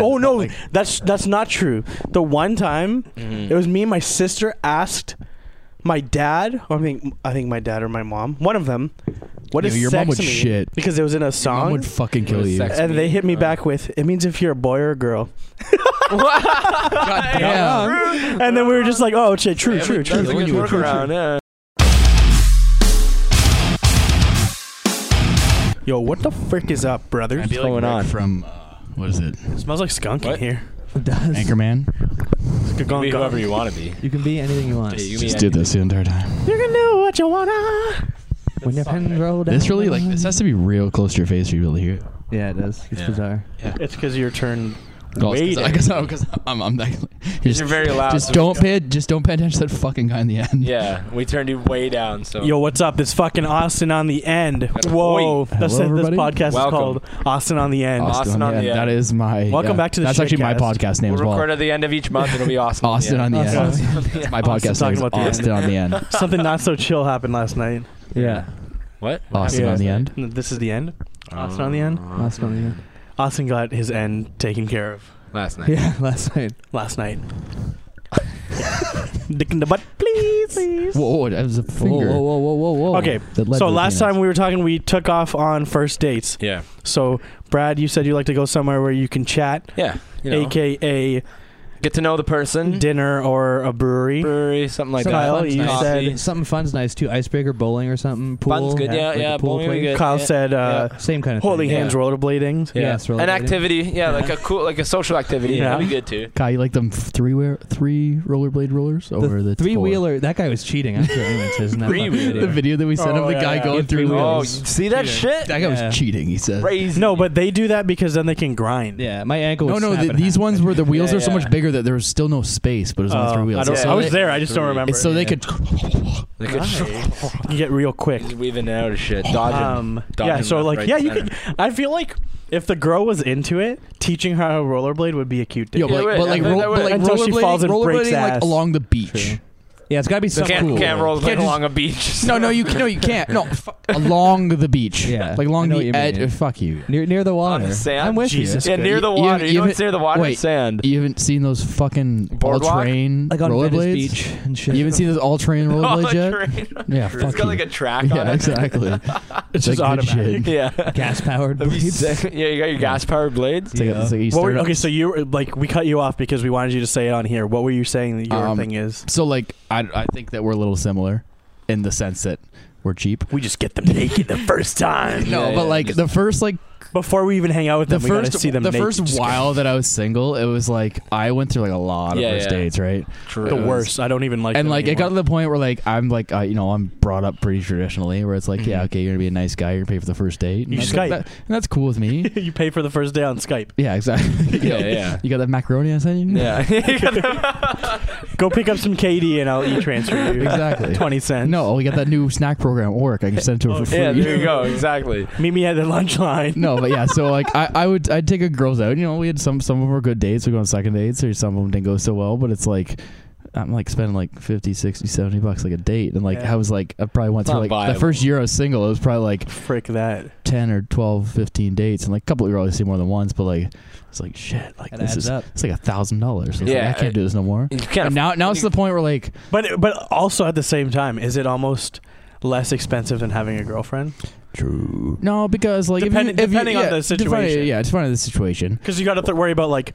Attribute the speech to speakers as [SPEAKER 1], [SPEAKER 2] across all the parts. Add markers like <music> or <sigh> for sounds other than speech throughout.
[SPEAKER 1] Oh, no, no, that's that's not true. The one time
[SPEAKER 2] Mm-hmm.
[SPEAKER 1] it was me and my sister asked my dad, or I think I think my dad or my mom, one of them, what
[SPEAKER 2] Yeah,
[SPEAKER 1] is
[SPEAKER 2] your mom would
[SPEAKER 1] sex mean?
[SPEAKER 2] shit.
[SPEAKER 1] because it was in a
[SPEAKER 2] Mom
[SPEAKER 1] song.
[SPEAKER 2] would fucking kill
[SPEAKER 3] was
[SPEAKER 2] you.
[SPEAKER 3] sex-
[SPEAKER 1] and they hit me
[SPEAKER 3] Uh.
[SPEAKER 1] back with, "It means if you're a boy or a girl,"
[SPEAKER 2] God damn.
[SPEAKER 1] and then we were just like, "Oh shit, true,
[SPEAKER 3] Yeah,
[SPEAKER 1] true,
[SPEAKER 3] but
[SPEAKER 1] true."
[SPEAKER 3] That's a good
[SPEAKER 2] True, true,
[SPEAKER 3] workaround. Yeah.
[SPEAKER 1] Yo, what the frick is up, brothers?
[SPEAKER 3] What's going on?
[SPEAKER 2] From uh, what is it?
[SPEAKER 1] smells like skunk
[SPEAKER 3] What?
[SPEAKER 1] in here.
[SPEAKER 4] It <laughs> does.
[SPEAKER 2] Anchorman.
[SPEAKER 3] Can be
[SPEAKER 1] Skunk.
[SPEAKER 3] whoever you want to be.
[SPEAKER 4] You can be anything you want.
[SPEAKER 3] Yeah, you can be
[SPEAKER 2] Just did this the entire time.
[SPEAKER 1] You can do what you wanna.
[SPEAKER 4] when your pen rolled down.
[SPEAKER 2] This really like this has to be real close to your face for you to be able to hear it.
[SPEAKER 4] Yeah, it does. It's
[SPEAKER 3] Yeah.
[SPEAKER 4] bizarre.
[SPEAKER 1] It's because your turn.
[SPEAKER 2] Oh, it's 'cause-
[SPEAKER 1] Waiting.
[SPEAKER 2] I guess I because I'm I'm that.
[SPEAKER 3] You're very loud.
[SPEAKER 2] Just
[SPEAKER 3] so-
[SPEAKER 2] don't pay. Just don't pay attention to that fucking guy in the end.
[SPEAKER 3] Yeah, we turned you way down. So
[SPEAKER 1] Yo, what's up? It's fucking Austin on the end.
[SPEAKER 3] Atta
[SPEAKER 1] Whoa,
[SPEAKER 3] boy.
[SPEAKER 1] that's
[SPEAKER 2] Hello,
[SPEAKER 1] this
[SPEAKER 2] everybody.
[SPEAKER 1] podcast
[SPEAKER 3] Welcome.
[SPEAKER 1] is called Austin on the end.
[SPEAKER 3] Austin on the
[SPEAKER 2] yeah,
[SPEAKER 3] end.
[SPEAKER 2] That is my.
[SPEAKER 1] Welcome
[SPEAKER 2] yeah.
[SPEAKER 1] back to the
[SPEAKER 2] That's actually my
[SPEAKER 1] Shitcast.
[SPEAKER 2] podcast name
[SPEAKER 3] we'll
[SPEAKER 2] as well.
[SPEAKER 3] record at the end of each month. It'll be awesome.
[SPEAKER 2] Austin on the end.
[SPEAKER 1] Austin
[SPEAKER 3] on <laughs> the
[SPEAKER 2] It's
[SPEAKER 3] end.
[SPEAKER 2] my
[SPEAKER 1] Austin
[SPEAKER 2] podcast
[SPEAKER 1] talking
[SPEAKER 2] name.
[SPEAKER 1] about
[SPEAKER 2] About
[SPEAKER 1] the end.
[SPEAKER 2] Austin on the end.
[SPEAKER 1] <laughs> Something not so chill happened last night.
[SPEAKER 4] Yeah.
[SPEAKER 3] What?
[SPEAKER 2] Austin
[SPEAKER 1] Yeah.
[SPEAKER 2] on the end.
[SPEAKER 1] This is the end. Austin on the end.
[SPEAKER 3] Uh,
[SPEAKER 4] Last one. Yeah.
[SPEAKER 1] Austin got his end taken care of
[SPEAKER 3] Last night.
[SPEAKER 4] Yeah, <laughs> last night.
[SPEAKER 1] last night. Dick in the butt, please.
[SPEAKER 2] Whoa, whoa, that was a
[SPEAKER 4] Whoa,
[SPEAKER 2] finger.
[SPEAKER 4] whoa, whoa, whoa, whoa, whoa.
[SPEAKER 1] Okay,
[SPEAKER 2] That led
[SPEAKER 1] so
[SPEAKER 2] to the
[SPEAKER 1] last
[SPEAKER 2] penis.
[SPEAKER 1] time we were talking, we took off on first dates.
[SPEAKER 3] Yeah.
[SPEAKER 1] So, Brad, you said you like to go somewhere where you can chat,
[SPEAKER 3] Yeah. You know,
[SPEAKER 1] aka
[SPEAKER 3] get to know the person.
[SPEAKER 1] dinner or a brewery.
[SPEAKER 3] Brewery, something like
[SPEAKER 1] Kyle,
[SPEAKER 3] that.
[SPEAKER 1] you
[SPEAKER 3] Coffee.
[SPEAKER 1] said-
[SPEAKER 4] Something fun's nice too. Icebreaker, bowling, or something. Pool.
[SPEAKER 3] Fun's good, yeah,
[SPEAKER 4] like a
[SPEAKER 3] yeah,
[SPEAKER 4] pool
[SPEAKER 3] bowling would be
[SPEAKER 4] place.
[SPEAKER 3] good.
[SPEAKER 1] Kyle
[SPEAKER 3] Yeah.
[SPEAKER 1] said, uh,
[SPEAKER 4] Same kind of
[SPEAKER 1] holding
[SPEAKER 4] thing.
[SPEAKER 1] hands,
[SPEAKER 3] Yeah.
[SPEAKER 1] rollerblading.
[SPEAKER 3] Yeah.
[SPEAKER 4] Yes,
[SPEAKER 3] an
[SPEAKER 4] related.
[SPEAKER 3] activity.
[SPEAKER 1] Yeah.
[SPEAKER 3] Yeah, like a cool, like a social activity.
[SPEAKER 1] Yeah.
[SPEAKER 3] That'd be good too.
[SPEAKER 2] Guy, you like them three wear three rollerblade rollers or the
[SPEAKER 4] three
[SPEAKER 2] four?
[SPEAKER 4] wheeler. That guy was cheating. I'm sure anyone
[SPEAKER 2] <laughs>
[SPEAKER 4] says that. fucking
[SPEAKER 3] Three-wheeler.
[SPEAKER 2] The
[SPEAKER 4] video.
[SPEAKER 2] video that we sent
[SPEAKER 1] Oh,
[SPEAKER 2] of the
[SPEAKER 1] yeah,
[SPEAKER 2] guy
[SPEAKER 1] yeah.
[SPEAKER 2] going three
[SPEAKER 3] Oh, you
[SPEAKER 2] wheels.
[SPEAKER 3] see that
[SPEAKER 2] that
[SPEAKER 3] shit?
[SPEAKER 2] guy
[SPEAKER 4] Yeah.
[SPEAKER 2] was cheating. He said.
[SPEAKER 3] Crazy.
[SPEAKER 1] No, but they do that because then they can grind.
[SPEAKER 4] Yeah, my ankle.
[SPEAKER 2] No,
[SPEAKER 4] was
[SPEAKER 2] no,
[SPEAKER 4] snapping
[SPEAKER 2] the, these
[SPEAKER 4] half.
[SPEAKER 2] ones were the wheels
[SPEAKER 3] Yeah,
[SPEAKER 2] are so
[SPEAKER 3] yeah.
[SPEAKER 2] much bigger that there was still no space, but it was
[SPEAKER 1] Oh,
[SPEAKER 2] only three
[SPEAKER 1] I,
[SPEAKER 2] wheels.
[SPEAKER 1] don't,
[SPEAKER 2] It's so
[SPEAKER 3] Yeah.
[SPEAKER 1] I was
[SPEAKER 2] they-
[SPEAKER 1] there. I just don't
[SPEAKER 3] Three.
[SPEAKER 1] remember.
[SPEAKER 2] It's so they could.
[SPEAKER 3] They could
[SPEAKER 1] You get real quick.
[SPEAKER 3] He's weaving out of shit, dodging.
[SPEAKER 1] Um,
[SPEAKER 3] dodging
[SPEAKER 1] yeah, so
[SPEAKER 3] left,
[SPEAKER 1] like,
[SPEAKER 3] right,
[SPEAKER 1] yeah, you
[SPEAKER 3] center.
[SPEAKER 1] could. I feel like if the girl was into it, teaching her how to rollerblade would be a cute
[SPEAKER 2] Yo,
[SPEAKER 1] thing.
[SPEAKER 2] but like,
[SPEAKER 3] Yeah, wait,
[SPEAKER 2] but like,
[SPEAKER 3] I think
[SPEAKER 2] roll,
[SPEAKER 3] that
[SPEAKER 2] but
[SPEAKER 3] would-
[SPEAKER 2] like
[SPEAKER 1] Until she
[SPEAKER 2] rollerblading-
[SPEAKER 1] falls and breaks
[SPEAKER 2] rollerblading, like
[SPEAKER 1] ass.
[SPEAKER 2] along the beach.
[SPEAKER 4] True. Yeah, it's gotta be something
[SPEAKER 3] Can't,
[SPEAKER 4] cool.
[SPEAKER 3] can't roll
[SPEAKER 2] Can't just-
[SPEAKER 3] along a beach.
[SPEAKER 2] No, no, you no, you can't. No, fuck. along the beach.
[SPEAKER 4] Yeah.
[SPEAKER 2] like
[SPEAKER 4] I
[SPEAKER 2] along
[SPEAKER 4] know what
[SPEAKER 2] the
[SPEAKER 4] you
[SPEAKER 2] edge.
[SPEAKER 4] mean.
[SPEAKER 2] Fuck you.
[SPEAKER 4] near near the
[SPEAKER 3] On
[SPEAKER 4] water.
[SPEAKER 3] the sand.
[SPEAKER 4] I'm with
[SPEAKER 1] Jesus.
[SPEAKER 4] you.
[SPEAKER 3] Yeah, near the
[SPEAKER 2] You- you-
[SPEAKER 3] water. You,
[SPEAKER 2] you
[SPEAKER 3] know
[SPEAKER 2] haven't-
[SPEAKER 3] what's near the water?
[SPEAKER 2] wait.
[SPEAKER 3] Sand.
[SPEAKER 2] You haven't seen those fucking all
[SPEAKER 3] Boardwalk?
[SPEAKER 2] terrain
[SPEAKER 4] Like on Venice
[SPEAKER 2] rollerblades.
[SPEAKER 4] Beach and shit.
[SPEAKER 2] You haven't seen those all
[SPEAKER 3] <laughs>
[SPEAKER 2] terrain rollerblades yet? Yeah,
[SPEAKER 3] Oh, It's
[SPEAKER 2] fuck
[SPEAKER 3] got
[SPEAKER 2] you.
[SPEAKER 3] like a track on
[SPEAKER 2] yeah,
[SPEAKER 1] <laughs>
[SPEAKER 3] it.
[SPEAKER 2] exactly.
[SPEAKER 1] It's
[SPEAKER 2] Like
[SPEAKER 1] just
[SPEAKER 2] good
[SPEAKER 1] automatic.
[SPEAKER 2] shit. <laughs>
[SPEAKER 3] <laughs> Yeah.
[SPEAKER 4] gas powered.
[SPEAKER 3] That'd be sick. Yeah, you got your gas powered blades.
[SPEAKER 2] It's like, it's like you
[SPEAKER 1] What were-
[SPEAKER 2] start up-
[SPEAKER 1] okay, so you were- like we cut you off because we wanted you to say it on here. What were you saying that your
[SPEAKER 2] Um,
[SPEAKER 1] thing is?
[SPEAKER 2] so like I, I think that we're a little similar in the sense that
[SPEAKER 1] <laughs>
[SPEAKER 2] we're cheap.
[SPEAKER 1] We just get them naked the first time
[SPEAKER 2] No,
[SPEAKER 3] Yeah,
[SPEAKER 2] but
[SPEAKER 3] yeah,
[SPEAKER 2] like
[SPEAKER 3] just-
[SPEAKER 2] the first like
[SPEAKER 1] before we even hang out with
[SPEAKER 2] the
[SPEAKER 1] them. we
[SPEAKER 2] first
[SPEAKER 1] gotta see them.
[SPEAKER 2] the
[SPEAKER 1] naked.
[SPEAKER 2] first
[SPEAKER 1] Just
[SPEAKER 2] while that I was single, it was like I went through like a lot of
[SPEAKER 3] Yeah,
[SPEAKER 2] first
[SPEAKER 3] yeah.
[SPEAKER 2] dates, right?
[SPEAKER 3] True.
[SPEAKER 1] the worst. I don't even like.
[SPEAKER 2] and
[SPEAKER 1] them
[SPEAKER 2] like it got to
[SPEAKER 1] anymore.
[SPEAKER 2] the point where like I'm like uh, you know I'm brought up pretty traditionally where it's like yeah okay you're gonna be a nice guy you're gonna pay for the first date and
[SPEAKER 1] Mm-hmm. You
[SPEAKER 2] that's,
[SPEAKER 1] Skype.
[SPEAKER 2] that- and that's cool with
[SPEAKER 1] <laughs>
[SPEAKER 2] me
[SPEAKER 1] you pay for the first day on Skype.
[SPEAKER 2] yeah exactly
[SPEAKER 3] Yeah, yeah.
[SPEAKER 2] <laughs> you got that macaroni I sent you
[SPEAKER 3] Yeah.
[SPEAKER 2] <laughs>
[SPEAKER 3] <laughs>
[SPEAKER 1] <laughs> Go pick up some KD and I'll e transfer you
[SPEAKER 2] exactly
[SPEAKER 1] twenty cents.
[SPEAKER 2] no we got that new snack program at work I can send it to her for free
[SPEAKER 3] yeah, there you go. Exactly.
[SPEAKER 1] meet me at the lunch line.
[SPEAKER 2] <laughs> No, but yeah, so like I, I would I'd take a girls out. You know, we had some some of them were good dates. We go on second dates, or some of them didn't go so well. But it's like I'm like spending like 50, 60, 70 bucks like a date, and like
[SPEAKER 1] Yeah.
[SPEAKER 2] I was like I probably went
[SPEAKER 3] It's
[SPEAKER 2] through
[SPEAKER 3] not
[SPEAKER 2] like
[SPEAKER 3] viable.
[SPEAKER 2] the first year I was single, it was probably like
[SPEAKER 1] Frick that.
[SPEAKER 2] ten or 12, 15 dates, and like a couple we were always see more than once. But like it's like shit, like
[SPEAKER 4] That
[SPEAKER 2] this
[SPEAKER 4] adds
[SPEAKER 2] is
[SPEAKER 4] up.
[SPEAKER 2] it's like a thousand dollars.
[SPEAKER 3] Yeah,
[SPEAKER 2] Yeah, I can't do this no more.
[SPEAKER 3] You can't
[SPEAKER 2] And now now it's the point where like
[SPEAKER 1] But but also at the same time, is it almost less expensive than having a girlfriend?
[SPEAKER 2] true. No, because like
[SPEAKER 1] Depend-
[SPEAKER 2] if you, if you-
[SPEAKER 1] depending on
[SPEAKER 2] yeah,
[SPEAKER 1] the
[SPEAKER 2] depending-
[SPEAKER 1] situation.
[SPEAKER 2] yeah, it's on the situation.
[SPEAKER 1] Because you got to th- worry about like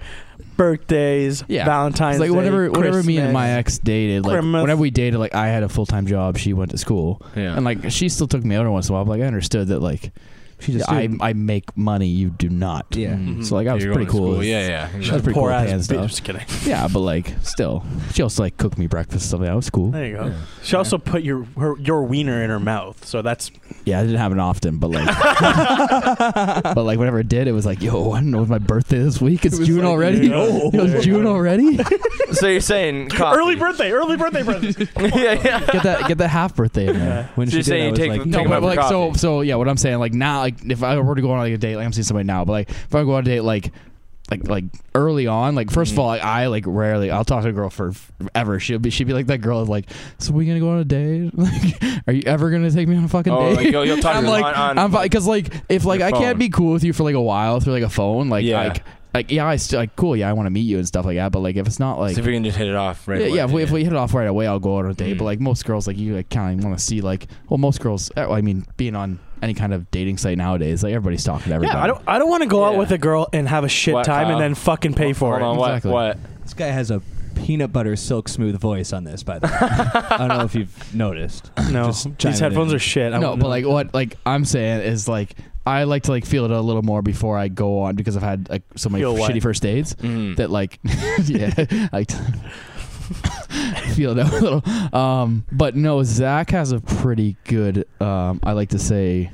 [SPEAKER 1] birthdays,
[SPEAKER 2] Yeah.
[SPEAKER 1] Valentine's,
[SPEAKER 2] It's like
[SPEAKER 1] Day,
[SPEAKER 2] whenever whenever me and
[SPEAKER 1] Christmas.
[SPEAKER 2] my ex dated, like
[SPEAKER 1] Christmas.
[SPEAKER 2] whenever we dated, like I had a full time job, she went to school,
[SPEAKER 3] Yeah.
[SPEAKER 2] and like she still took me out every once in a while. But like I understood that, like
[SPEAKER 4] She just
[SPEAKER 2] I
[SPEAKER 4] didn't-
[SPEAKER 2] I make money, you do not.
[SPEAKER 4] yeah.
[SPEAKER 1] Mhm.
[SPEAKER 2] So like I was pretty cool. with-
[SPEAKER 3] Yeah, yeah.
[SPEAKER 2] She was
[SPEAKER 1] poor
[SPEAKER 2] pretty cool with
[SPEAKER 1] ass.
[SPEAKER 2] hand
[SPEAKER 1] bitch.
[SPEAKER 2] stuff.
[SPEAKER 1] Just kidding.
[SPEAKER 2] <laughs> Yeah, but like still, she also like cooked me breakfast. Something that was cool.
[SPEAKER 1] There you go. She also put your her, your wiener in her mouth, so that's
[SPEAKER 2] Yeah, it didn't happen often, but like,
[SPEAKER 4] <laughs>
[SPEAKER 2] but like whenever it did, it was like, yo, I don't know, it's my birthday this week. It's <laughs>
[SPEAKER 4] was
[SPEAKER 2] June
[SPEAKER 4] like,
[SPEAKER 1] <laughs>
[SPEAKER 2] already.
[SPEAKER 1] yeah.
[SPEAKER 2] <laughs> It was June already.
[SPEAKER 3] <laughs> So you're saying coffee.
[SPEAKER 1] early birthday, early birthday presents.
[SPEAKER 3] <laughs>
[SPEAKER 2] <laughs>
[SPEAKER 3] yeah, yeah.
[SPEAKER 2] Get that get that half birthday in there.
[SPEAKER 4] When
[SPEAKER 3] So
[SPEAKER 4] she
[SPEAKER 3] you're
[SPEAKER 4] did,
[SPEAKER 3] saying
[SPEAKER 4] I
[SPEAKER 3] you
[SPEAKER 4] was
[SPEAKER 3] take
[SPEAKER 4] like,
[SPEAKER 3] them-
[SPEAKER 2] No,
[SPEAKER 3] take
[SPEAKER 2] but
[SPEAKER 3] out for
[SPEAKER 2] like so
[SPEAKER 3] coffee.
[SPEAKER 2] so yeah, what I'm saying, like now like if I were to go on like a date, like I'm seeing somebody now, but like if I go on a date like like like early on, like 1st
[SPEAKER 3] Mm-hmm.
[SPEAKER 2] of all, like, I like rarely I'll talk to a girl for ever. She'll be she'd be like that girl of like, so we gonna go on a date? <laughs> Like, are you ever gonna take me on a fucking
[SPEAKER 3] Oh,
[SPEAKER 2] date?
[SPEAKER 3] like, you'll- you'll talk
[SPEAKER 2] <laughs>
[SPEAKER 3] to
[SPEAKER 2] I'm
[SPEAKER 3] her
[SPEAKER 2] like
[SPEAKER 3] on- on,
[SPEAKER 2] I'm because like if like
[SPEAKER 3] your
[SPEAKER 2] I
[SPEAKER 3] phone.
[SPEAKER 2] can't be cool with you for like a while through like a phone, like
[SPEAKER 3] Yeah.
[SPEAKER 2] like like yeah, I still like cool. Yeah, I want to meet you and stuff like that. But like if it's not like
[SPEAKER 3] See if we can just hit it off right
[SPEAKER 2] yeah,
[SPEAKER 3] away.
[SPEAKER 2] yeah if, we, if we hit it off right away, I'll go out on a date.
[SPEAKER 3] Mm.
[SPEAKER 2] But like most girls, like you like kind of want to see like well, most girls. uh, I mean, being on any kind of dating site nowadays, like everybody's talking to everybody.
[SPEAKER 1] Yeah, I don't. I don't want to go out
[SPEAKER 3] Yeah.
[SPEAKER 1] with a girl and have a shit
[SPEAKER 3] What,
[SPEAKER 1] time
[SPEAKER 3] uh,
[SPEAKER 1] and then fucking pay for
[SPEAKER 3] Hold
[SPEAKER 1] it.
[SPEAKER 3] on, what?
[SPEAKER 2] Exactly.
[SPEAKER 3] What?
[SPEAKER 4] This guy has a peanut butter silk smooth voice on this, by the way. I don't know if you've noticed.
[SPEAKER 1] No,
[SPEAKER 4] Just chime
[SPEAKER 1] these
[SPEAKER 4] it
[SPEAKER 1] headphones
[SPEAKER 4] in.
[SPEAKER 1] are shit. I
[SPEAKER 2] no,
[SPEAKER 1] don't
[SPEAKER 2] but
[SPEAKER 1] know.
[SPEAKER 2] like what like I'm saying is like I like to like feel it a little more before I go on because I've had like so many
[SPEAKER 1] Feel what?
[SPEAKER 2] shitty first dates <laughs>
[SPEAKER 3] Mm.
[SPEAKER 2] that like yeah I t- <laughs> feel it out a little. Um, but no, Zach has a pretty good um I like to say.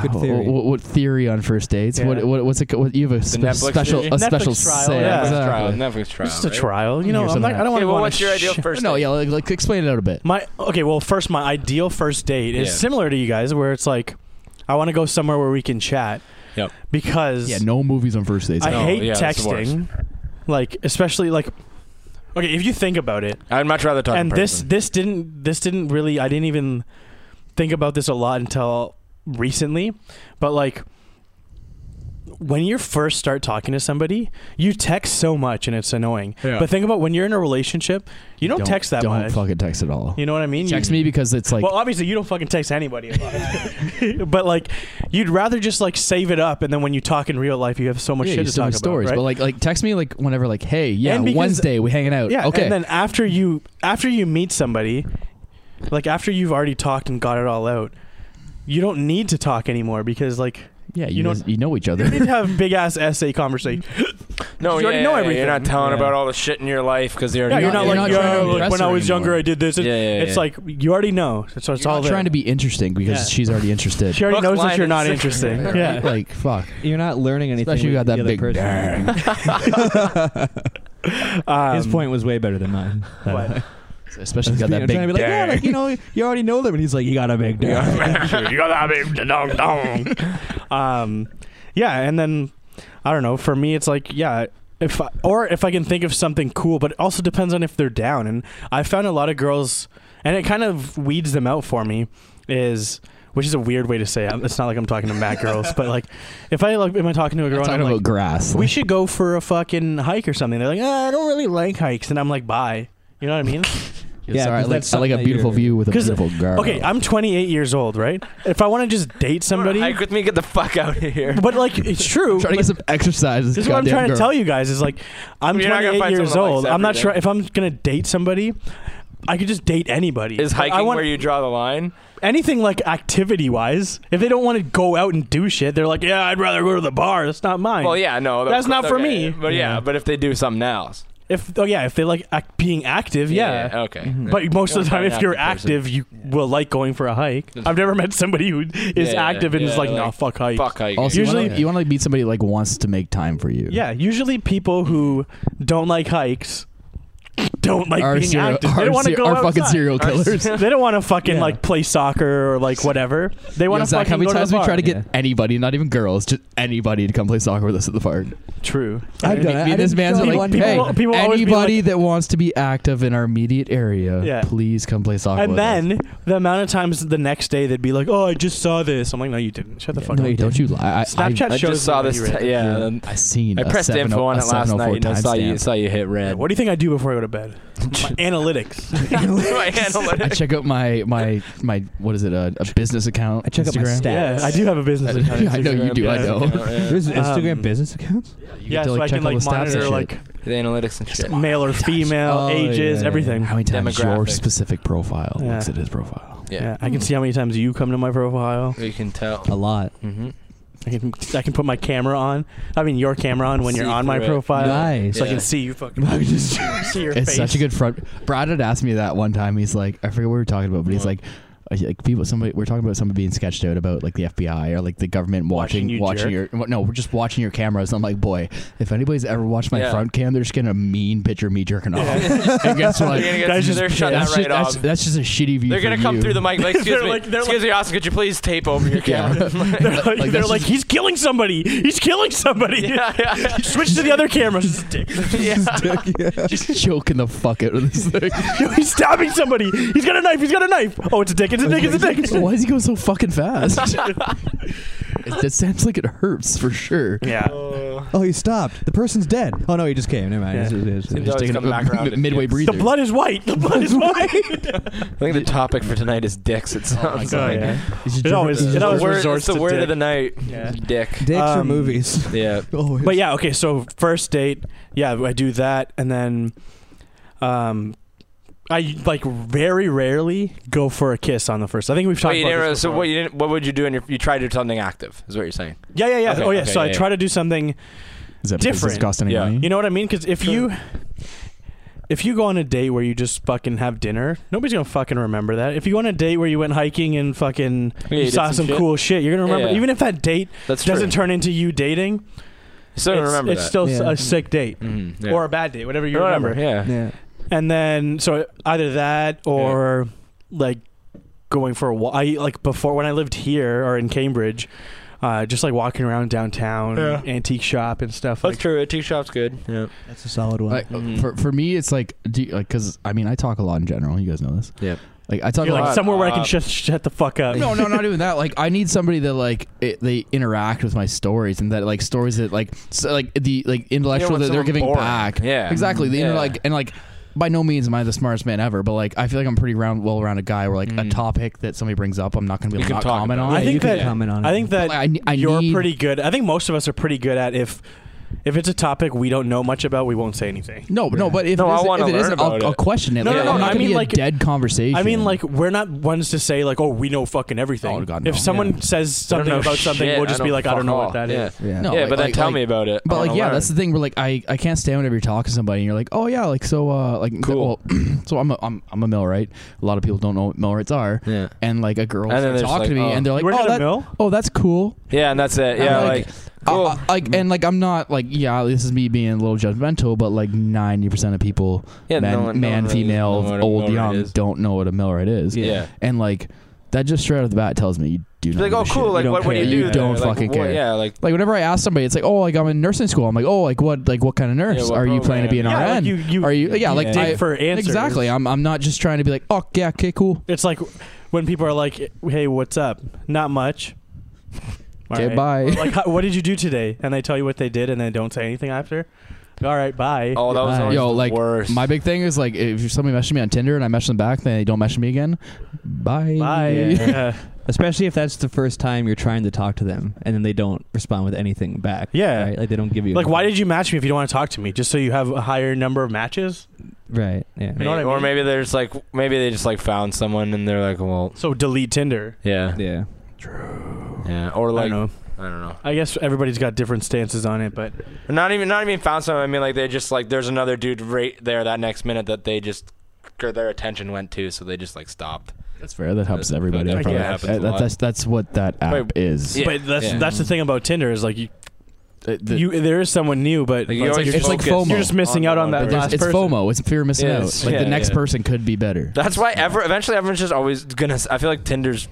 [SPEAKER 4] Good
[SPEAKER 2] uh,
[SPEAKER 4] theory.
[SPEAKER 2] What, what theory on first dates? What,
[SPEAKER 1] Yeah.
[SPEAKER 2] what what's it? What, you have a spe-
[SPEAKER 3] Netflix
[SPEAKER 2] special
[SPEAKER 3] theory?
[SPEAKER 2] a special
[SPEAKER 1] Netflix trial,
[SPEAKER 2] say.
[SPEAKER 1] yeah.
[SPEAKER 3] Netflix
[SPEAKER 2] Exactly.
[SPEAKER 3] trial. Netflix trial.
[SPEAKER 1] just a
[SPEAKER 3] right?
[SPEAKER 1] trial. You know,
[SPEAKER 2] Here's
[SPEAKER 1] I'm not,
[SPEAKER 2] something
[SPEAKER 1] I don't want
[SPEAKER 3] Okay,
[SPEAKER 1] to
[SPEAKER 3] well,
[SPEAKER 1] go
[SPEAKER 3] what's
[SPEAKER 1] on a
[SPEAKER 3] your ideal
[SPEAKER 1] shit-
[SPEAKER 3] first?
[SPEAKER 2] No,
[SPEAKER 3] date?
[SPEAKER 2] yeah. Like, like explain it out a bit.
[SPEAKER 1] My okay. Well, first, my ideal first date is
[SPEAKER 3] Yeah.
[SPEAKER 1] similar to you guys, where it's like, I want to go somewhere where we can chat.
[SPEAKER 3] Yep.
[SPEAKER 1] Because
[SPEAKER 2] Yeah, no movies on first dates.
[SPEAKER 1] I
[SPEAKER 3] No,
[SPEAKER 1] hate
[SPEAKER 3] yeah, that's the worst.
[SPEAKER 1] texting. Like, especially like, okay, if you think about it,
[SPEAKER 3] I'd much rather talk. in
[SPEAKER 1] and this
[SPEAKER 3] person.
[SPEAKER 1] this didn't this didn't really I didn't even think about this a lot until recently, but like when you first start talking to somebody, you text so much and it's annoying.
[SPEAKER 2] Yeah.
[SPEAKER 1] But think about when you're in a relationship, you don't, text that
[SPEAKER 2] don't
[SPEAKER 1] much.
[SPEAKER 2] fucking text at all.
[SPEAKER 1] you know what I mean? You-
[SPEAKER 2] text me because it's like
[SPEAKER 1] well, obviously you don't fucking text anybody about
[SPEAKER 2] <laughs>
[SPEAKER 1] it. but like you'd rather just like save it up and then when you talk in real life you have so much
[SPEAKER 2] yeah,
[SPEAKER 1] shit
[SPEAKER 2] you
[SPEAKER 1] to
[SPEAKER 2] still
[SPEAKER 1] talk
[SPEAKER 2] have
[SPEAKER 1] about,
[SPEAKER 2] stories,
[SPEAKER 1] right?
[SPEAKER 2] but like like text me like whenever like hey yeah
[SPEAKER 1] And because-
[SPEAKER 2] Wednesday we hanging
[SPEAKER 3] Uh,
[SPEAKER 2] out
[SPEAKER 1] Yeah.
[SPEAKER 2] okay
[SPEAKER 1] And then after you after you meet somebody, like after you've already talked and got it all out, you don't need to talk anymore because like
[SPEAKER 2] yeah you,
[SPEAKER 1] you
[SPEAKER 2] know
[SPEAKER 1] don't-
[SPEAKER 2] you know each
[SPEAKER 1] you don't need to
[SPEAKER 2] other
[SPEAKER 1] have big ass essay
[SPEAKER 2] <laughs>
[SPEAKER 1] conversation.
[SPEAKER 3] no,
[SPEAKER 1] you
[SPEAKER 3] yeah,
[SPEAKER 1] already know
[SPEAKER 3] yeah,
[SPEAKER 1] everything.
[SPEAKER 3] You're not telling
[SPEAKER 2] Yeah.
[SPEAKER 3] about all the shit in your life because you're
[SPEAKER 1] Yeah, you're not
[SPEAKER 2] you're not
[SPEAKER 1] like
[SPEAKER 2] trying to
[SPEAKER 1] "Yeah, like,
[SPEAKER 2] impress
[SPEAKER 1] when I
[SPEAKER 2] her
[SPEAKER 1] was younger
[SPEAKER 2] anymore."
[SPEAKER 1] I did this.
[SPEAKER 3] Yeah,
[SPEAKER 1] It's,
[SPEAKER 3] yeah, yeah.
[SPEAKER 1] it's like you already know. So it's
[SPEAKER 2] You're
[SPEAKER 1] all
[SPEAKER 2] not
[SPEAKER 1] there.
[SPEAKER 2] trying to be interesting because
[SPEAKER 1] Yeah.
[SPEAKER 2] she's already interested
[SPEAKER 1] she already
[SPEAKER 3] Book
[SPEAKER 1] knows that
[SPEAKER 3] line
[SPEAKER 1] you're not
[SPEAKER 3] is-
[SPEAKER 2] <laughs>
[SPEAKER 1] interested.
[SPEAKER 2] Right?
[SPEAKER 1] yeah.
[SPEAKER 2] like fuck
[SPEAKER 4] You're not learning anything.
[SPEAKER 2] especially you got that
[SPEAKER 4] with the
[SPEAKER 2] big
[SPEAKER 4] other person.
[SPEAKER 2] bang.
[SPEAKER 1] Um,
[SPEAKER 4] His point was way better than mine. by the
[SPEAKER 1] what?
[SPEAKER 4] way.
[SPEAKER 2] especially you got
[SPEAKER 4] I'm
[SPEAKER 2] that
[SPEAKER 4] trying to be
[SPEAKER 2] big
[SPEAKER 4] like, yeah, like, you know, you already know them, and he's like, you got a big <laughs> dick.
[SPEAKER 3] you got that big dong dong.
[SPEAKER 1] um, yeah, and then I don't know. For me, it's like yeah, if I, or if I can think of something cool, but it also depends on if they're down. And I found a lot of girls, and it kind of weeds them out for me. Is which is a weird way to say it. It's not like I'm talking to mad girls, but like if I like, am I talking to a girl?
[SPEAKER 2] I'm
[SPEAKER 1] and
[SPEAKER 2] talking
[SPEAKER 1] I'm
[SPEAKER 2] about
[SPEAKER 1] like,
[SPEAKER 2] grass
[SPEAKER 1] we should go for a fucking hike or something. They're like, ah, I don't really like hikes, and I'm like, bye. You know what I mean?
[SPEAKER 4] Yeah,
[SPEAKER 2] sorry, like,
[SPEAKER 4] 'cause that's
[SPEAKER 2] I like
[SPEAKER 4] something
[SPEAKER 2] a
[SPEAKER 4] that
[SPEAKER 2] beautiful
[SPEAKER 4] you're-
[SPEAKER 2] view with a
[SPEAKER 1] 'Cause-
[SPEAKER 2] beautiful girl
[SPEAKER 1] Okay, I'm 28 years old, right? If I want to just date somebody,
[SPEAKER 3] Hike with me. Get the fuck out of <laughs> here.
[SPEAKER 1] <laughs> but like it's true.
[SPEAKER 2] trying to get some exercise with
[SPEAKER 1] This is what I'm
[SPEAKER 2] goddamn
[SPEAKER 1] trying to
[SPEAKER 2] girl.
[SPEAKER 1] tell you guys is like I'm
[SPEAKER 3] You're not gonna
[SPEAKER 1] 28
[SPEAKER 3] find
[SPEAKER 1] years
[SPEAKER 3] someone that likes
[SPEAKER 1] old. I'm not sure
[SPEAKER 3] everything.
[SPEAKER 1] if I'm gonna date somebody. I could just date anybody.
[SPEAKER 3] Is
[SPEAKER 1] Like,
[SPEAKER 3] hiking
[SPEAKER 1] I want
[SPEAKER 3] where you draw the line?
[SPEAKER 1] anything like activity wise. If they don't want to go out and do shit, they're like, yeah, I'd rather go to the bar. That's not mine.
[SPEAKER 3] Well, yeah, no,
[SPEAKER 1] That's not for me.
[SPEAKER 3] okay, But yeah,
[SPEAKER 1] Yeah.
[SPEAKER 3] but if they do something else,
[SPEAKER 1] If oh yeah, if they like act, being active, yeah.
[SPEAKER 3] okay.
[SPEAKER 1] But most of
[SPEAKER 3] You're
[SPEAKER 1] the time,
[SPEAKER 3] not an
[SPEAKER 1] if you're
[SPEAKER 3] active
[SPEAKER 1] active, you will like going for a hike. I've never met somebody who is
[SPEAKER 3] Yeah, yeah,
[SPEAKER 1] active and
[SPEAKER 3] yeah,
[SPEAKER 1] is like,
[SPEAKER 3] like,
[SPEAKER 1] nah, fuck hike.
[SPEAKER 3] fuck hiking.
[SPEAKER 2] also, usually you
[SPEAKER 1] Usually-
[SPEAKER 2] wanna, you want to meet somebody like wants to make time for you
[SPEAKER 1] Yeah, usually people who don't like hikes don't like
[SPEAKER 2] our
[SPEAKER 1] being
[SPEAKER 2] serial,
[SPEAKER 1] active. They
[SPEAKER 2] our,
[SPEAKER 1] don't want to
[SPEAKER 2] ser-
[SPEAKER 1] go
[SPEAKER 2] our
[SPEAKER 1] outside.
[SPEAKER 2] fucking serial
[SPEAKER 3] Our
[SPEAKER 1] <laughs>
[SPEAKER 2] killers
[SPEAKER 3] <laughs>
[SPEAKER 1] they don't want to fucking
[SPEAKER 4] Yeah.
[SPEAKER 1] like play soccer or like whatever. They want
[SPEAKER 2] Yeah,
[SPEAKER 1] to
[SPEAKER 2] Zach,
[SPEAKER 1] fucking
[SPEAKER 2] how many
[SPEAKER 1] go
[SPEAKER 2] times
[SPEAKER 1] to the
[SPEAKER 2] we try
[SPEAKER 1] bar.
[SPEAKER 2] to get
[SPEAKER 4] Yeah.
[SPEAKER 2] anybody, not even girls, just anybody to come play soccer with us at the park?
[SPEAKER 1] True.
[SPEAKER 4] I've done
[SPEAKER 2] Me
[SPEAKER 4] it. I
[SPEAKER 2] and this
[SPEAKER 4] didn't
[SPEAKER 2] man's
[SPEAKER 4] show
[SPEAKER 2] like,
[SPEAKER 4] anyone.
[SPEAKER 1] people-
[SPEAKER 2] hey,
[SPEAKER 1] people- always be
[SPEAKER 2] anybody
[SPEAKER 1] like-
[SPEAKER 2] that wants to be active in our immediate area,
[SPEAKER 1] Yeah.
[SPEAKER 2] please come play soccer
[SPEAKER 1] And
[SPEAKER 2] with us.
[SPEAKER 1] then the amount of times the next day they'd be like, "Oh, I just saw this." I'm like, "No, you didn't. Shut the fuck
[SPEAKER 2] no,
[SPEAKER 1] up."
[SPEAKER 2] you don't you lie. I,
[SPEAKER 1] Snapchat
[SPEAKER 3] I
[SPEAKER 1] shows
[SPEAKER 3] just saw
[SPEAKER 1] me
[SPEAKER 3] this.
[SPEAKER 1] when you read
[SPEAKER 3] t-
[SPEAKER 1] it.
[SPEAKER 3] yeah,
[SPEAKER 2] I, I seen.
[SPEAKER 3] I
[SPEAKER 2] a
[SPEAKER 3] pressed
[SPEAKER 2] 70
[SPEAKER 3] info on
[SPEAKER 2] a
[SPEAKER 3] it last
[SPEAKER 2] 704
[SPEAKER 3] night and I saw you.
[SPEAKER 2] timestamp.
[SPEAKER 3] Saw you hit
[SPEAKER 1] Yeah,
[SPEAKER 3] red.
[SPEAKER 1] What do you think I do before I go to
[SPEAKER 2] <laughs>
[SPEAKER 1] bed? My analytics.
[SPEAKER 3] <laughs> My
[SPEAKER 2] I
[SPEAKER 3] analytics.
[SPEAKER 2] check out my my my what is it a, a business account?
[SPEAKER 4] I check out my
[SPEAKER 2] Instagram.
[SPEAKER 4] stats.
[SPEAKER 1] Yeah, I do have a business account.
[SPEAKER 2] <laughs> I know you do, I
[SPEAKER 1] Yeah.
[SPEAKER 2] know.
[SPEAKER 3] <laughs>
[SPEAKER 4] There's Instagram
[SPEAKER 1] Um,
[SPEAKER 4] business accounts.
[SPEAKER 2] You
[SPEAKER 1] Yeah,
[SPEAKER 2] get to,
[SPEAKER 1] so I
[SPEAKER 2] check
[SPEAKER 1] can
[SPEAKER 2] all the
[SPEAKER 1] like
[SPEAKER 2] stats and
[SPEAKER 1] monitor
[SPEAKER 2] shit.
[SPEAKER 1] like
[SPEAKER 3] The analytics and shit.
[SPEAKER 1] male or female,
[SPEAKER 4] Oh, yeah,
[SPEAKER 1] ages,
[SPEAKER 4] yeah,
[SPEAKER 1] everything.
[SPEAKER 2] how many times your
[SPEAKER 3] demographic.
[SPEAKER 2] specific profile
[SPEAKER 1] Yeah.
[SPEAKER 2] looks at his profile.
[SPEAKER 1] Yeah.
[SPEAKER 3] Yeah,
[SPEAKER 1] I can see how many times you come to my profile.
[SPEAKER 3] you can tell.
[SPEAKER 4] A lot.
[SPEAKER 3] Mm-hmm.
[SPEAKER 1] I can I can put my camera on. I mean, your camera on when you're
[SPEAKER 3] See
[SPEAKER 1] on my
[SPEAKER 3] through it.
[SPEAKER 1] profile.
[SPEAKER 4] Nice.
[SPEAKER 1] So I
[SPEAKER 3] Yeah.
[SPEAKER 1] can see you
[SPEAKER 2] <laughs>
[SPEAKER 1] fucking <laughs> see your
[SPEAKER 2] It's
[SPEAKER 1] face.
[SPEAKER 2] such a good front. Brad had asked me that one time. He's like, I forget what we were talking about, but he's
[SPEAKER 3] What?
[SPEAKER 2] like, uh, like people, somebody we're talking about somebody being sketched out about like the FBI or like the government
[SPEAKER 1] Watching
[SPEAKER 2] watching,
[SPEAKER 1] you
[SPEAKER 2] watching, your no, we're just watching your cameras. And I'm like, boy, if anybody's ever watched my
[SPEAKER 3] Yeah.
[SPEAKER 2] front cam, they're just gonna mean picture of me jerking off. <laughs> and
[SPEAKER 3] <laughs>
[SPEAKER 2] guess what?
[SPEAKER 3] They're gonna get-
[SPEAKER 1] Guys just
[SPEAKER 3] they're shutting that
[SPEAKER 2] that's,
[SPEAKER 3] right
[SPEAKER 2] just,
[SPEAKER 3] off.
[SPEAKER 2] that's, that's just a shitty view.
[SPEAKER 3] They're
[SPEAKER 2] for
[SPEAKER 3] gonna come
[SPEAKER 2] you.
[SPEAKER 3] through the mic like, excuse
[SPEAKER 1] They're
[SPEAKER 3] me,
[SPEAKER 1] like- they're
[SPEAKER 3] excuse me, Austin, could you please tape over your
[SPEAKER 2] Yeah. <laughs>
[SPEAKER 3] camera?
[SPEAKER 1] They're <laughs>
[SPEAKER 3] <laughs>
[SPEAKER 1] like,
[SPEAKER 2] Like,
[SPEAKER 1] they're
[SPEAKER 2] that's
[SPEAKER 1] like,
[SPEAKER 2] just-
[SPEAKER 1] he's killing somebody. He's killing somebody.
[SPEAKER 3] yeah, yeah.
[SPEAKER 1] <laughs> Switch to the other camera.
[SPEAKER 3] <laughs>
[SPEAKER 1] Just dick. <laughs>
[SPEAKER 2] just <laughs> choking the fuck out of
[SPEAKER 3] <laughs>
[SPEAKER 2] this thing.
[SPEAKER 1] Yo, he's stabbing somebody. He's got a knife. He's got a knife. Oh, it's a dick. It's a dick. It's a dick. It's a dick.
[SPEAKER 2] Why is he going so fucking fast? It, it sounds like it hurts for sure.
[SPEAKER 3] <laughs> Yeah.
[SPEAKER 4] Oh, he stopped. The person's dead. Oh no, he just came. Never mind.
[SPEAKER 1] Yeah.
[SPEAKER 4] It's- it's- it's-
[SPEAKER 3] Seems always
[SPEAKER 2] taking
[SPEAKER 3] come back around
[SPEAKER 2] mid-
[SPEAKER 3] to
[SPEAKER 2] midway
[SPEAKER 3] dicks.
[SPEAKER 1] the <laughs>
[SPEAKER 2] breather.
[SPEAKER 1] blood is white. The blood is white.
[SPEAKER 3] <laughs> I think the topic for tonight is dicks. It sounds
[SPEAKER 1] Oh God,
[SPEAKER 3] like
[SPEAKER 1] yeah.
[SPEAKER 2] He's just
[SPEAKER 1] It always-
[SPEAKER 2] dripping.
[SPEAKER 1] it
[SPEAKER 3] The
[SPEAKER 1] always-
[SPEAKER 3] word-
[SPEAKER 1] resorts
[SPEAKER 3] it's the
[SPEAKER 1] to
[SPEAKER 3] word
[SPEAKER 1] dick.
[SPEAKER 3] of the night.
[SPEAKER 1] Yeah.
[SPEAKER 3] Dick.
[SPEAKER 4] Dicks or
[SPEAKER 1] Um,
[SPEAKER 4] movies? <laughs>
[SPEAKER 3] Yeah.
[SPEAKER 4] Always.
[SPEAKER 1] But yeah, okay. So first date, yeah, I do that, and then, um, I like very rarely go for a kiss on the first. I think we've talked
[SPEAKER 3] Wait, you
[SPEAKER 1] about
[SPEAKER 3] never,
[SPEAKER 1] this
[SPEAKER 3] so
[SPEAKER 1] before.
[SPEAKER 3] what you didn't? What would you do? In your, you try to do something active. Is what you're saying?
[SPEAKER 1] yeah, yeah, yeah.
[SPEAKER 3] Okay,
[SPEAKER 1] oh yeah.
[SPEAKER 3] okay,
[SPEAKER 1] so I
[SPEAKER 3] yeah, Mm-hmm.
[SPEAKER 1] try to do something.
[SPEAKER 2] Is that because
[SPEAKER 1] different.
[SPEAKER 2] It's cost any
[SPEAKER 3] Yeah.
[SPEAKER 2] money?
[SPEAKER 1] You know what I mean? Because if you if you go on a date where you just fucking have dinner, nobody's gonna fucking remember that. If you go on a date where you went hiking and fucking
[SPEAKER 3] Yeah, you
[SPEAKER 1] you
[SPEAKER 3] did
[SPEAKER 1] saw some,
[SPEAKER 3] some shit.
[SPEAKER 1] cool shit, you're gonna remember.
[SPEAKER 3] Yeah.
[SPEAKER 1] Even if that date
[SPEAKER 3] That's
[SPEAKER 1] doesn't
[SPEAKER 3] true.
[SPEAKER 1] turn into you dating,
[SPEAKER 3] Still
[SPEAKER 1] it's,
[SPEAKER 3] remember
[SPEAKER 1] it's
[SPEAKER 3] that.
[SPEAKER 1] still
[SPEAKER 4] Yeah.
[SPEAKER 1] a sick date
[SPEAKER 3] Mhm, yeah.
[SPEAKER 1] or a bad date, whatever you
[SPEAKER 3] Whatever,
[SPEAKER 1] remember.
[SPEAKER 3] Yeah.
[SPEAKER 4] Yeah.
[SPEAKER 1] And then so either that or like going for a walk. I like before when I lived here or in Cambridge, uh, just like walking around downtown,
[SPEAKER 3] Yeah.
[SPEAKER 1] antique shop and stuff.
[SPEAKER 3] That's
[SPEAKER 1] like,
[SPEAKER 3] true. A tea shop's good. Yeah.
[SPEAKER 4] That's a solid one. Mm-hmm.
[SPEAKER 2] Like,
[SPEAKER 3] Mhm.
[SPEAKER 2] for, for me, it's like, do you, like, cause I mean, I talk a lot in general. You guys know this.
[SPEAKER 3] Yep.
[SPEAKER 2] Like, I talk
[SPEAKER 1] You're
[SPEAKER 2] a lot.
[SPEAKER 1] like somewhere where I can
[SPEAKER 3] Uh,
[SPEAKER 1] shut shut the fuck up.
[SPEAKER 2] no, no, not even that. Like, I need somebody that like it, they interact with my stories and that like stories that like so, like the like intellectual
[SPEAKER 3] want
[SPEAKER 2] that they're
[SPEAKER 3] someone
[SPEAKER 2] giving
[SPEAKER 3] boring.
[SPEAKER 2] back.
[SPEAKER 3] Yeah.
[SPEAKER 2] exactly. The inter-
[SPEAKER 3] Yeah.
[SPEAKER 2] like and like. By no means am I the smartest man ever, but like I feel like I'm a pretty round, well-rounded guy. Where like a
[SPEAKER 3] Mhm.
[SPEAKER 2] topic that somebody brings up, I'm not going to be
[SPEAKER 3] You
[SPEAKER 2] able
[SPEAKER 3] can
[SPEAKER 2] to
[SPEAKER 3] talk
[SPEAKER 2] not comment
[SPEAKER 3] about
[SPEAKER 2] on.
[SPEAKER 1] it. I
[SPEAKER 4] Yeah,
[SPEAKER 1] think
[SPEAKER 4] you can
[SPEAKER 1] that-
[SPEAKER 4] comment on it.
[SPEAKER 1] I think that
[SPEAKER 2] I, ne- I
[SPEAKER 1] you're
[SPEAKER 2] need-
[SPEAKER 1] pretty good. I think most of us are pretty good at if if it's a topic we don't know much about, we won't say anything.
[SPEAKER 2] No, no, but if
[SPEAKER 3] No,
[SPEAKER 2] it
[SPEAKER 3] I
[SPEAKER 2] isn't,
[SPEAKER 3] wanna
[SPEAKER 2] if it
[SPEAKER 3] learn
[SPEAKER 2] isn't
[SPEAKER 3] about
[SPEAKER 2] I'll,
[SPEAKER 3] it.
[SPEAKER 2] I'll question it.
[SPEAKER 1] No,
[SPEAKER 2] like,
[SPEAKER 1] no, no,
[SPEAKER 2] I'm not
[SPEAKER 1] I
[SPEAKER 2] gonna be
[SPEAKER 1] mean,
[SPEAKER 2] a
[SPEAKER 1] like-
[SPEAKER 2] dead conversation.
[SPEAKER 1] I mean, like we're not ones to say like, "Oh, we know fucking everything."
[SPEAKER 2] Oh, God, no.
[SPEAKER 1] If someone
[SPEAKER 2] Yeah.
[SPEAKER 1] says something
[SPEAKER 3] I don't know
[SPEAKER 1] about something,
[SPEAKER 3] shit.
[SPEAKER 1] we'll just be like, "I don't
[SPEAKER 3] fuck
[SPEAKER 1] know
[SPEAKER 3] all.
[SPEAKER 1] what that is."
[SPEAKER 3] yeah.
[SPEAKER 4] Yeah.
[SPEAKER 2] No.
[SPEAKER 3] yeah,
[SPEAKER 2] like-
[SPEAKER 3] but then
[SPEAKER 2] like-
[SPEAKER 3] tell
[SPEAKER 2] like-
[SPEAKER 3] me about it. I
[SPEAKER 2] But like,
[SPEAKER 3] wanna
[SPEAKER 2] yeah,
[SPEAKER 3] learn.
[SPEAKER 2] that's the thing. Where like, I, I can't stand whenever you're talking to somebody and you're like, oh yeah, like so, uh, like
[SPEAKER 3] Cool.
[SPEAKER 2] Well, <clears throat> so I'm a I'm, I'm a millwright. A lot of people don't know what millwrights are.
[SPEAKER 3] Yeah.
[SPEAKER 2] And like a girl
[SPEAKER 3] And then
[SPEAKER 2] starts
[SPEAKER 3] they're just
[SPEAKER 2] talking to me
[SPEAKER 3] like, oh.
[SPEAKER 2] and they're like,
[SPEAKER 1] You work
[SPEAKER 2] oh,
[SPEAKER 1] at a
[SPEAKER 2] that,
[SPEAKER 1] mill?
[SPEAKER 2] oh that's cool.
[SPEAKER 3] Yeah, and that's it. Yeah,
[SPEAKER 2] I'm
[SPEAKER 3] like,
[SPEAKER 2] like,
[SPEAKER 3] cool. Mm-hmm.
[SPEAKER 2] Uh, like and like I'm not like yeah, this is me being a little judgmental, but like ninety percent of people,
[SPEAKER 3] Yeah,
[SPEAKER 2] man,
[SPEAKER 3] no one- no
[SPEAKER 2] man,
[SPEAKER 3] one really
[SPEAKER 2] female,
[SPEAKER 3] know what a
[SPEAKER 2] old,
[SPEAKER 3] millwright
[SPEAKER 2] young,
[SPEAKER 3] is.
[SPEAKER 2] don't know what a millwright is.
[SPEAKER 3] yeah.
[SPEAKER 2] And like that just straight out of the bat tells me you do not.
[SPEAKER 3] Like,
[SPEAKER 2] give
[SPEAKER 3] oh,
[SPEAKER 2] a
[SPEAKER 3] cool.
[SPEAKER 2] shit.
[SPEAKER 3] Like,
[SPEAKER 4] don't
[SPEAKER 3] what, what do you
[SPEAKER 4] care.
[SPEAKER 3] do?
[SPEAKER 4] You
[SPEAKER 3] there?
[SPEAKER 2] don't
[SPEAKER 3] Like,
[SPEAKER 2] fucking
[SPEAKER 3] what-
[SPEAKER 2] care.
[SPEAKER 3] Yeah, like,
[SPEAKER 2] Like whenever I ask somebody, it's like, oh, like I'm in nursing school. I'm like, oh, like what, like what kind of nurse
[SPEAKER 3] what
[SPEAKER 2] are you planning to be an
[SPEAKER 3] program?
[SPEAKER 1] Yeah,
[SPEAKER 2] RN?
[SPEAKER 1] like, you you
[SPEAKER 2] are you? Yeah,
[SPEAKER 1] you
[SPEAKER 2] like
[SPEAKER 1] dig
[SPEAKER 2] I,
[SPEAKER 1] for answers.
[SPEAKER 2] exactly. I'm I'm not just trying to be like, oh yeah, okay, cool.
[SPEAKER 1] It's like when people are like, "Hey, what's up?" Not
[SPEAKER 2] <laughs>
[SPEAKER 1] much. All
[SPEAKER 2] Okay,
[SPEAKER 1] right.
[SPEAKER 2] bye.
[SPEAKER 1] Or Like, "How- what did you do today? And they tell you what they did, and they don't say anything after. All right, bye.
[SPEAKER 3] oh, that was
[SPEAKER 4] Yo,
[SPEAKER 3] always the
[SPEAKER 2] like,
[SPEAKER 3] worst.
[SPEAKER 2] My big thing is like, if somebody messaged me on Tinder and I message them back, then they don't message me again. Bye.
[SPEAKER 1] Bye.
[SPEAKER 2] <laughs>
[SPEAKER 1] Yeah.
[SPEAKER 4] Especially if that's the first time you're trying to talk to them and then they don't respond with anything back.
[SPEAKER 1] Yeah.
[SPEAKER 4] Right? Like they don't give
[SPEAKER 1] <laughs>
[SPEAKER 4] you
[SPEAKER 1] Like, why did you match me if you don't want to talk to me? Just so you have a higher number of matches?
[SPEAKER 4] Right. Yeah.
[SPEAKER 1] You know what I
[SPEAKER 3] Or
[SPEAKER 1] mean?
[SPEAKER 3] maybe they're just like, maybe they just like found someone and they're like, well,
[SPEAKER 1] So delete Tinder.
[SPEAKER 3] yeah,
[SPEAKER 4] Yeah.
[SPEAKER 3] yeah, or
[SPEAKER 1] I
[SPEAKER 3] like,
[SPEAKER 1] don't know.
[SPEAKER 3] I don't know.
[SPEAKER 1] I guess everybody's got different stances on it, but
[SPEAKER 3] Not even, not even found someone. I mean, like, they just like, there's another dude right there that next minute that they just, their attention went to, so they just like stopped.
[SPEAKER 2] That's fair. That helps
[SPEAKER 3] That-
[SPEAKER 2] everybody.
[SPEAKER 3] that
[SPEAKER 2] I probably-
[SPEAKER 3] happens a
[SPEAKER 2] that-
[SPEAKER 3] lot.
[SPEAKER 2] that's that's what that app
[SPEAKER 3] Wait,
[SPEAKER 2] is.
[SPEAKER 3] Yeah,
[SPEAKER 1] but that's
[SPEAKER 3] yeah.
[SPEAKER 1] that's the thing about Tinder is like you,
[SPEAKER 2] Uh, the-
[SPEAKER 1] you there is someone new, but
[SPEAKER 3] Like,
[SPEAKER 1] it's
[SPEAKER 3] always
[SPEAKER 1] like you're,
[SPEAKER 2] it's like
[SPEAKER 3] focus
[SPEAKER 2] FOMO. You're
[SPEAKER 1] just missing
[SPEAKER 3] the
[SPEAKER 1] out on
[SPEAKER 3] one
[SPEAKER 1] that
[SPEAKER 3] person.
[SPEAKER 1] last
[SPEAKER 2] it's, it's
[SPEAKER 1] person.
[SPEAKER 2] FOMO. It's fear of missing
[SPEAKER 3] Yeah,
[SPEAKER 2] out.
[SPEAKER 3] it's-
[SPEAKER 2] Like
[SPEAKER 3] yeah,
[SPEAKER 2] the next
[SPEAKER 3] yeah.
[SPEAKER 2] person could be better.
[SPEAKER 3] That's why ever eventually everyone's just always gonna. s- I feel like Tinder's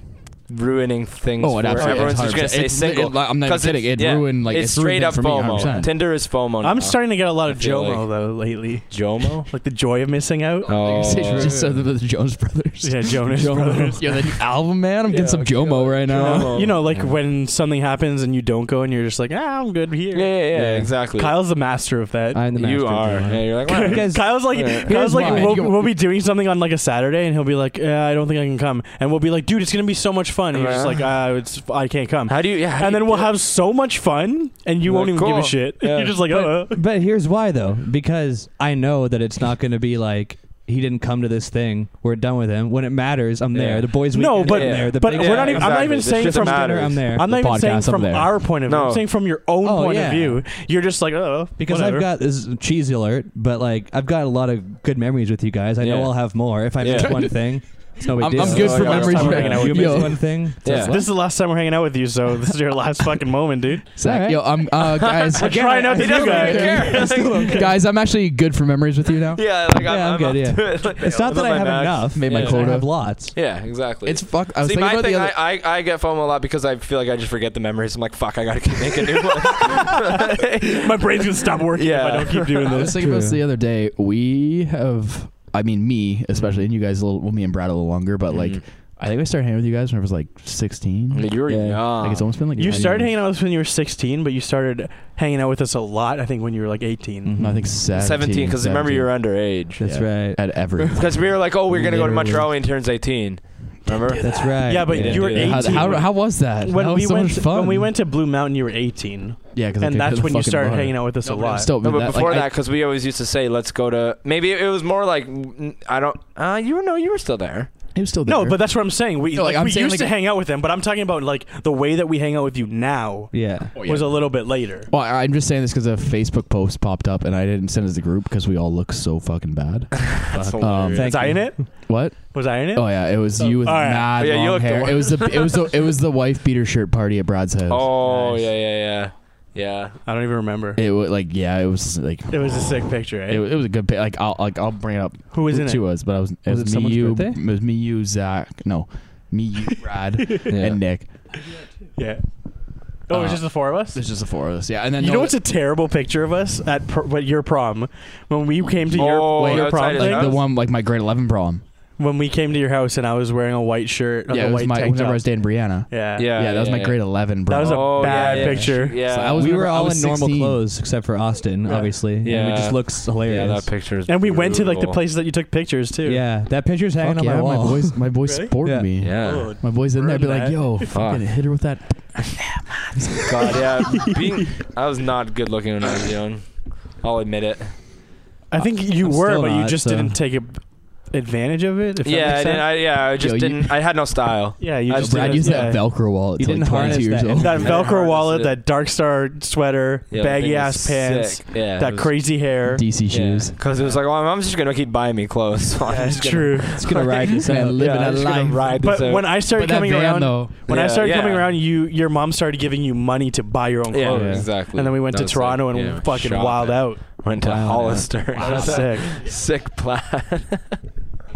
[SPEAKER 3] ruining things.
[SPEAKER 2] Oh, it
[SPEAKER 3] for
[SPEAKER 2] absolutely
[SPEAKER 3] everyone's
[SPEAKER 2] is
[SPEAKER 3] just gonna
[SPEAKER 2] 100%.
[SPEAKER 3] say
[SPEAKER 2] It's-
[SPEAKER 3] single.
[SPEAKER 2] it- like, I'm not even
[SPEAKER 3] 'Cause
[SPEAKER 2] kidding. It
[SPEAKER 3] yeah,
[SPEAKER 2] ruined, like,
[SPEAKER 3] it's,
[SPEAKER 2] it's ruined
[SPEAKER 3] straight
[SPEAKER 2] things for
[SPEAKER 3] up
[SPEAKER 2] me,
[SPEAKER 3] FOMO.
[SPEAKER 2] 100%.
[SPEAKER 3] Tinder is FOMO.
[SPEAKER 1] I'm
[SPEAKER 3] now.
[SPEAKER 1] starting to get a lot of
[SPEAKER 3] I feel
[SPEAKER 1] JOMO
[SPEAKER 3] like-
[SPEAKER 1] though lately,
[SPEAKER 3] Jomo.
[SPEAKER 1] like the joy of missing out.
[SPEAKER 3] Oh.
[SPEAKER 2] just so the, the Jones brothers.
[SPEAKER 1] Yeah, Jonas
[SPEAKER 2] Jomo.
[SPEAKER 1] Brothers.
[SPEAKER 2] Yeah, the new album, man. I'm getting
[SPEAKER 3] Yeah,
[SPEAKER 2] some Jomo right now.
[SPEAKER 3] Jomo.
[SPEAKER 1] You know, like when something happens and you don't go, and you're just like, ah, I'm good here.
[SPEAKER 3] Yeah, yeah, yeah,
[SPEAKER 4] Yeah.
[SPEAKER 3] exactly.
[SPEAKER 1] Kyle's the master of that.
[SPEAKER 4] I'm the master
[SPEAKER 3] you
[SPEAKER 4] of
[SPEAKER 3] are.
[SPEAKER 4] drama.
[SPEAKER 3] Yeah, you're like, well,
[SPEAKER 4] Guys,
[SPEAKER 1] <laughs> Kyle's like,
[SPEAKER 3] Yeah.
[SPEAKER 1] Kyle's
[SPEAKER 2] Here's
[SPEAKER 1] like,
[SPEAKER 2] mine.
[SPEAKER 1] we'll,
[SPEAKER 2] You-
[SPEAKER 1] we'll be doing something on like a Saturday, and he'll be like, "Yeah, I don't think I can come, and we'll be like, dude, it's gonna be so much fun. And he's just
[SPEAKER 3] Yeah.
[SPEAKER 1] like, uh, it's, I can't come.
[SPEAKER 3] how do you? Yeah, how
[SPEAKER 1] And
[SPEAKER 3] do you
[SPEAKER 1] then we'll
[SPEAKER 3] do it?
[SPEAKER 1] have so much fun, and you
[SPEAKER 3] Like,
[SPEAKER 1] won't even give
[SPEAKER 3] cool.
[SPEAKER 1] a shit. <laughs>
[SPEAKER 3] Yeah.
[SPEAKER 1] You're just like, uh.
[SPEAKER 4] But here's why though, because I know that it's not going to be like he didn't come to this thing. We're done with him. When it matters, I'm
[SPEAKER 3] Yeah.
[SPEAKER 4] there. The boys
[SPEAKER 1] No,
[SPEAKER 4] weekend,
[SPEAKER 1] but-
[SPEAKER 4] I'm there. The
[SPEAKER 1] but
[SPEAKER 4] big
[SPEAKER 1] we're not even- I'm not even
[SPEAKER 3] This
[SPEAKER 1] saying
[SPEAKER 3] shit
[SPEAKER 1] from
[SPEAKER 3] matters.
[SPEAKER 4] dinner, I'm there.
[SPEAKER 1] I'm not
[SPEAKER 2] The
[SPEAKER 1] even saying
[SPEAKER 2] podcast, I'm
[SPEAKER 1] from
[SPEAKER 2] there.
[SPEAKER 1] our point of view.
[SPEAKER 3] No.
[SPEAKER 1] I'm saying from your own
[SPEAKER 4] Oh,
[SPEAKER 1] point of
[SPEAKER 4] yeah.
[SPEAKER 1] view. You're just like, oh,
[SPEAKER 4] because I've got this is a cheesy alert, but like I've got a lot of good memories with you guys. I know
[SPEAKER 3] Yeah.
[SPEAKER 4] I'll have more if I miss
[SPEAKER 3] Yeah.
[SPEAKER 4] one thing. It's no big
[SPEAKER 2] I'm,
[SPEAKER 4] deal.
[SPEAKER 2] I'm good
[SPEAKER 3] So,
[SPEAKER 2] for
[SPEAKER 3] like,
[SPEAKER 2] memories.
[SPEAKER 3] I'm
[SPEAKER 2] right
[SPEAKER 3] hanging
[SPEAKER 2] now.
[SPEAKER 3] out
[SPEAKER 4] You
[SPEAKER 3] with
[SPEAKER 4] miss
[SPEAKER 2] Yo,
[SPEAKER 4] one thing.
[SPEAKER 3] Yeah.
[SPEAKER 1] This is the last time we're hanging out with you, so this is your last fucking moment,
[SPEAKER 2] <laughs>
[SPEAKER 1] dude.
[SPEAKER 2] Zach, yo, I'm uh, guys.
[SPEAKER 1] We're trying out the
[SPEAKER 3] He
[SPEAKER 1] new
[SPEAKER 3] doesn't
[SPEAKER 1] guy.
[SPEAKER 3] even
[SPEAKER 1] <laughs>
[SPEAKER 3] care.
[SPEAKER 2] guys, I'm actually good for memories with you now.
[SPEAKER 3] Yeah, like
[SPEAKER 4] Yeah, I'm
[SPEAKER 3] I'm,
[SPEAKER 4] good, yeah.
[SPEAKER 3] up to it. Like,
[SPEAKER 4] It's not
[SPEAKER 3] what's
[SPEAKER 4] that
[SPEAKER 3] up,
[SPEAKER 4] I have
[SPEAKER 3] Max?
[SPEAKER 4] enough.
[SPEAKER 2] Made my
[SPEAKER 4] it's
[SPEAKER 2] quota.
[SPEAKER 4] I have lots.
[SPEAKER 3] Yeah, exactly.
[SPEAKER 2] It's fuck. I was
[SPEAKER 3] See,
[SPEAKER 2] thinking
[SPEAKER 3] my
[SPEAKER 2] about
[SPEAKER 3] thing,
[SPEAKER 2] the other.
[SPEAKER 3] I, I, I get FOMO a lot because I feel like I just forget the memories. I'm like, fuck, I gotta keep making new ones.
[SPEAKER 1] <laughs>
[SPEAKER 2] <laughs>
[SPEAKER 3] <laughs>
[SPEAKER 1] My brain's gonna stop working
[SPEAKER 3] Yeah.
[SPEAKER 1] if I don't keep doing
[SPEAKER 2] I
[SPEAKER 1] this.
[SPEAKER 2] was thinking about this
[SPEAKER 4] true.
[SPEAKER 2] the other day. We have, I mean, me especially, and you guys a little, well, me and Brad a little longer, but like, I think I started hanging with you guys when I was like 16.
[SPEAKER 3] You were
[SPEAKER 5] Yeah.
[SPEAKER 3] young.
[SPEAKER 2] Like it's almost been
[SPEAKER 1] <laughs>
[SPEAKER 2] like
[SPEAKER 1] you
[SPEAKER 2] 10
[SPEAKER 1] started
[SPEAKER 2] years.
[SPEAKER 1] hanging out with us when you were 16, but you started hanging out with us a lot. I think when you were like 18.
[SPEAKER 4] Mhm.
[SPEAKER 2] No, I think 17.
[SPEAKER 3] seventeen. Because remember you were
[SPEAKER 2] 17.
[SPEAKER 3] underage.
[SPEAKER 4] That's
[SPEAKER 2] Yeah.
[SPEAKER 4] right.
[SPEAKER 2] at
[SPEAKER 3] <laughs>
[SPEAKER 2] every.
[SPEAKER 3] Because we were like, oh, we're gonna go to
[SPEAKER 2] Literally.
[SPEAKER 3] Montreal when he turns eighteen. Remember?
[SPEAKER 4] That's right.
[SPEAKER 1] Yeah, but
[SPEAKER 3] Yeah.
[SPEAKER 1] you were
[SPEAKER 3] Yeah.
[SPEAKER 1] 18.
[SPEAKER 2] how, how, how was that?
[SPEAKER 1] when
[SPEAKER 2] that was
[SPEAKER 1] we
[SPEAKER 2] so
[SPEAKER 1] went
[SPEAKER 2] much fun.
[SPEAKER 1] when we went to Blue Mountain, you were 18,
[SPEAKER 2] yeah, because
[SPEAKER 1] and that's when you started hanging out with us a lot.
[SPEAKER 2] Still,
[SPEAKER 3] No, but
[SPEAKER 2] that,
[SPEAKER 3] before
[SPEAKER 2] like, I-
[SPEAKER 3] that, because we always used to say, let's go to. Maybe it was more like mm, I don't. Uh, you were no, you were still there.
[SPEAKER 2] he was still there.
[SPEAKER 1] no, but that's what I'm saying. We
[SPEAKER 2] No, like,
[SPEAKER 1] like,
[SPEAKER 2] I'm
[SPEAKER 1] we
[SPEAKER 2] saying,
[SPEAKER 1] used
[SPEAKER 2] like-
[SPEAKER 1] to hang out with them, but I'm talking about like the way that we hang out with you now
[SPEAKER 4] Yeah.
[SPEAKER 2] Oh, yeah.
[SPEAKER 1] was a little bit later.
[SPEAKER 2] Well, I- I'm just saying this because a Facebook post popped up, and I didn't send it to the group because we all look so fucking
[SPEAKER 1] <laughs>
[SPEAKER 2] bad.
[SPEAKER 3] That's
[SPEAKER 2] Um,
[SPEAKER 3] hilarious.
[SPEAKER 4] thank
[SPEAKER 1] Was I
[SPEAKER 4] you.
[SPEAKER 1] in it?
[SPEAKER 2] What?
[SPEAKER 1] Was I in it?
[SPEAKER 2] Oh yeah, it was you with
[SPEAKER 1] All right.
[SPEAKER 2] mad
[SPEAKER 3] Oh, yeah, you
[SPEAKER 2] long
[SPEAKER 3] look the
[SPEAKER 2] hair.
[SPEAKER 3] wor-
[SPEAKER 2] It was the it was the it was the wife beater shirt party at Brad's house.
[SPEAKER 3] oh
[SPEAKER 1] Nice.
[SPEAKER 3] yeah, yeah, yeah,
[SPEAKER 1] I don't even remember. It,
[SPEAKER 2] It was like yeah, it was like
[SPEAKER 1] was a sick picture. Eh?
[SPEAKER 2] it, was- it was a good. pic. Like I'll like I'll bring it up.
[SPEAKER 1] Who was in it?
[SPEAKER 2] Two was, but I was. It was,
[SPEAKER 4] Was it
[SPEAKER 2] me,
[SPEAKER 4] someone's
[SPEAKER 2] you.
[SPEAKER 4] birthday?
[SPEAKER 2] It was me, you, Zach. No, me, you, Brad,
[SPEAKER 4] <laughs> Yeah.
[SPEAKER 2] and Nick.
[SPEAKER 1] Yeah. Oh, it was
[SPEAKER 2] Uh,
[SPEAKER 1] just the four of us.
[SPEAKER 2] There's just the four of us. Yeah, and then
[SPEAKER 1] You
[SPEAKER 2] no,
[SPEAKER 1] know what's a terrible picture of us at pr- at your prom when we came to your
[SPEAKER 3] Oh,
[SPEAKER 1] your
[SPEAKER 3] outside
[SPEAKER 1] prom
[SPEAKER 3] his
[SPEAKER 1] thing?
[SPEAKER 2] like the one like my grade eleven prom.
[SPEAKER 1] when we came to your house and I was wearing a white shirt, like
[SPEAKER 2] yeah,
[SPEAKER 1] a
[SPEAKER 2] it was
[SPEAKER 1] white
[SPEAKER 2] my
[SPEAKER 1] tank
[SPEAKER 2] whenever I
[SPEAKER 1] top.
[SPEAKER 2] was dating Brianna.
[SPEAKER 1] yeah,
[SPEAKER 3] yeah.
[SPEAKER 2] Yeah, that was my grade eleven
[SPEAKER 1] That
[SPEAKER 2] prom.
[SPEAKER 1] was a
[SPEAKER 3] Oh, yeah,
[SPEAKER 1] bad
[SPEAKER 3] yeah.
[SPEAKER 1] picture.
[SPEAKER 3] Yeah,
[SPEAKER 2] So I was
[SPEAKER 4] we were
[SPEAKER 2] I
[SPEAKER 4] all
[SPEAKER 2] was
[SPEAKER 4] in normal
[SPEAKER 2] 16.
[SPEAKER 4] clothes except for Austin,
[SPEAKER 1] Yeah.
[SPEAKER 4] obviously. Yeah,
[SPEAKER 3] Yeah.
[SPEAKER 4] and it just looks
[SPEAKER 3] yeah,
[SPEAKER 4] hilarious.
[SPEAKER 3] that picture is.
[SPEAKER 1] And we went to like the
[SPEAKER 3] brutal.
[SPEAKER 1] places that you took pictures too.
[SPEAKER 4] Yeah, that picture's hanging
[SPEAKER 2] Fuck
[SPEAKER 4] on
[SPEAKER 2] yeah,
[SPEAKER 4] my
[SPEAKER 2] my
[SPEAKER 4] wall.
[SPEAKER 2] boys, my boys
[SPEAKER 1] Really?
[SPEAKER 2] sport
[SPEAKER 4] Yeah.
[SPEAKER 2] me.
[SPEAKER 3] Yeah.
[SPEAKER 1] Oh,
[SPEAKER 2] My boys in there
[SPEAKER 1] Burn
[SPEAKER 2] be like,
[SPEAKER 1] that.
[SPEAKER 2] "Yo, fucking hit her with that."
[SPEAKER 1] <laughs>
[SPEAKER 3] God, yeah. Being, I was not good looking when I was young. I'll admit it.
[SPEAKER 1] I think you
[SPEAKER 4] I'm
[SPEAKER 1] were,
[SPEAKER 4] still
[SPEAKER 1] but you
[SPEAKER 4] not,
[SPEAKER 1] just
[SPEAKER 4] so-
[SPEAKER 1] didn't take a, advantage of it. If that
[SPEAKER 3] yeah,
[SPEAKER 1] makes
[SPEAKER 3] I, didn't,
[SPEAKER 1] sense.
[SPEAKER 3] I yeah, I just
[SPEAKER 2] Yo, you-
[SPEAKER 3] didn't. I had
[SPEAKER 2] <laughs>
[SPEAKER 3] no style.
[SPEAKER 1] yeah, you
[SPEAKER 3] I
[SPEAKER 1] just
[SPEAKER 2] Brad
[SPEAKER 1] didn't-
[SPEAKER 2] used
[SPEAKER 1] yeah.
[SPEAKER 2] that Velcro wallet
[SPEAKER 4] You
[SPEAKER 2] until like
[SPEAKER 4] didn't harness
[SPEAKER 2] 22 years
[SPEAKER 3] <laughs>
[SPEAKER 4] that
[SPEAKER 2] old. <laughs>
[SPEAKER 1] That
[SPEAKER 3] I never
[SPEAKER 1] Velcro wallet,
[SPEAKER 3] harnessed it.
[SPEAKER 1] that dark star sweater,
[SPEAKER 3] Yeah, the
[SPEAKER 1] baggy
[SPEAKER 3] thing was
[SPEAKER 1] ass pants,
[SPEAKER 3] sick. Yeah,
[SPEAKER 1] that crazy hair.
[SPEAKER 2] DC shoes.
[SPEAKER 3] Because it was like, well, my mom's just gonna keep buying me clothes. <laughs> So I'm
[SPEAKER 1] Yeah, it's
[SPEAKER 3] just gonna-
[SPEAKER 1] true.
[SPEAKER 4] It's gonna ride this
[SPEAKER 2] Man,
[SPEAKER 4] up.
[SPEAKER 2] living
[SPEAKER 3] yeah,
[SPEAKER 2] a
[SPEAKER 3] I'm just gonna
[SPEAKER 2] life.
[SPEAKER 3] ride this
[SPEAKER 1] But when I
[SPEAKER 2] But
[SPEAKER 1] started
[SPEAKER 2] that
[SPEAKER 1] coming
[SPEAKER 2] van
[SPEAKER 1] around,
[SPEAKER 2] though,
[SPEAKER 1] when I
[SPEAKER 3] Yeah,
[SPEAKER 1] started
[SPEAKER 3] yeah.
[SPEAKER 1] coming around, you your mom started giving you money to buy your own
[SPEAKER 3] yeah,
[SPEAKER 1] clothes.
[SPEAKER 3] exactly.
[SPEAKER 1] And then we went
[SPEAKER 3] That
[SPEAKER 1] to
[SPEAKER 3] was
[SPEAKER 1] Toronto
[SPEAKER 3] sick.
[SPEAKER 1] and
[SPEAKER 3] Yeah,
[SPEAKER 1] fucking
[SPEAKER 3] shopping.
[SPEAKER 1] wild out.
[SPEAKER 3] <laughs> Went to
[SPEAKER 2] Wow.
[SPEAKER 3] Hollister.
[SPEAKER 2] Wow.
[SPEAKER 1] That's sick.
[SPEAKER 3] Sick plaid.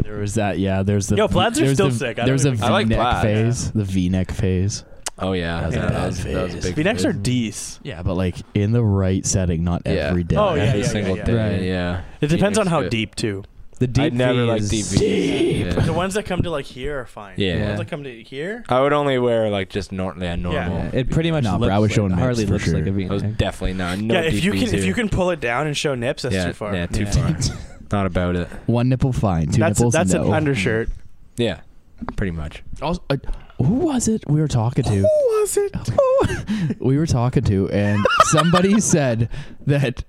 [SPEAKER 2] there was that. Yeah, there's the.
[SPEAKER 1] Yo, plaids are
[SPEAKER 2] there's
[SPEAKER 1] still
[SPEAKER 2] the-
[SPEAKER 1] sick. I don't
[SPEAKER 2] There's a
[SPEAKER 1] even-
[SPEAKER 3] I like
[SPEAKER 2] V-neck
[SPEAKER 3] plaid.
[SPEAKER 2] phase. The V-neck phase.
[SPEAKER 3] <laughs> Oh yeah,
[SPEAKER 2] That was a
[SPEAKER 3] yeah,
[SPEAKER 2] bad
[SPEAKER 3] that was, that was a
[SPEAKER 2] phase.
[SPEAKER 3] big
[SPEAKER 1] V-necks
[SPEAKER 3] phase.
[SPEAKER 1] are dece.
[SPEAKER 2] Yeah, but like in the right setting, not
[SPEAKER 3] Yeah.
[SPEAKER 2] every day.
[SPEAKER 1] Oh, yeah,
[SPEAKER 3] every
[SPEAKER 1] yeah,
[SPEAKER 3] single
[SPEAKER 1] yeah,
[SPEAKER 4] yeah.
[SPEAKER 3] day.
[SPEAKER 4] Right.
[SPEAKER 3] Yeah,
[SPEAKER 1] It depends on
[SPEAKER 3] V-necks
[SPEAKER 1] how
[SPEAKER 3] fit.
[SPEAKER 1] deep too.
[SPEAKER 4] The deep
[SPEAKER 3] I never liked
[SPEAKER 4] Vs.
[SPEAKER 3] deep V's.
[SPEAKER 1] The
[SPEAKER 3] Yeah.
[SPEAKER 1] ones that come to like here are fine. The
[SPEAKER 3] Yeah.
[SPEAKER 1] ones that come to here.
[SPEAKER 3] I would only wear like just nor- yeah, normal.
[SPEAKER 4] Yeah, it pretty much
[SPEAKER 2] Nah, bro,
[SPEAKER 4] looks
[SPEAKER 2] I was
[SPEAKER 4] like,
[SPEAKER 2] showing Max
[SPEAKER 4] hardly
[SPEAKER 2] for
[SPEAKER 4] looks
[SPEAKER 2] sure.
[SPEAKER 4] like a
[SPEAKER 3] That was
[SPEAKER 4] V-neck.
[SPEAKER 3] definitely not. No
[SPEAKER 1] yeah, if
[SPEAKER 3] deep
[SPEAKER 1] you
[SPEAKER 3] V's
[SPEAKER 1] can if
[SPEAKER 3] here.
[SPEAKER 1] you can pull it down and show nips, that's
[SPEAKER 3] yeah,
[SPEAKER 1] too far.
[SPEAKER 3] Yeah, too
[SPEAKER 4] Yeah.
[SPEAKER 3] far. Not about it.
[SPEAKER 2] <laughs> One nipple fine, two
[SPEAKER 1] that's
[SPEAKER 2] nipples
[SPEAKER 1] that's
[SPEAKER 2] no.
[SPEAKER 1] an
[SPEAKER 3] <laughs>
[SPEAKER 1] undershirt.
[SPEAKER 3] Yeah, pretty much.
[SPEAKER 2] Also, uh, who was it we were talking to?
[SPEAKER 1] was
[SPEAKER 2] <laughs>
[SPEAKER 1] it?
[SPEAKER 2] we were talking to, and
[SPEAKER 1] <laughs>
[SPEAKER 2] somebody said that,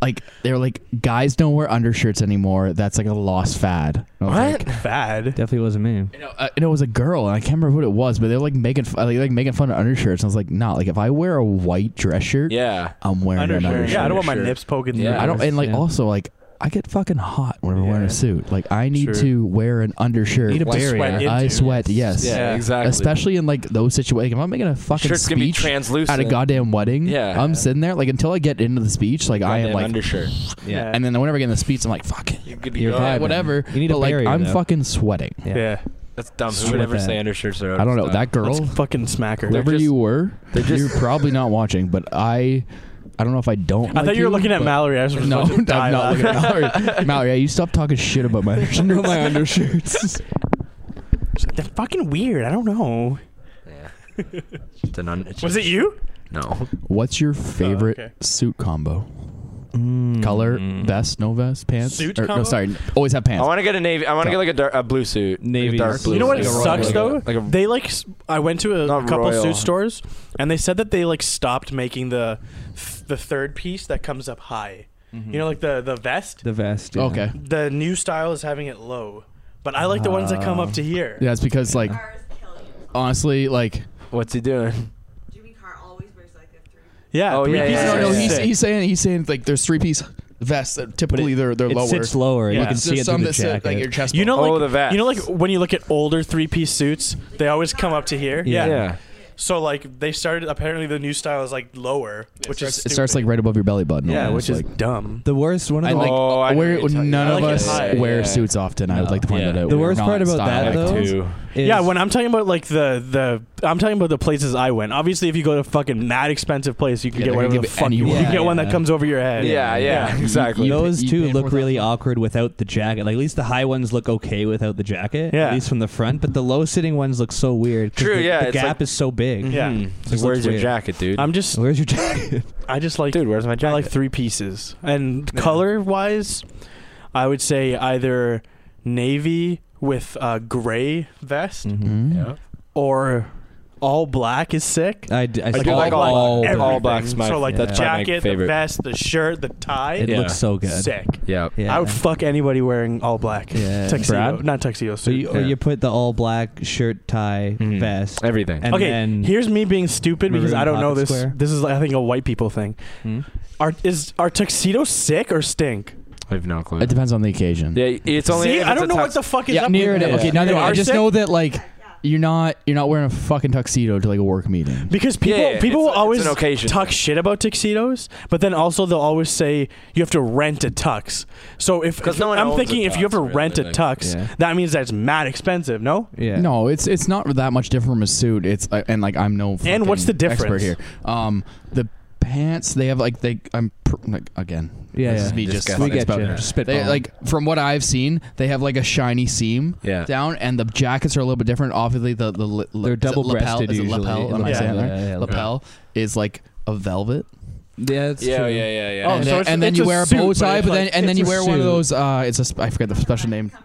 [SPEAKER 2] like, they were like, guys don't wear undershirts anymore. That's like a lost fad. And
[SPEAKER 3] Oh,
[SPEAKER 2] I was like-
[SPEAKER 1] Bad.
[SPEAKER 4] Definitely wasn't me.
[SPEAKER 2] you know, uh, and it was a girl, and I can't remember what it was, but they were like making, fu- like, like making fun of undershirts. And I was like, nah, like if I wear a white dress shirt,
[SPEAKER 3] Yeah.
[SPEAKER 2] I'm wearing an
[SPEAKER 1] Undershirt.
[SPEAKER 2] undershirt.
[SPEAKER 1] Yeah, I don't want my
[SPEAKER 3] Undershirt.
[SPEAKER 1] nips poking
[SPEAKER 3] Yeah,
[SPEAKER 1] through.
[SPEAKER 2] I don't, and like
[SPEAKER 4] Yeah.
[SPEAKER 2] also like I get fucking hot when I'm wearing
[SPEAKER 1] Yeah.
[SPEAKER 2] a suit. Like I need
[SPEAKER 1] True.
[SPEAKER 2] to wear an undershirt.
[SPEAKER 4] Need a
[SPEAKER 2] Like,
[SPEAKER 4] barrier.
[SPEAKER 1] sweat
[SPEAKER 2] I
[SPEAKER 1] into.
[SPEAKER 2] sweat. Yes.
[SPEAKER 3] Yeah,
[SPEAKER 1] Yeah.
[SPEAKER 3] exactly.
[SPEAKER 2] Especially in like those situations. If I'm making a fucking
[SPEAKER 3] shirt's gonna be
[SPEAKER 2] speech
[SPEAKER 3] translucent.
[SPEAKER 2] at a goddamn wedding,
[SPEAKER 3] Yeah.
[SPEAKER 2] I'm sitting there like until I get into the speech, like I am
[SPEAKER 3] Goddamn
[SPEAKER 2] like,
[SPEAKER 3] undershirt.
[SPEAKER 1] Yeah.
[SPEAKER 2] and then whenever I get in the speech, I'm like, fuck,
[SPEAKER 3] You could
[SPEAKER 4] You're
[SPEAKER 2] all right,
[SPEAKER 4] vibing.
[SPEAKER 2] whatever.
[SPEAKER 4] You need a
[SPEAKER 2] but like
[SPEAKER 4] barrier,
[SPEAKER 2] I'm
[SPEAKER 4] though.
[SPEAKER 2] fucking sweating.
[SPEAKER 1] Yeah.
[SPEAKER 3] That's dumb. Who
[SPEAKER 4] Straight
[SPEAKER 3] would ever
[SPEAKER 4] up.
[SPEAKER 3] say undershirts are? out
[SPEAKER 2] I
[SPEAKER 3] of
[SPEAKER 2] don't know
[SPEAKER 3] style?
[SPEAKER 2] that girl.
[SPEAKER 1] Let's fucking smack her.
[SPEAKER 2] Wherever
[SPEAKER 3] just-
[SPEAKER 2] you were,
[SPEAKER 3] they're just-
[SPEAKER 2] you're probably not watching. But I, I don't know if I don't.
[SPEAKER 1] I thought you were looking at
[SPEAKER 2] <laughs>
[SPEAKER 1] Mallory. I was just
[SPEAKER 2] No,
[SPEAKER 1] about to
[SPEAKER 2] I'm
[SPEAKER 1] die
[SPEAKER 2] not looking
[SPEAKER 1] laughing.
[SPEAKER 2] at Mallory. Mallory, yeah, you stop talking shit about my undershirts. <laughs> my undershirts.
[SPEAKER 1] <laughs> They're fucking weird. I don't know.
[SPEAKER 3] Yeah. <laughs> It's an un- it's
[SPEAKER 1] Was it
[SPEAKER 3] just-
[SPEAKER 1] you?
[SPEAKER 3] No.
[SPEAKER 2] What's your favorite
[SPEAKER 1] okay.
[SPEAKER 2] suit combo?
[SPEAKER 4] Mm.
[SPEAKER 2] Color,
[SPEAKER 3] Mm.
[SPEAKER 2] vest, no vest, pants.
[SPEAKER 1] Suit
[SPEAKER 2] or,
[SPEAKER 1] combo?
[SPEAKER 2] No, sorry, always have
[SPEAKER 3] I
[SPEAKER 2] pants.
[SPEAKER 3] want to get a navy. I want to
[SPEAKER 2] No.
[SPEAKER 3] get like a, dark, a blue suit.
[SPEAKER 4] Navy
[SPEAKER 3] Like a dark
[SPEAKER 4] suit.
[SPEAKER 3] blue
[SPEAKER 1] You know what
[SPEAKER 3] suit.
[SPEAKER 1] sucks,
[SPEAKER 3] like
[SPEAKER 1] though?
[SPEAKER 3] A, like a,
[SPEAKER 1] They like. s- I went to a,
[SPEAKER 3] Not
[SPEAKER 1] a couple
[SPEAKER 3] royal.
[SPEAKER 1] suit stores, and they said that they like stopped making the the third piece that comes up high.
[SPEAKER 3] Mm-hmm.
[SPEAKER 1] You know, like the the vest.
[SPEAKER 4] The vest. yeah.
[SPEAKER 2] Okay.
[SPEAKER 1] The new style is having it low, but I like the ones that come up to here.
[SPEAKER 2] Ah. Yeah, it's because like
[SPEAKER 6] Cars kill you.
[SPEAKER 2] honestly, like
[SPEAKER 3] what's he doing?
[SPEAKER 6] Jimmy Carr always wears like a three.
[SPEAKER 1] Yeah,
[SPEAKER 3] Oh,
[SPEAKER 1] three
[SPEAKER 3] yeah,
[SPEAKER 1] pieces
[SPEAKER 3] yeah,
[SPEAKER 2] no,
[SPEAKER 1] are
[SPEAKER 2] no, he's,
[SPEAKER 1] sick.
[SPEAKER 2] he's saying he's saying like there's three piece vests that typically they're they're
[SPEAKER 4] it
[SPEAKER 2] lower.
[SPEAKER 4] sits lower.
[SPEAKER 1] Yeah.
[SPEAKER 4] You can
[SPEAKER 1] It's
[SPEAKER 4] see it
[SPEAKER 2] some
[SPEAKER 4] through the
[SPEAKER 2] that sit
[SPEAKER 4] jacket.
[SPEAKER 2] like your chest.
[SPEAKER 1] You know,
[SPEAKER 3] Oh,
[SPEAKER 1] like
[SPEAKER 3] the vest.
[SPEAKER 1] you know, like when you look at older three piece suits, they always come up to here. Yeah.
[SPEAKER 4] Yeah.
[SPEAKER 1] So like they started. Apparently, the new style is like lower, which is
[SPEAKER 2] it starts like
[SPEAKER 1] stupid.
[SPEAKER 2] right above your belly button.
[SPEAKER 1] yeah,
[SPEAKER 2] almost,
[SPEAKER 1] which is
[SPEAKER 2] like,
[SPEAKER 1] dumb.
[SPEAKER 4] the worst one of
[SPEAKER 2] I
[SPEAKER 4] the
[SPEAKER 2] like
[SPEAKER 3] Oh, I know
[SPEAKER 2] wear,
[SPEAKER 3] what you're talking
[SPEAKER 2] none
[SPEAKER 1] about.
[SPEAKER 2] of
[SPEAKER 1] I like it
[SPEAKER 2] us
[SPEAKER 1] high.
[SPEAKER 2] wear
[SPEAKER 3] Yeah.
[SPEAKER 2] suits often. I would
[SPEAKER 4] No.
[SPEAKER 2] like to point
[SPEAKER 3] Yeah.
[SPEAKER 2] that out.
[SPEAKER 4] The
[SPEAKER 2] We're
[SPEAKER 4] worst
[SPEAKER 2] not
[SPEAKER 4] part about that,
[SPEAKER 2] stylized.
[SPEAKER 4] though,
[SPEAKER 3] Two.
[SPEAKER 4] is
[SPEAKER 1] yeah, when I'm talking about like the the I'm talking about the places I went. Obviously, if you go to a fucking mad expensive place, you can
[SPEAKER 2] Yeah,
[SPEAKER 1] get
[SPEAKER 2] they're
[SPEAKER 1] whatever
[SPEAKER 2] gonna
[SPEAKER 1] the
[SPEAKER 2] give
[SPEAKER 1] fuck
[SPEAKER 2] any
[SPEAKER 1] you want.
[SPEAKER 4] one.
[SPEAKER 1] You can get one that
[SPEAKER 2] Yeah.
[SPEAKER 1] comes over your head.
[SPEAKER 3] Yeah, yeah, exactly.
[SPEAKER 4] those
[SPEAKER 2] You
[SPEAKER 4] two
[SPEAKER 2] pay
[SPEAKER 4] look
[SPEAKER 2] for
[SPEAKER 4] really
[SPEAKER 2] that.
[SPEAKER 4] awkward without the jacket. Like at least the high ones look okay without the jacket.
[SPEAKER 1] Yeah.
[SPEAKER 4] At least from the front, but the low sitting ones look so weird. 'cause
[SPEAKER 3] True,
[SPEAKER 4] The,
[SPEAKER 3] yeah,
[SPEAKER 4] The
[SPEAKER 3] it's
[SPEAKER 4] gap
[SPEAKER 3] like- Mm-hmm.
[SPEAKER 4] is so big. <laughs>
[SPEAKER 1] Yeah.
[SPEAKER 3] It's like,
[SPEAKER 4] This
[SPEAKER 3] where's
[SPEAKER 4] looks
[SPEAKER 3] your
[SPEAKER 4] weird.
[SPEAKER 3] jacket, dude?
[SPEAKER 1] I'm just
[SPEAKER 4] Where's
[SPEAKER 3] <laughs>
[SPEAKER 4] your jacket?
[SPEAKER 1] I just like
[SPEAKER 3] dude, where's my jacket?
[SPEAKER 1] I like three pieces. And
[SPEAKER 3] Yeah.
[SPEAKER 1] color wise, I would say either navy with a gray vest
[SPEAKER 4] Mhm.
[SPEAKER 3] Mm-hmm. Yeah.
[SPEAKER 1] or all black is sick.
[SPEAKER 4] I, d- I
[SPEAKER 3] I
[SPEAKER 4] see
[SPEAKER 3] do
[SPEAKER 1] all
[SPEAKER 3] like
[SPEAKER 1] black,
[SPEAKER 3] all,
[SPEAKER 1] everything.
[SPEAKER 3] all black's my
[SPEAKER 1] So like the
[SPEAKER 4] yeah.
[SPEAKER 3] probably my
[SPEAKER 1] jacket, the
[SPEAKER 3] favorite.
[SPEAKER 1] vest, the shirt, the tie.
[SPEAKER 4] It
[SPEAKER 3] Yeah.
[SPEAKER 4] looks so good.
[SPEAKER 1] Sick.
[SPEAKER 3] Yeah.
[SPEAKER 4] Yeah.
[SPEAKER 1] I would fuck anybody wearing all black. <laughs>
[SPEAKER 4] Yeah.
[SPEAKER 1] Tuxedo,
[SPEAKER 4] Brad?
[SPEAKER 1] not tuxedo
[SPEAKER 4] so
[SPEAKER 1] suit.
[SPEAKER 4] you, or
[SPEAKER 3] Yeah.
[SPEAKER 4] you put the all black shirt, tie,
[SPEAKER 3] Mhm.
[SPEAKER 4] vest.
[SPEAKER 3] Everything.
[SPEAKER 4] And
[SPEAKER 1] okay,
[SPEAKER 4] then-
[SPEAKER 1] here's me being stupid because
[SPEAKER 4] Maroon
[SPEAKER 1] I don't know
[SPEAKER 4] pocket
[SPEAKER 1] this.
[SPEAKER 4] square.
[SPEAKER 1] This is I think a white people thing.
[SPEAKER 4] Hmm?
[SPEAKER 1] Are is are tuxedo sick or stink?
[SPEAKER 3] I have no clue.
[SPEAKER 2] It depends on the occasion.
[SPEAKER 3] Yeah, it's only.
[SPEAKER 1] See,
[SPEAKER 3] if
[SPEAKER 1] I
[SPEAKER 3] it's a
[SPEAKER 1] don't know what
[SPEAKER 3] tux-
[SPEAKER 1] the fuck is
[SPEAKER 2] yeah,
[SPEAKER 1] up
[SPEAKER 2] neither
[SPEAKER 1] with
[SPEAKER 2] it
[SPEAKER 1] that.
[SPEAKER 2] is. Okay, neither
[SPEAKER 1] You
[SPEAKER 2] way. I
[SPEAKER 1] are
[SPEAKER 2] just
[SPEAKER 1] sick?
[SPEAKER 2] know that like
[SPEAKER 6] yeah.
[SPEAKER 2] you're not you're not wearing a fucking tuxedo to like a work meeting.
[SPEAKER 1] Because people
[SPEAKER 3] Yeah, yeah,
[SPEAKER 1] people
[SPEAKER 3] it's-
[SPEAKER 1] will
[SPEAKER 3] it's
[SPEAKER 1] always
[SPEAKER 3] an occasion.
[SPEAKER 1] talk shit about tuxedos, but then also they'll always say you have to rent a tux. So if,
[SPEAKER 3] 'Cause no one
[SPEAKER 1] I'm
[SPEAKER 3] owns
[SPEAKER 1] thinking
[SPEAKER 3] a
[SPEAKER 1] if you have to
[SPEAKER 3] tux, really,
[SPEAKER 1] rent a
[SPEAKER 3] like-
[SPEAKER 1] tux,
[SPEAKER 4] Yeah.
[SPEAKER 1] that means that's mad expensive, no?
[SPEAKER 4] Yeah.
[SPEAKER 2] No, it's it's not that much different from a suit. It's uh, and like I'm no fucking
[SPEAKER 1] what's the difference?
[SPEAKER 2] expert here. Um, the pants they have like they I'm pr- like, again.
[SPEAKER 4] Yeah,
[SPEAKER 2] this
[SPEAKER 4] yeah.
[SPEAKER 2] is me
[SPEAKER 3] Just
[SPEAKER 2] just,
[SPEAKER 3] guess.
[SPEAKER 2] fucking
[SPEAKER 3] We get
[SPEAKER 2] spouting.
[SPEAKER 3] you.
[SPEAKER 4] Just
[SPEAKER 2] They,
[SPEAKER 4] spitballing.
[SPEAKER 2] like from what I've seen, they have like a shiny seam
[SPEAKER 3] Yeah.
[SPEAKER 2] down, and the jackets are a little bit different. Obviously, the the li- li-
[SPEAKER 4] They're
[SPEAKER 2] is it lapel-
[SPEAKER 4] double-breasted
[SPEAKER 2] Is it
[SPEAKER 4] usually.
[SPEAKER 2] lapel? Am I
[SPEAKER 1] Yeah,
[SPEAKER 2] saying that
[SPEAKER 4] yeah,
[SPEAKER 2] right?
[SPEAKER 4] yeah,
[SPEAKER 2] lapel is like a velvet.
[SPEAKER 4] Yeah, that's
[SPEAKER 3] Yeah,
[SPEAKER 4] true.
[SPEAKER 3] yeah, yeah, yeah.
[SPEAKER 1] Oh,
[SPEAKER 2] and
[SPEAKER 1] so
[SPEAKER 2] then,
[SPEAKER 1] it's-
[SPEAKER 2] and then
[SPEAKER 1] it's
[SPEAKER 2] you
[SPEAKER 1] a
[SPEAKER 2] wear a
[SPEAKER 1] suit,
[SPEAKER 2] bow
[SPEAKER 1] but
[SPEAKER 2] tie,
[SPEAKER 1] it's
[SPEAKER 2] but, then
[SPEAKER 1] like-
[SPEAKER 2] and
[SPEAKER 1] it's
[SPEAKER 2] then you
[SPEAKER 1] a
[SPEAKER 2] wear one of
[SPEAKER 1] suit.
[SPEAKER 2] those. Uh, it's a sp- I forget the special
[SPEAKER 6] Cumber-
[SPEAKER 2] name.
[SPEAKER 6] Cumber,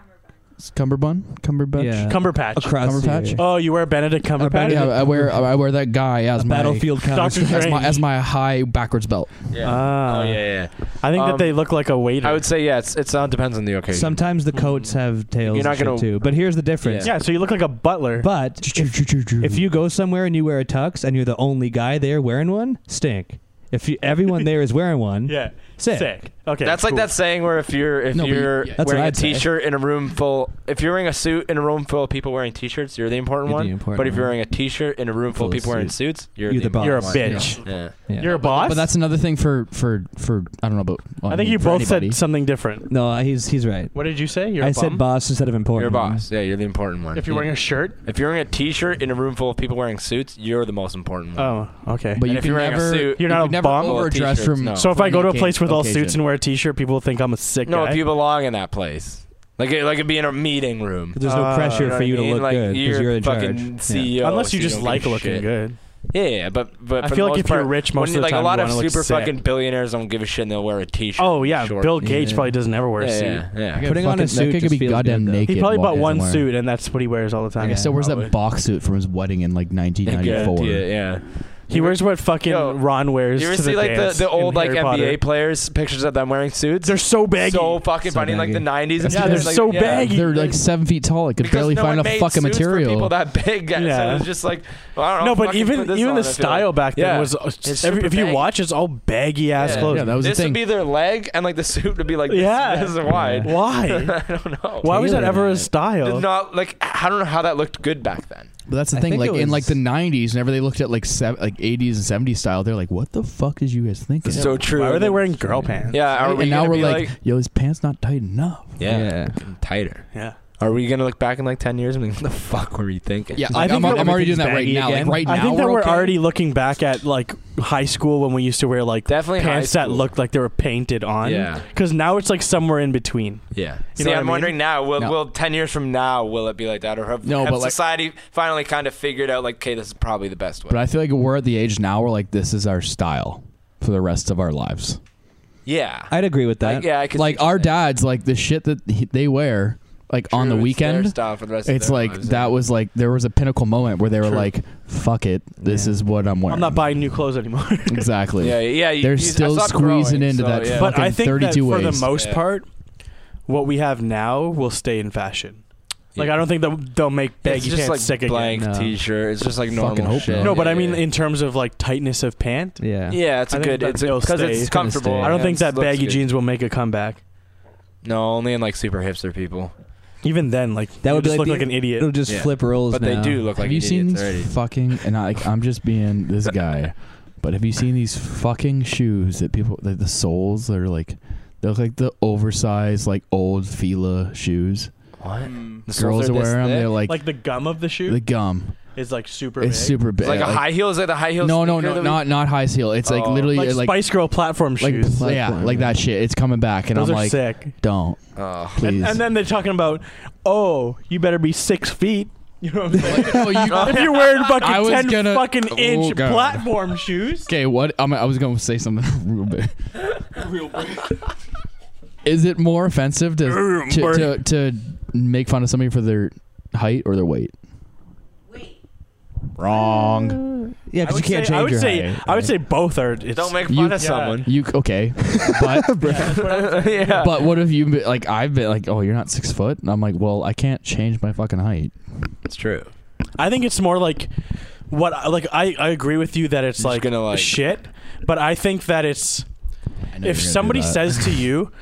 [SPEAKER 6] cummerbund.
[SPEAKER 2] Cumberbund, cumberbund.
[SPEAKER 4] Yeah.
[SPEAKER 1] Cumberpatch.
[SPEAKER 4] Across
[SPEAKER 2] Cumber
[SPEAKER 4] here.
[SPEAKER 2] patch?
[SPEAKER 4] Uh, A
[SPEAKER 1] Oh, you wear Benedict Cumberpatch?
[SPEAKER 2] Yeah, I wear I wear that guy as my
[SPEAKER 4] battlefield
[SPEAKER 1] Doctor
[SPEAKER 4] counter.
[SPEAKER 2] as
[SPEAKER 1] Strange.
[SPEAKER 2] my as my high backwards belt.
[SPEAKER 3] Yeah.
[SPEAKER 1] Ah.
[SPEAKER 3] oh yeah, yeah.
[SPEAKER 1] I think that
[SPEAKER 3] Um,
[SPEAKER 1] they look like a waiter.
[SPEAKER 3] I would say yeah. It's it's uh, depends on the occasion.
[SPEAKER 4] Sometimes the coats have
[SPEAKER 3] Mm-hmm.
[SPEAKER 4] tails
[SPEAKER 3] You're not
[SPEAKER 4] and shit
[SPEAKER 3] gonna-
[SPEAKER 4] too. But here's the difference.
[SPEAKER 1] yeah, so you look like a butler.
[SPEAKER 4] But if, if you go somewhere and you wear a tux and you're the only guy there wearing one, stink. If you, everyone there is wearing one,
[SPEAKER 1] <laughs> yeah.
[SPEAKER 4] sick.
[SPEAKER 1] Okay.
[SPEAKER 3] That's like
[SPEAKER 1] cool.
[SPEAKER 3] that saying where if you're if
[SPEAKER 2] No, but
[SPEAKER 3] you're
[SPEAKER 2] yeah.
[SPEAKER 4] That's what
[SPEAKER 3] wearing a
[SPEAKER 4] I'd say.
[SPEAKER 3] t-shirt in a room full if you're wearing a suit in a room full of people wearing t-shirts, you're the important
[SPEAKER 4] You're the
[SPEAKER 3] one.
[SPEAKER 4] important
[SPEAKER 3] but if you're
[SPEAKER 4] one.
[SPEAKER 3] wearing a t-shirt in a room
[SPEAKER 4] Full
[SPEAKER 3] full of
[SPEAKER 4] of
[SPEAKER 3] people wearing
[SPEAKER 4] suits.
[SPEAKER 3] suits, you're,
[SPEAKER 4] You're
[SPEAKER 3] the,
[SPEAKER 4] the
[SPEAKER 1] You're a
[SPEAKER 3] important
[SPEAKER 1] bitch.
[SPEAKER 3] one. Yeah.
[SPEAKER 4] Yeah.
[SPEAKER 1] You're a boss.
[SPEAKER 2] But that's another thing for for for I don't know about. well,
[SPEAKER 1] I think
[SPEAKER 2] mean,
[SPEAKER 1] you
[SPEAKER 2] for
[SPEAKER 1] both
[SPEAKER 2] anybody.
[SPEAKER 1] said something different.
[SPEAKER 4] no, uh, he's he's right.
[SPEAKER 1] What did you say? You're a
[SPEAKER 4] I said
[SPEAKER 1] bum?
[SPEAKER 4] boss instead of important.
[SPEAKER 3] You're a
[SPEAKER 4] one.
[SPEAKER 3] boss. Yeah, you're the important one.
[SPEAKER 1] If you're wearing a shirt?
[SPEAKER 3] if you're wearing a t-shirt in a room full of people wearing suits, you're the most important one.
[SPEAKER 1] Oh, okay.
[SPEAKER 2] But
[SPEAKER 3] And
[SPEAKER 2] you
[SPEAKER 3] if
[SPEAKER 2] can
[SPEAKER 3] you're wearing a
[SPEAKER 2] never,
[SPEAKER 3] suit,
[SPEAKER 1] You're not
[SPEAKER 2] you
[SPEAKER 1] a
[SPEAKER 2] can never
[SPEAKER 1] bum?
[SPEAKER 2] overdress
[SPEAKER 3] T-shirts,
[SPEAKER 2] from.
[SPEAKER 3] no.
[SPEAKER 1] so if I go to a
[SPEAKER 2] any
[SPEAKER 1] place with all
[SPEAKER 2] occasion.
[SPEAKER 1] suits and wear a t-shirt, people think I'm a sick
[SPEAKER 3] no,
[SPEAKER 1] guy.
[SPEAKER 3] if you belong in that place, like it, like it'd be in a meeting room.
[SPEAKER 4] 'Cause There's no
[SPEAKER 1] Uh,
[SPEAKER 4] pressure
[SPEAKER 1] you know
[SPEAKER 4] for you
[SPEAKER 3] I
[SPEAKER 4] to
[SPEAKER 3] mean?
[SPEAKER 4] look
[SPEAKER 3] like,
[SPEAKER 4] good because
[SPEAKER 3] You're,
[SPEAKER 4] you're in
[SPEAKER 3] fucking E
[SPEAKER 4] charge. Yeah.
[SPEAKER 3] CEO.
[SPEAKER 1] Unless
[SPEAKER 3] so
[SPEAKER 1] you just
[SPEAKER 3] don't
[SPEAKER 1] like
[SPEAKER 3] give a
[SPEAKER 1] looking
[SPEAKER 3] shit.
[SPEAKER 1] good.
[SPEAKER 3] Yeah, yeah, but but
[SPEAKER 1] I
[SPEAKER 3] for
[SPEAKER 1] feel like
[SPEAKER 3] the most
[SPEAKER 1] if you're
[SPEAKER 3] part,
[SPEAKER 1] rich most
[SPEAKER 3] when
[SPEAKER 1] of
[SPEAKER 3] you-
[SPEAKER 1] the
[SPEAKER 3] like
[SPEAKER 1] time,
[SPEAKER 3] a
[SPEAKER 1] you
[SPEAKER 3] lot of
[SPEAKER 1] wanna look
[SPEAKER 3] super
[SPEAKER 1] sick.
[SPEAKER 3] fucking billionaires don't give a shit. and They'll wear a t-shirt.
[SPEAKER 1] Oh yeah,
[SPEAKER 3] short.
[SPEAKER 1] Bill Gates
[SPEAKER 2] Yeah.
[SPEAKER 1] probably doesn't ever wear a
[SPEAKER 3] yeah,
[SPEAKER 1] suit.
[SPEAKER 3] yeah, yeah.
[SPEAKER 4] Putting on
[SPEAKER 2] Fucking-
[SPEAKER 4] a
[SPEAKER 2] that
[SPEAKER 4] suit just
[SPEAKER 2] could be
[SPEAKER 4] feels
[SPEAKER 2] goddamn
[SPEAKER 4] good, though.
[SPEAKER 2] naked.
[SPEAKER 1] He probably
[SPEAKER 2] while
[SPEAKER 1] bought
[SPEAKER 2] he's
[SPEAKER 1] one
[SPEAKER 2] wearing-
[SPEAKER 1] suit, and that's what he wears all the time.
[SPEAKER 2] Like I still wears
[SPEAKER 3] probably.
[SPEAKER 2] that box suit from his wedding in like
[SPEAKER 3] I guarantee
[SPEAKER 2] 1994.
[SPEAKER 3] it, yeah.
[SPEAKER 1] He wears what fucking
[SPEAKER 3] Yo,
[SPEAKER 1] Ron wears.
[SPEAKER 3] You ever
[SPEAKER 1] to
[SPEAKER 3] see
[SPEAKER 1] the
[SPEAKER 3] like the,
[SPEAKER 1] dance
[SPEAKER 3] the
[SPEAKER 1] in
[SPEAKER 3] old like
[SPEAKER 1] Harry
[SPEAKER 3] NBA
[SPEAKER 1] Potter.
[SPEAKER 3] players pictures of them wearing suits?
[SPEAKER 1] They're so baggy.
[SPEAKER 3] so fucking
[SPEAKER 4] So
[SPEAKER 3] funny, like the
[SPEAKER 4] baggy.
[SPEAKER 3] '90s. and
[SPEAKER 2] Yeah,
[SPEAKER 3] shit,
[SPEAKER 2] they're
[SPEAKER 3] like,
[SPEAKER 1] so
[SPEAKER 3] yeah.
[SPEAKER 1] baggy.
[SPEAKER 2] They're like seven feet tall. I could
[SPEAKER 3] Because
[SPEAKER 2] barely
[SPEAKER 3] no
[SPEAKER 2] find
[SPEAKER 3] one
[SPEAKER 2] a
[SPEAKER 3] made
[SPEAKER 2] fucking
[SPEAKER 3] suits for people
[SPEAKER 2] material.
[SPEAKER 3] that big, guys.
[SPEAKER 1] Yeah.
[SPEAKER 3] So it's just like I don't know.
[SPEAKER 1] no, but
[SPEAKER 3] fucking put
[SPEAKER 1] even
[SPEAKER 3] this
[SPEAKER 1] even
[SPEAKER 3] on,
[SPEAKER 1] the
[SPEAKER 3] I feel
[SPEAKER 1] style
[SPEAKER 3] like.
[SPEAKER 1] back then
[SPEAKER 3] Yeah.
[SPEAKER 1] was. uh,
[SPEAKER 3] It's
[SPEAKER 1] every-
[SPEAKER 3] super
[SPEAKER 1] if you
[SPEAKER 3] baggy.
[SPEAKER 1] watch, it's all baggy ass
[SPEAKER 3] Yeah.
[SPEAKER 1] clothes.
[SPEAKER 2] Yeah, that was the
[SPEAKER 3] This would
[SPEAKER 2] thing.
[SPEAKER 3] be their leg, and like the suit would be like this-
[SPEAKER 1] Yeah.
[SPEAKER 3] this,
[SPEAKER 1] <laughs>
[SPEAKER 3] wide.
[SPEAKER 1] Why?
[SPEAKER 3] <laughs> I don't know.
[SPEAKER 1] Why was that ever a style?
[SPEAKER 3] Did not like I don't know how that looked good back then.
[SPEAKER 2] But that's the
[SPEAKER 4] I
[SPEAKER 2] thing.
[SPEAKER 4] think it
[SPEAKER 2] Like in like
[SPEAKER 4] was-
[SPEAKER 2] the '90s, whenever they looked at like sev- like '80s and '70s style, they're like, "What the fuck is you guys thinking?"
[SPEAKER 3] It's so true.
[SPEAKER 1] Why were they wearing girl pants?
[SPEAKER 3] Yeah, are
[SPEAKER 2] and
[SPEAKER 3] we
[SPEAKER 2] now
[SPEAKER 3] gonna
[SPEAKER 2] we're
[SPEAKER 3] be
[SPEAKER 2] like, "Yo, his pants not tight enough."
[SPEAKER 3] yeah, tighter.
[SPEAKER 1] Yeah.
[SPEAKER 3] Are we gonna look back in like ten years and be like, what the fuck were you thinking?
[SPEAKER 2] Yeah,
[SPEAKER 1] I
[SPEAKER 2] like,
[SPEAKER 1] think
[SPEAKER 2] I'm,
[SPEAKER 1] that
[SPEAKER 2] I'm already
[SPEAKER 1] everything's
[SPEAKER 2] doing that right
[SPEAKER 1] baggy
[SPEAKER 2] now.
[SPEAKER 1] again.
[SPEAKER 2] Like right
[SPEAKER 1] I
[SPEAKER 2] now,
[SPEAKER 1] think that we're
[SPEAKER 2] okay.
[SPEAKER 1] already looking back at like high school when we used to wear like
[SPEAKER 3] Definitely high
[SPEAKER 1] pants that
[SPEAKER 3] school.
[SPEAKER 1] looked like they were painted on.
[SPEAKER 3] Yeah.
[SPEAKER 1] Because now it's like somewhere in between.
[SPEAKER 3] Yeah.
[SPEAKER 1] You
[SPEAKER 3] See,
[SPEAKER 1] know what
[SPEAKER 3] I'm
[SPEAKER 1] I mean?
[SPEAKER 3] wondering now. Will,
[SPEAKER 2] No.
[SPEAKER 3] will ten years from now will it be like that, or have,
[SPEAKER 2] No,
[SPEAKER 3] have
[SPEAKER 2] but, like-
[SPEAKER 3] society finally kind of figured out like, okay, this is probably the best way?
[SPEAKER 2] But I feel like we're at the age now where like this is our style for the rest of our lives.
[SPEAKER 3] yeah.
[SPEAKER 4] I'd agree with that.
[SPEAKER 3] Like, yeah, I could
[SPEAKER 2] Like
[SPEAKER 3] see
[SPEAKER 2] our
[SPEAKER 3] that.
[SPEAKER 2] dads, like the shit that he, they wear, like on
[SPEAKER 3] True,
[SPEAKER 2] the
[SPEAKER 3] it's their
[SPEAKER 2] weekend.
[SPEAKER 3] style for the rest of
[SPEAKER 2] It's
[SPEAKER 3] their
[SPEAKER 2] like
[SPEAKER 3] lives,
[SPEAKER 2] that
[SPEAKER 3] yeah.
[SPEAKER 2] was like there was a pinnacle moment where they were
[SPEAKER 1] True.
[SPEAKER 2] like, "Fuck it, this
[SPEAKER 4] Yeah.
[SPEAKER 2] is what I'm wearing."
[SPEAKER 1] I'm not buying new clothes
[SPEAKER 2] <laughs>
[SPEAKER 1] anymore.
[SPEAKER 2] exactly.
[SPEAKER 3] Yeah, yeah. You,
[SPEAKER 2] They're
[SPEAKER 3] you, I
[SPEAKER 2] still
[SPEAKER 3] stopped
[SPEAKER 2] squeezing
[SPEAKER 3] growing,
[SPEAKER 2] into
[SPEAKER 3] so,
[SPEAKER 2] that
[SPEAKER 3] Yeah.
[SPEAKER 1] <laughs> but I
[SPEAKER 2] Fucking
[SPEAKER 1] think that
[SPEAKER 2] 32
[SPEAKER 1] for the
[SPEAKER 2] ways.
[SPEAKER 1] most
[SPEAKER 3] Yeah.
[SPEAKER 1] part, what we have now will stay in fashion. Like
[SPEAKER 3] Yeah.
[SPEAKER 1] I don't think that they'll make baggy
[SPEAKER 3] it's just
[SPEAKER 1] pants
[SPEAKER 3] like
[SPEAKER 1] sick
[SPEAKER 3] blank
[SPEAKER 1] again.
[SPEAKER 4] No.
[SPEAKER 3] t-shirt. It's just like
[SPEAKER 2] Fucking
[SPEAKER 3] normal
[SPEAKER 2] hope
[SPEAKER 3] shit.
[SPEAKER 2] not.
[SPEAKER 1] No, but
[SPEAKER 3] Yeah,
[SPEAKER 1] I mean
[SPEAKER 3] yeah.
[SPEAKER 1] in terms of like tightness of pant,
[SPEAKER 4] yeah.
[SPEAKER 3] yeah, it's
[SPEAKER 1] I
[SPEAKER 3] a
[SPEAKER 1] think
[SPEAKER 3] good.
[SPEAKER 1] that
[SPEAKER 3] It's
[SPEAKER 1] it'll
[SPEAKER 3] because
[SPEAKER 1] stay.
[SPEAKER 3] it's
[SPEAKER 1] It's
[SPEAKER 4] gonna
[SPEAKER 3] comfortable.
[SPEAKER 4] stay.
[SPEAKER 1] I don't
[SPEAKER 4] Yeah,
[SPEAKER 1] think
[SPEAKER 3] It's-
[SPEAKER 1] that
[SPEAKER 3] looks
[SPEAKER 1] baggy
[SPEAKER 3] good.
[SPEAKER 1] jeans will make a comeback.
[SPEAKER 3] No, only in like super hipster people.
[SPEAKER 1] Even then, like
[SPEAKER 4] That
[SPEAKER 1] you
[SPEAKER 4] would be
[SPEAKER 1] just
[SPEAKER 4] like
[SPEAKER 1] look
[SPEAKER 4] the-
[SPEAKER 1] like an
[SPEAKER 4] It'll
[SPEAKER 1] idiot.
[SPEAKER 4] just
[SPEAKER 3] Yeah.
[SPEAKER 4] flip rolls.
[SPEAKER 3] But they
[SPEAKER 4] now.
[SPEAKER 3] do look like
[SPEAKER 2] have you
[SPEAKER 3] idiots
[SPEAKER 2] seen these
[SPEAKER 3] already.
[SPEAKER 2] fucking? And I, like, I'm just being this
[SPEAKER 3] <laughs>
[SPEAKER 2] guy, but have you seen these fucking shoes that people, like the soles that are like, they look like the oversized, like old Fila shoes.
[SPEAKER 3] What? The soles
[SPEAKER 2] girls
[SPEAKER 3] are
[SPEAKER 2] are
[SPEAKER 3] this
[SPEAKER 2] wearing them.
[SPEAKER 3] thick?
[SPEAKER 2] They're like,
[SPEAKER 1] Like the gum of the shoe
[SPEAKER 2] the gum.
[SPEAKER 1] is like super.
[SPEAKER 2] It's
[SPEAKER 1] big.
[SPEAKER 2] super big.
[SPEAKER 3] It's like a high heel. Is like the high heel?
[SPEAKER 2] No, no,
[SPEAKER 3] sneaker
[SPEAKER 2] no,
[SPEAKER 3] that we-
[SPEAKER 2] not not high heel. It's like
[SPEAKER 3] Oh.
[SPEAKER 2] literally
[SPEAKER 1] like,
[SPEAKER 2] uh, like
[SPEAKER 1] Spice Girl platform
[SPEAKER 2] like,
[SPEAKER 1] shoes.
[SPEAKER 2] pl- yeah,
[SPEAKER 4] Platform,
[SPEAKER 2] like that shit. It's coming back, and
[SPEAKER 1] Those
[SPEAKER 2] I'm
[SPEAKER 1] are
[SPEAKER 2] like,
[SPEAKER 1] sick.
[SPEAKER 2] don't
[SPEAKER 3] Oh.
[SPEAKER 2] please.
[SPEAKER 1] And
[SPEAKER 2] <laughs>
[SPEAKER 1] then they're talking about, oh, you better be six feet. <laughs> You know what I'm
[SPEAKER 2] <laughs>
[SPEAKER 1] saying? uh, <laughs>
[SPEAKER 2] oh, you,
[SPEAKER 1] if you're wearing fucking
[SPEAKER 2] I was
[SPEAKER 1] 10
[SPEAKER 2] gonna-
[SPEAKER 1] fucking
[SPEAKER 2] Oh,
[SPEAKER 1] inch
[SPEAKER 2] God.
[SPEAKER 1] platform shoes.
[SPEAKER 2] okay, what? I'm, I was gonna say something <laughs> real big. Is it more offensive to
[SPEAKER 3] Damn,
[SPEAKER 2] to,
[SPEAKER 3] boy.
[SPEAKER 2] to to make fun of somebody for their height or their weight?
[SPEAKER 6] Wait,
[SPEAKER 2] Wrong.
[SPEAKER 4] Yeah,
[SPEAKER 1] I
[SPEAKER 4] because you
[SPEAKER 1] would
[SPEAKER 4] can't
[SPEAKER 1] say,
[SPEAKER 4] change
[SPEAKER 1] I would
[SPEAKER 4] your
[SPEAKER 1] say,
[SPEAKER 4] height.
[SPEAKER 1] I would say both are. It's,
[SPEAKER 3] Don't make fun
[SPEAKER 2] You-
[SPEAKER 3] of
[SPEAKER 2] yeah.
[SPEAKER 1] Uh.
[SPEAKER 3] someone.
[SPEAKER 2] You okay?
[SPEAKER 1] <laughs>
[SPEAKER 2] But
[SPEAKER 3] yeah.
[SPEAKER 2] but what if you been, like I've been like oh you're not six foot and I'm like well I can't change my fucking height.
[SPEAKER 3] it's true.
[SPEAKER 1] I think it's more like what like I, I agree with you that it's
[SPEAKER 3] You're
[SPEAKER 1] like,
[SPEAKER 3] just gonna, like-
[SPEAKER 1] shit, but I think that it's
[SPEAKER 2] I know you're gonna
[SPEAKER 1] if
[SPEAKER 2] do
[SPEAKER 1] somebody
[SPEAKER 2] that.
[SPEAKER 1] says <laughs> to
[SPEAKER 3] <laughs>
[SPEAKER 1] you,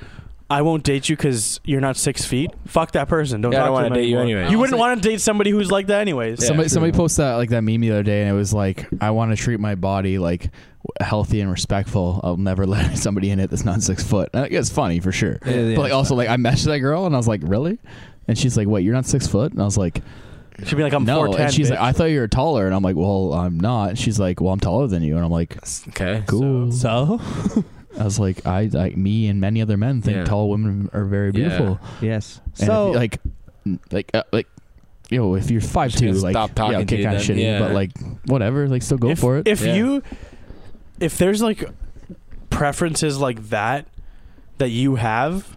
[SPEAKER 1] "I won't date you because you're not six feet," fuck that person. Don't
[SPEAKER 3] Yeah,
[SPEAKER 1] talk
[SPEAKER 3] I
[SPEAKER 1] to
[SPEAKER 3] don't wanna
[SPEAKER 1] them
[SPEAKER 3] date you
[SPEAKER 1] anymore.
[SPEAKER 3] anyway.
[SPEAKER 1] You wouldn't
[SPEAKER 2] Honestly-
[SPEAKER 1] want to date somebody who's like that anyways.
[SPEAKER 3] Yeah.
[SPEAKER 2] <laughs> somebody
[SPEAKER 3] true.
[SPEAKER 2] somebody posted that, like that meme the other day and it was like I want to treat my body like w- healthy and respectful. I'll never <laughs> let somebody in it that's not six foot. And I guess it's funny for sure.
[SPEAKER 4] Yeah, yeah,
[SPEAKER 2] but like
[SPEAKER 4] it's
[SPEAKER 2] also like I messaged that girl and I was like really, and she's like wait you're not six foot and I was like
[SPEAKER 1] She'd be like, "I'm
[SPEAKER 2] no
[SPEAKER 1] 4'10",
[SPEAKER 2] and she's
[SPEAKER 1] bitch.
[SPEAKER 2] like I thought you were taller and I'm like well I'm not. And she's like well I'm taller than you and I'm like
[SPEAKER 3] Okay.
[SPEAKER 2] cool.
[SPEAKER 4] so.
[SPEAKER 2] I was like, I like me and many other men think
[SPEAKER 3] Yeah.
[SPEAKER 2] tall women are very
[SPEAKER 3] Yeah.
[SPEAKER 2] beautiful.
[SPEAKER 4] Yes.
[SPEAKER 2] And
[SPEAKER 4] So
[SPEAKER 2] if, like, like, uh, like, yo, if you're five two,
[SPEAKER 3] gonna
[SPEAKER 2] like,
[SPEAKER 3] stop talking
[SPEAKER 2] yeah,
[SPEAKER 3] to
[SPEAKER 2] okay,
[SPEAKER 3] you
[SPEAKER 2] kind of
[SPEAKER 3] then,
[SPEAKER 2] shitty,
[SPEAKER 3] yeah.
[SPEAKER 2] but like, whatever, like, still go
[SPEAKER 1] if,
[SPEAKER 2] for it.
[SPEAKER 1] If
[SPEAKER 3] Yeah.
[SPEAKER 1] you, if there's like preferences like that that you have,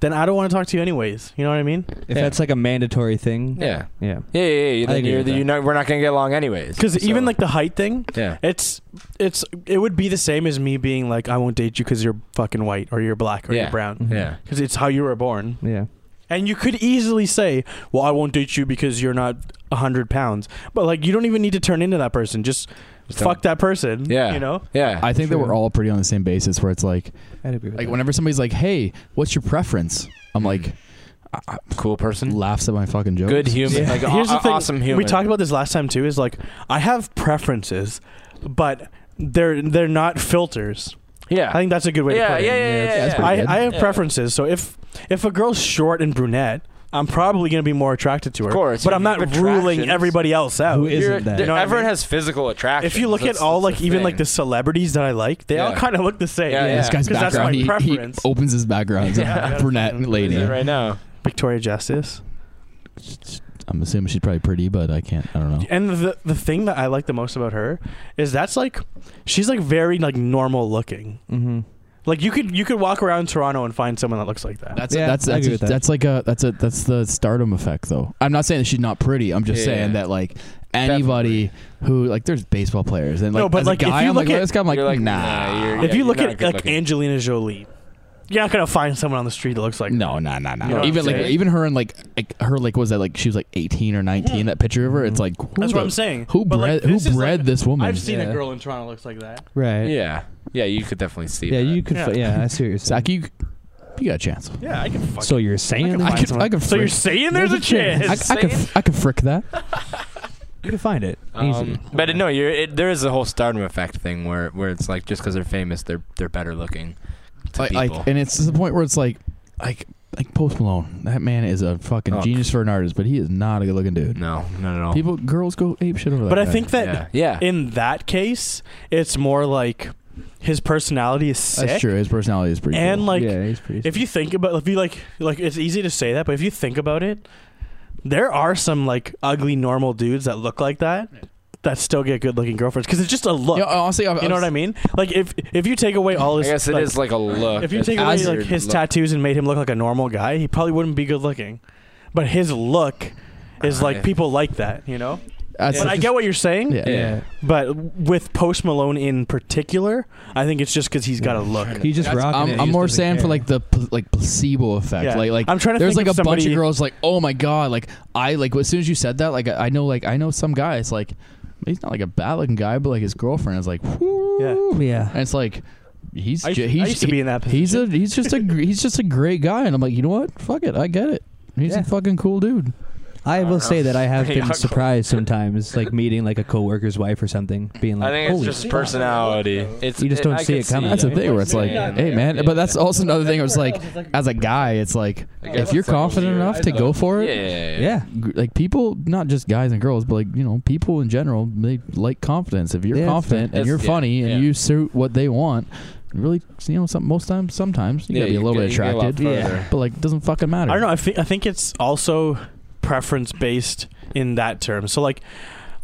[SPEAKER 1] then I don't want to talk to you anyways. You know what I mean?
[SPEAKER 4] if
[SPEAKER 3] Yeah.
[SPEAKER 4] that's like a mandatory thing.
[SPEAKER 3] Yeah.
[SPEAKER 4] Yeah.
[SPEAKER 3] Yeah, yeah, yeah.
[SPEAKER 4] I
[SPEAKER 3] Then
[SPEAKER 4] agree
[SPEAKER 3] you're,
[SPEAKER 4] with that.
[SPEAKER 3] you're not, we're not gonna get along anyways.
[SPEAKER 1] Because
[SPEAKER 3] So-
[SPEAKER 1] even like the height thing,
[SPEAKER 3] yeah,
[SPEAKER 1] it's it's it would be the same as me being like, I won't date you because you're fucking white or you're black or
[SPEAKER 3] Yeah. Mm-hmm.
[SPEAKER 1] you're brown.
[SPEAKER 4] Mhm.
[SPEAKER 3] yeah,
[SPEAKER 1] Because it's how you were born.
[SPEAKER 4] Yeah.
[SPEAKER 1] And you could easily say, "Well, I won't date you because you're not a hundred pounds." But like, you don't even need to turn into that person. Just,
[SPEAKER 3] Just
[SPEAKER 1] fuck
[SPEAKER 3] don't-
[SPEAKER 1] that person.
[SPEAKER 3] Yeah.
[SPEAKER 1] you know.
[SPEAKER 3] yeah.
[SPEAKER 2] I think that we're
[SPEAKER 4] True.
[SPEAKER 2] all pretty on the same basis, where it's like,
[SPEAKER 4] I'd agree with
[SPEAKER 2] like,
[SPEAKER 4] that.
[SPEAKER 2] whenever somebody's like, hey, what's your preference? I'm like, I, I-
[SPEAKER 3] cool person,
[SPEAKER 2] laughs at my fucking jokes.
[SPEAKER 3] Mm.
[SPEAKER 2] <laughs>
[SPEAKER 3] good human,
[SPEAKER 1] <laughs>
[SPEAKER 3] like a-
[SPEAKER 1] Here's the
[SPEAKER 3] a-
[SPEAKER 1] thing.
[SPEAKER 3] awesome human.
[SPEAKER 1] We talked about this last time too. Is like, I have preferences, but they're they're not filters.
[SPEAKER 3] yeah,
[SPEAKER 1] I think that's a good way
[SPEAKER 3] yeah,
[SPEAKER 1] to
[SPEAKER 3] yeah,
[SPEAKER 1] put it.
[SPEAKER 3] yeah, yeah,
[SPEAKER 2] Yeah,
[SPEAKER 3] yeah,
[SPEAKER 2] that's
[SPEAKER 3] yeah.
[SPEAKER 2] pretty
[SPEAKER 1] I,
[SPEAKER 2] good.
[SPEAKER 1] I have
[SPEAKER 3] Yeah.
[SPEAKER 1] preferences. So if if a girl's short and brunette, I'm probably going to be more attracted to her.
[SPEAKER 3] Of course,
[SPEAKER 1] but
[SPEAKER 3] you
[SPEAKER 1] I'm
[SPEAKER 3] have
[SPEAKER 1] not ruling
[SPEAKER 3] attractions.
[SPEAKER 1] everybody else out.
[SPEAKER 4] Who is-
[SPEAKER 3] You're-
[SPEAKER 4] Isn't that-
[SPEAKER 3] there-
[SPEAKER 1] You know what I
[SPEAKER 3] everyone
[SPEAKER 1] mean?
[SPEAKER 3] has physical attraction.
[SPEAKER 1] if you look at all like even like the celebrities that I like, they all
[SPEAKER 3] Yeah.
[SPEAKER 1] kind of look the same.
[SPEAKER 3] Yeah, yeah.
[SPEAKER 2] This guy's
[SPEAKER 1] 'Cause that's
[SPEAKER 2] background.
[SPEAKER 1] my
[SPEAKER 2] he- he,
[SPEAKER 1] preference.
[SPEAKER 2] opens his background.
[SPEAKER 3] <laughs>
[SPEAKER 2] It's
[SPEAKER 1] Yeah.
[SPEAKER 2] a brunette lady.
[SPEAKER 3] right now.
[SPEAKER 1] Victoria Justice.
[SPEAKER 4] Mm-hmm.
[SPEAKER 2] I'm assuming she's probably pretty, but I can't. I don't know.
[SPEAKER 1] And the the thing that I like the most about her is that's like she's like very like normal looking.
[SPEAKER 4] Mm-hmm.
[SPEAKER 1] Like you could you could walk around Toronto and find someone that looks like that.
[SPEAKER 2] That's
[SPEAKER 4] Yeah,
[SPEAKER 2] that's
[SPEAKER 4] I
[SPEAKER 2] that's,
[SPEAKER 4] agree
[SPEAKER 2] a-
[SPEAKER 4] with that.
[SPEAKER 2] that's like a that's a that's the stardom effect though. I'm not saying that she's not pretty. I'm just
[SPEAKER 3] Yeah.
[SPEAKER 2] saying that like anybody who like there's baseball players and like
[SPEAKER 1] No, but,
[SPEAKER 2] as a
[SPEAKER 1] like, if
[SPEAKER 2] guy,
[SPEAKER 1] you
[SPEAKER 2] I'm
[SPEAKER 1] look
[SPEAKER 2] like, "Oh,
[SPEAKER 1] at-
[SPEAKER 2] this guy, I'm like,
[SPEAKER 3] You're like,
[SPEAKER 2] nah.
[SPEAKER 3] nah, you're-
[SPEAKER 1] if
[SPEAKER 3] yeah,
[SPEAKER 1] you look
[SPEAKER 3] you're not
[SPEAKER 1] at
[SPEAKER 3] good
[SPEAKER 1] like
[SPEAKER 3] looking.
[SPEAKER 1] Angelina Jolie, you're not gonna find someone on the street that looks like
[SPEAKER 2] no, nah, nah, nah.
[SPEAKER 1] You know what
[SPEAKER 2] even
[SPEAKER 1] I'm
[SPEAKER 2] like
[SPEAKER 1] saying?
[SPEAKER 2] even her and like like her like was that like she was like 18 or 19. That picture of her, it's like who
[SPEAKER 1] That's what
[SPEAKER 2] the-
[SPEAKER 1] I'm saying.
[SPEAKER 2] Who
[SPEAKER 1] But, like,
[SPEAKER 2] bred who
[SPEAKER 1] this is,
[SPEAKER 2] bred
[SPEAKER 1] like-
[SPEAKER 2] this woman?
[SPEAKER 1] I've seen
[SPEAKER 4] Yeah.
[SPEAKER 1] a girl in Toronto that looks like that.
[SPEAKER 4] Right.
[SPEAKER 3] Yeah, yeah, you could definitely see.
[SPEAKER 4] Yeah.
[SPEAKER 3] that. <laughs>
[SPEAKER 4] You could.
[SPEAKER 1] Yeah.
[SPEAKER 4] Yeah. yeah I see <laughs> what you're saying.
[SPEAKER 2] Zach, you you got a chance.
[SPEAKER 1] Yeah, I can. Fuck
[SPEAKER 4] so you're saying
[SPEAKER 2] I
[SPEAKER 1] find
[SPEAKER 2] could
[SPEAKER 1] someone.
[SPEAKER 2] I could
[SPEAKER 1] So you're
[SPEAKER 2] frick,
[SPEAKER 1] saying there's a
[SPEAKER 2] I,
[SPEAKER 1] chance?
[SPEAKER 2] I could I could frick that.
[SPEAKER 4] you can find it easily.
[SPEAKER 3] Um, but no, you're, it, there is a whole stardom effect thing where where it's like just because they're famous, they're they're better looking. To
[SPEAKER 2] like,
[SPEAKER 3] people.
[SPEAKER 2] like, and it's to the point where it's like, like, like Post Malone. That man is a fucking
[SPEAKER 3] Oh,
[SPEAKER 2] genius for an artist, but he is not a good looking dude.
[SPEAKER 3] no, not at all.
[SPEAKER 2] People, girls go ape shit over that.
[SPEAKER 1] But I
[SPEAKER 2] guy.
[SPEAKER 1] think that
[SPEAKER 3] yeah, yeah.
[SPEAKER 1] in that case, it's more like his personality is sick.
[SPEAKER 2] that's true. His personality is pretty.
[SPEAKER 1] And
[SPEAKER 2] cool.
[SPEAKER 1] like,
[SPEAKER 4] yeah, he's pretty.
[SPEAKER 1] if you think about, if you like, like it's easy to say that, but if you think about it, there are some like ugly normal dudes that look like that that still get good looking girlfriends because it's just a look.
[SPEAKER 2] yeah, honestly, I,
[SPEAKER 1] you know what I mean? Like if if you take away all
[SPEAKER 3] I
[SPEAKER 1] his,
[SPEAKER 3] guess it
[SPEAKER 1] like,
[SPEAKER 3] is like a look.
[SPEAKER 1] if you
[SPEAKER 3] It's
[SPEAKER 1] take away
[SPEAKER 3] as
[SPEAKER 1] like
[SPEAKER 3] your
[SPEAKER 1] his
[SPEAKER 3] look.
[SPEAKER 1] tattoos and made him look like a normal guy, he probably wouldn't be good looking. But his look is
[SPEAKER 3] Uh,
[SPEAKER 1] like
[SPEAKER 3] yeah.
[SPEAKER 1] people like that, you know.
[SPEAKER 2] That's
[SPEAKER 1] But I get what you're saying.
[SPEAKER 2] Yeah.
[SPEAKER 4] yeah.
[SPEAKER 1] But with Post Malone in particular, I think it's just because he's got a look.
[SPEAKER 4] He's just
[SPEAKER 2] That's-
[SPEAKER 4] rocking.
[SPEAKER 2] I'm,
[SPEAKER 4] it. He
[SPEAKER 2] I'm
[SPEAKER 4] just
[SPEAKER 2] more
[SPEAKER 4] doesn't
[SPEAKER 2] saying for
[SPEAKER 4] care.
[SPEAKER 2] like the pl- like placebo effect.
[SPEAKER 1] Yeah.
[SPEAKER 2] Like like
[SPEAKER 1] I'm trying to
[SPEAKER 2] there's
[SPEAKER 1] think
[SPEAKER 2] like
[SPEAKER 1] of
[SPEAKER 2] a bunch of
[SPEAKER 1] somebody-
[SPEAKER 2] girls like oh my god like I like as soon as you said that like I know like I know some guys like he's not like a bad looking guy but like his girlfriend is like whoo
[SPEAKER 1] Yeah.
[SPEAKER 2] and
[SPEAKER 4] Yeah.
[SPEAKER 2] it's like he's
[SPEAKER 1] I used-
[SPEAKER 2] ju-
[SPEAKER 1] I
[SPEAKER 2] he's
[SPEAKER 1] used to be in that
[SPEAKER 2] he's a he's just a gr- he's just a great guy and I'm like you know what fuck it I get it he's
[SPEAKER 4] Yeah.
[SPEAKER 2] a fucking cool dude
[SPEAKER 4] I
[SPEAKER 3] don't
[SPEAKER 4] will
[SPEAKER 3] know.
[SPEAKER 4] say that I have
[SPEAKER 3] Pretty
[SPEAKER 4] been
[SPEAKER 3] awkward.
[SPEAKER 4] surprised sometimes, like meeting like a coworker's wife or something, being like,
[SPEAKER 3] I think it's
[SPEAKER 4] "Holy
[SPEAKER 3] just
[SPEAKER 4] shit."
[SPEAKER 3] personality. It's
[SPEAKER 4] You just
[SPEAKER 3] it-
[SPEAKER 4] don't
[SPEAKER 3] I
[SPEAKER 4] see
[SPEAKER 3] could
[SPEAKER 4] it coming.
[SPEAKER 2] That's the
[SPEAKER 4] Yeah.
[SPEAKER 2] thing where it's like,
[SPEAKER 3] Yeah.
[SPEAKER 2] hey man, but that's also another thing. It was like, as a guy, it's like,
[SPEAKER 3] I guess
[SPEAKER 2] if you're
[SPEAKER 3] it's like a
[SPEAKER 2] confident
[SPEAKER 3] weird-
[SPEAKER 2] enough to go for
[SPEAKER 3] Yeah,
[SPEAKER 2] it,
[SPEAKER 3] yeah,
[SPEAKER 4] yeah,
[SPEAKER 2] g- like people, not just guys and girls, but like you know, people in general, they like confidence. If you're
[SPEAKER 4] Yeah, it's
[SPEAKER 2] confident
[SPEAKER 3] fair.
[SPEAKER 2] and you're
[SPEAKER 3] It's- yeah,
[SPEAKER 2] funny and
[SPEAKER 3] yeah.
[SPEAKER 2] you suit what they want, really, you know, some most times, sometimes you
[SPEAKER 3] Yeah,
[SPEAKER 2] gotta be a
[SPEAKER 3] you
[SPEAKER 2] little
[SPEAKER 3] get-
[SPEAKER 2] bit
[SPEAKER 3] you get a lot
[SPEAKER 2] attracted,
[SPEAKER 3] further.
[SPEAKER 2] but like doesn't fucking matter.
[SPEAKER 1] I don't know. I think I think it's also preference based in that term. So like,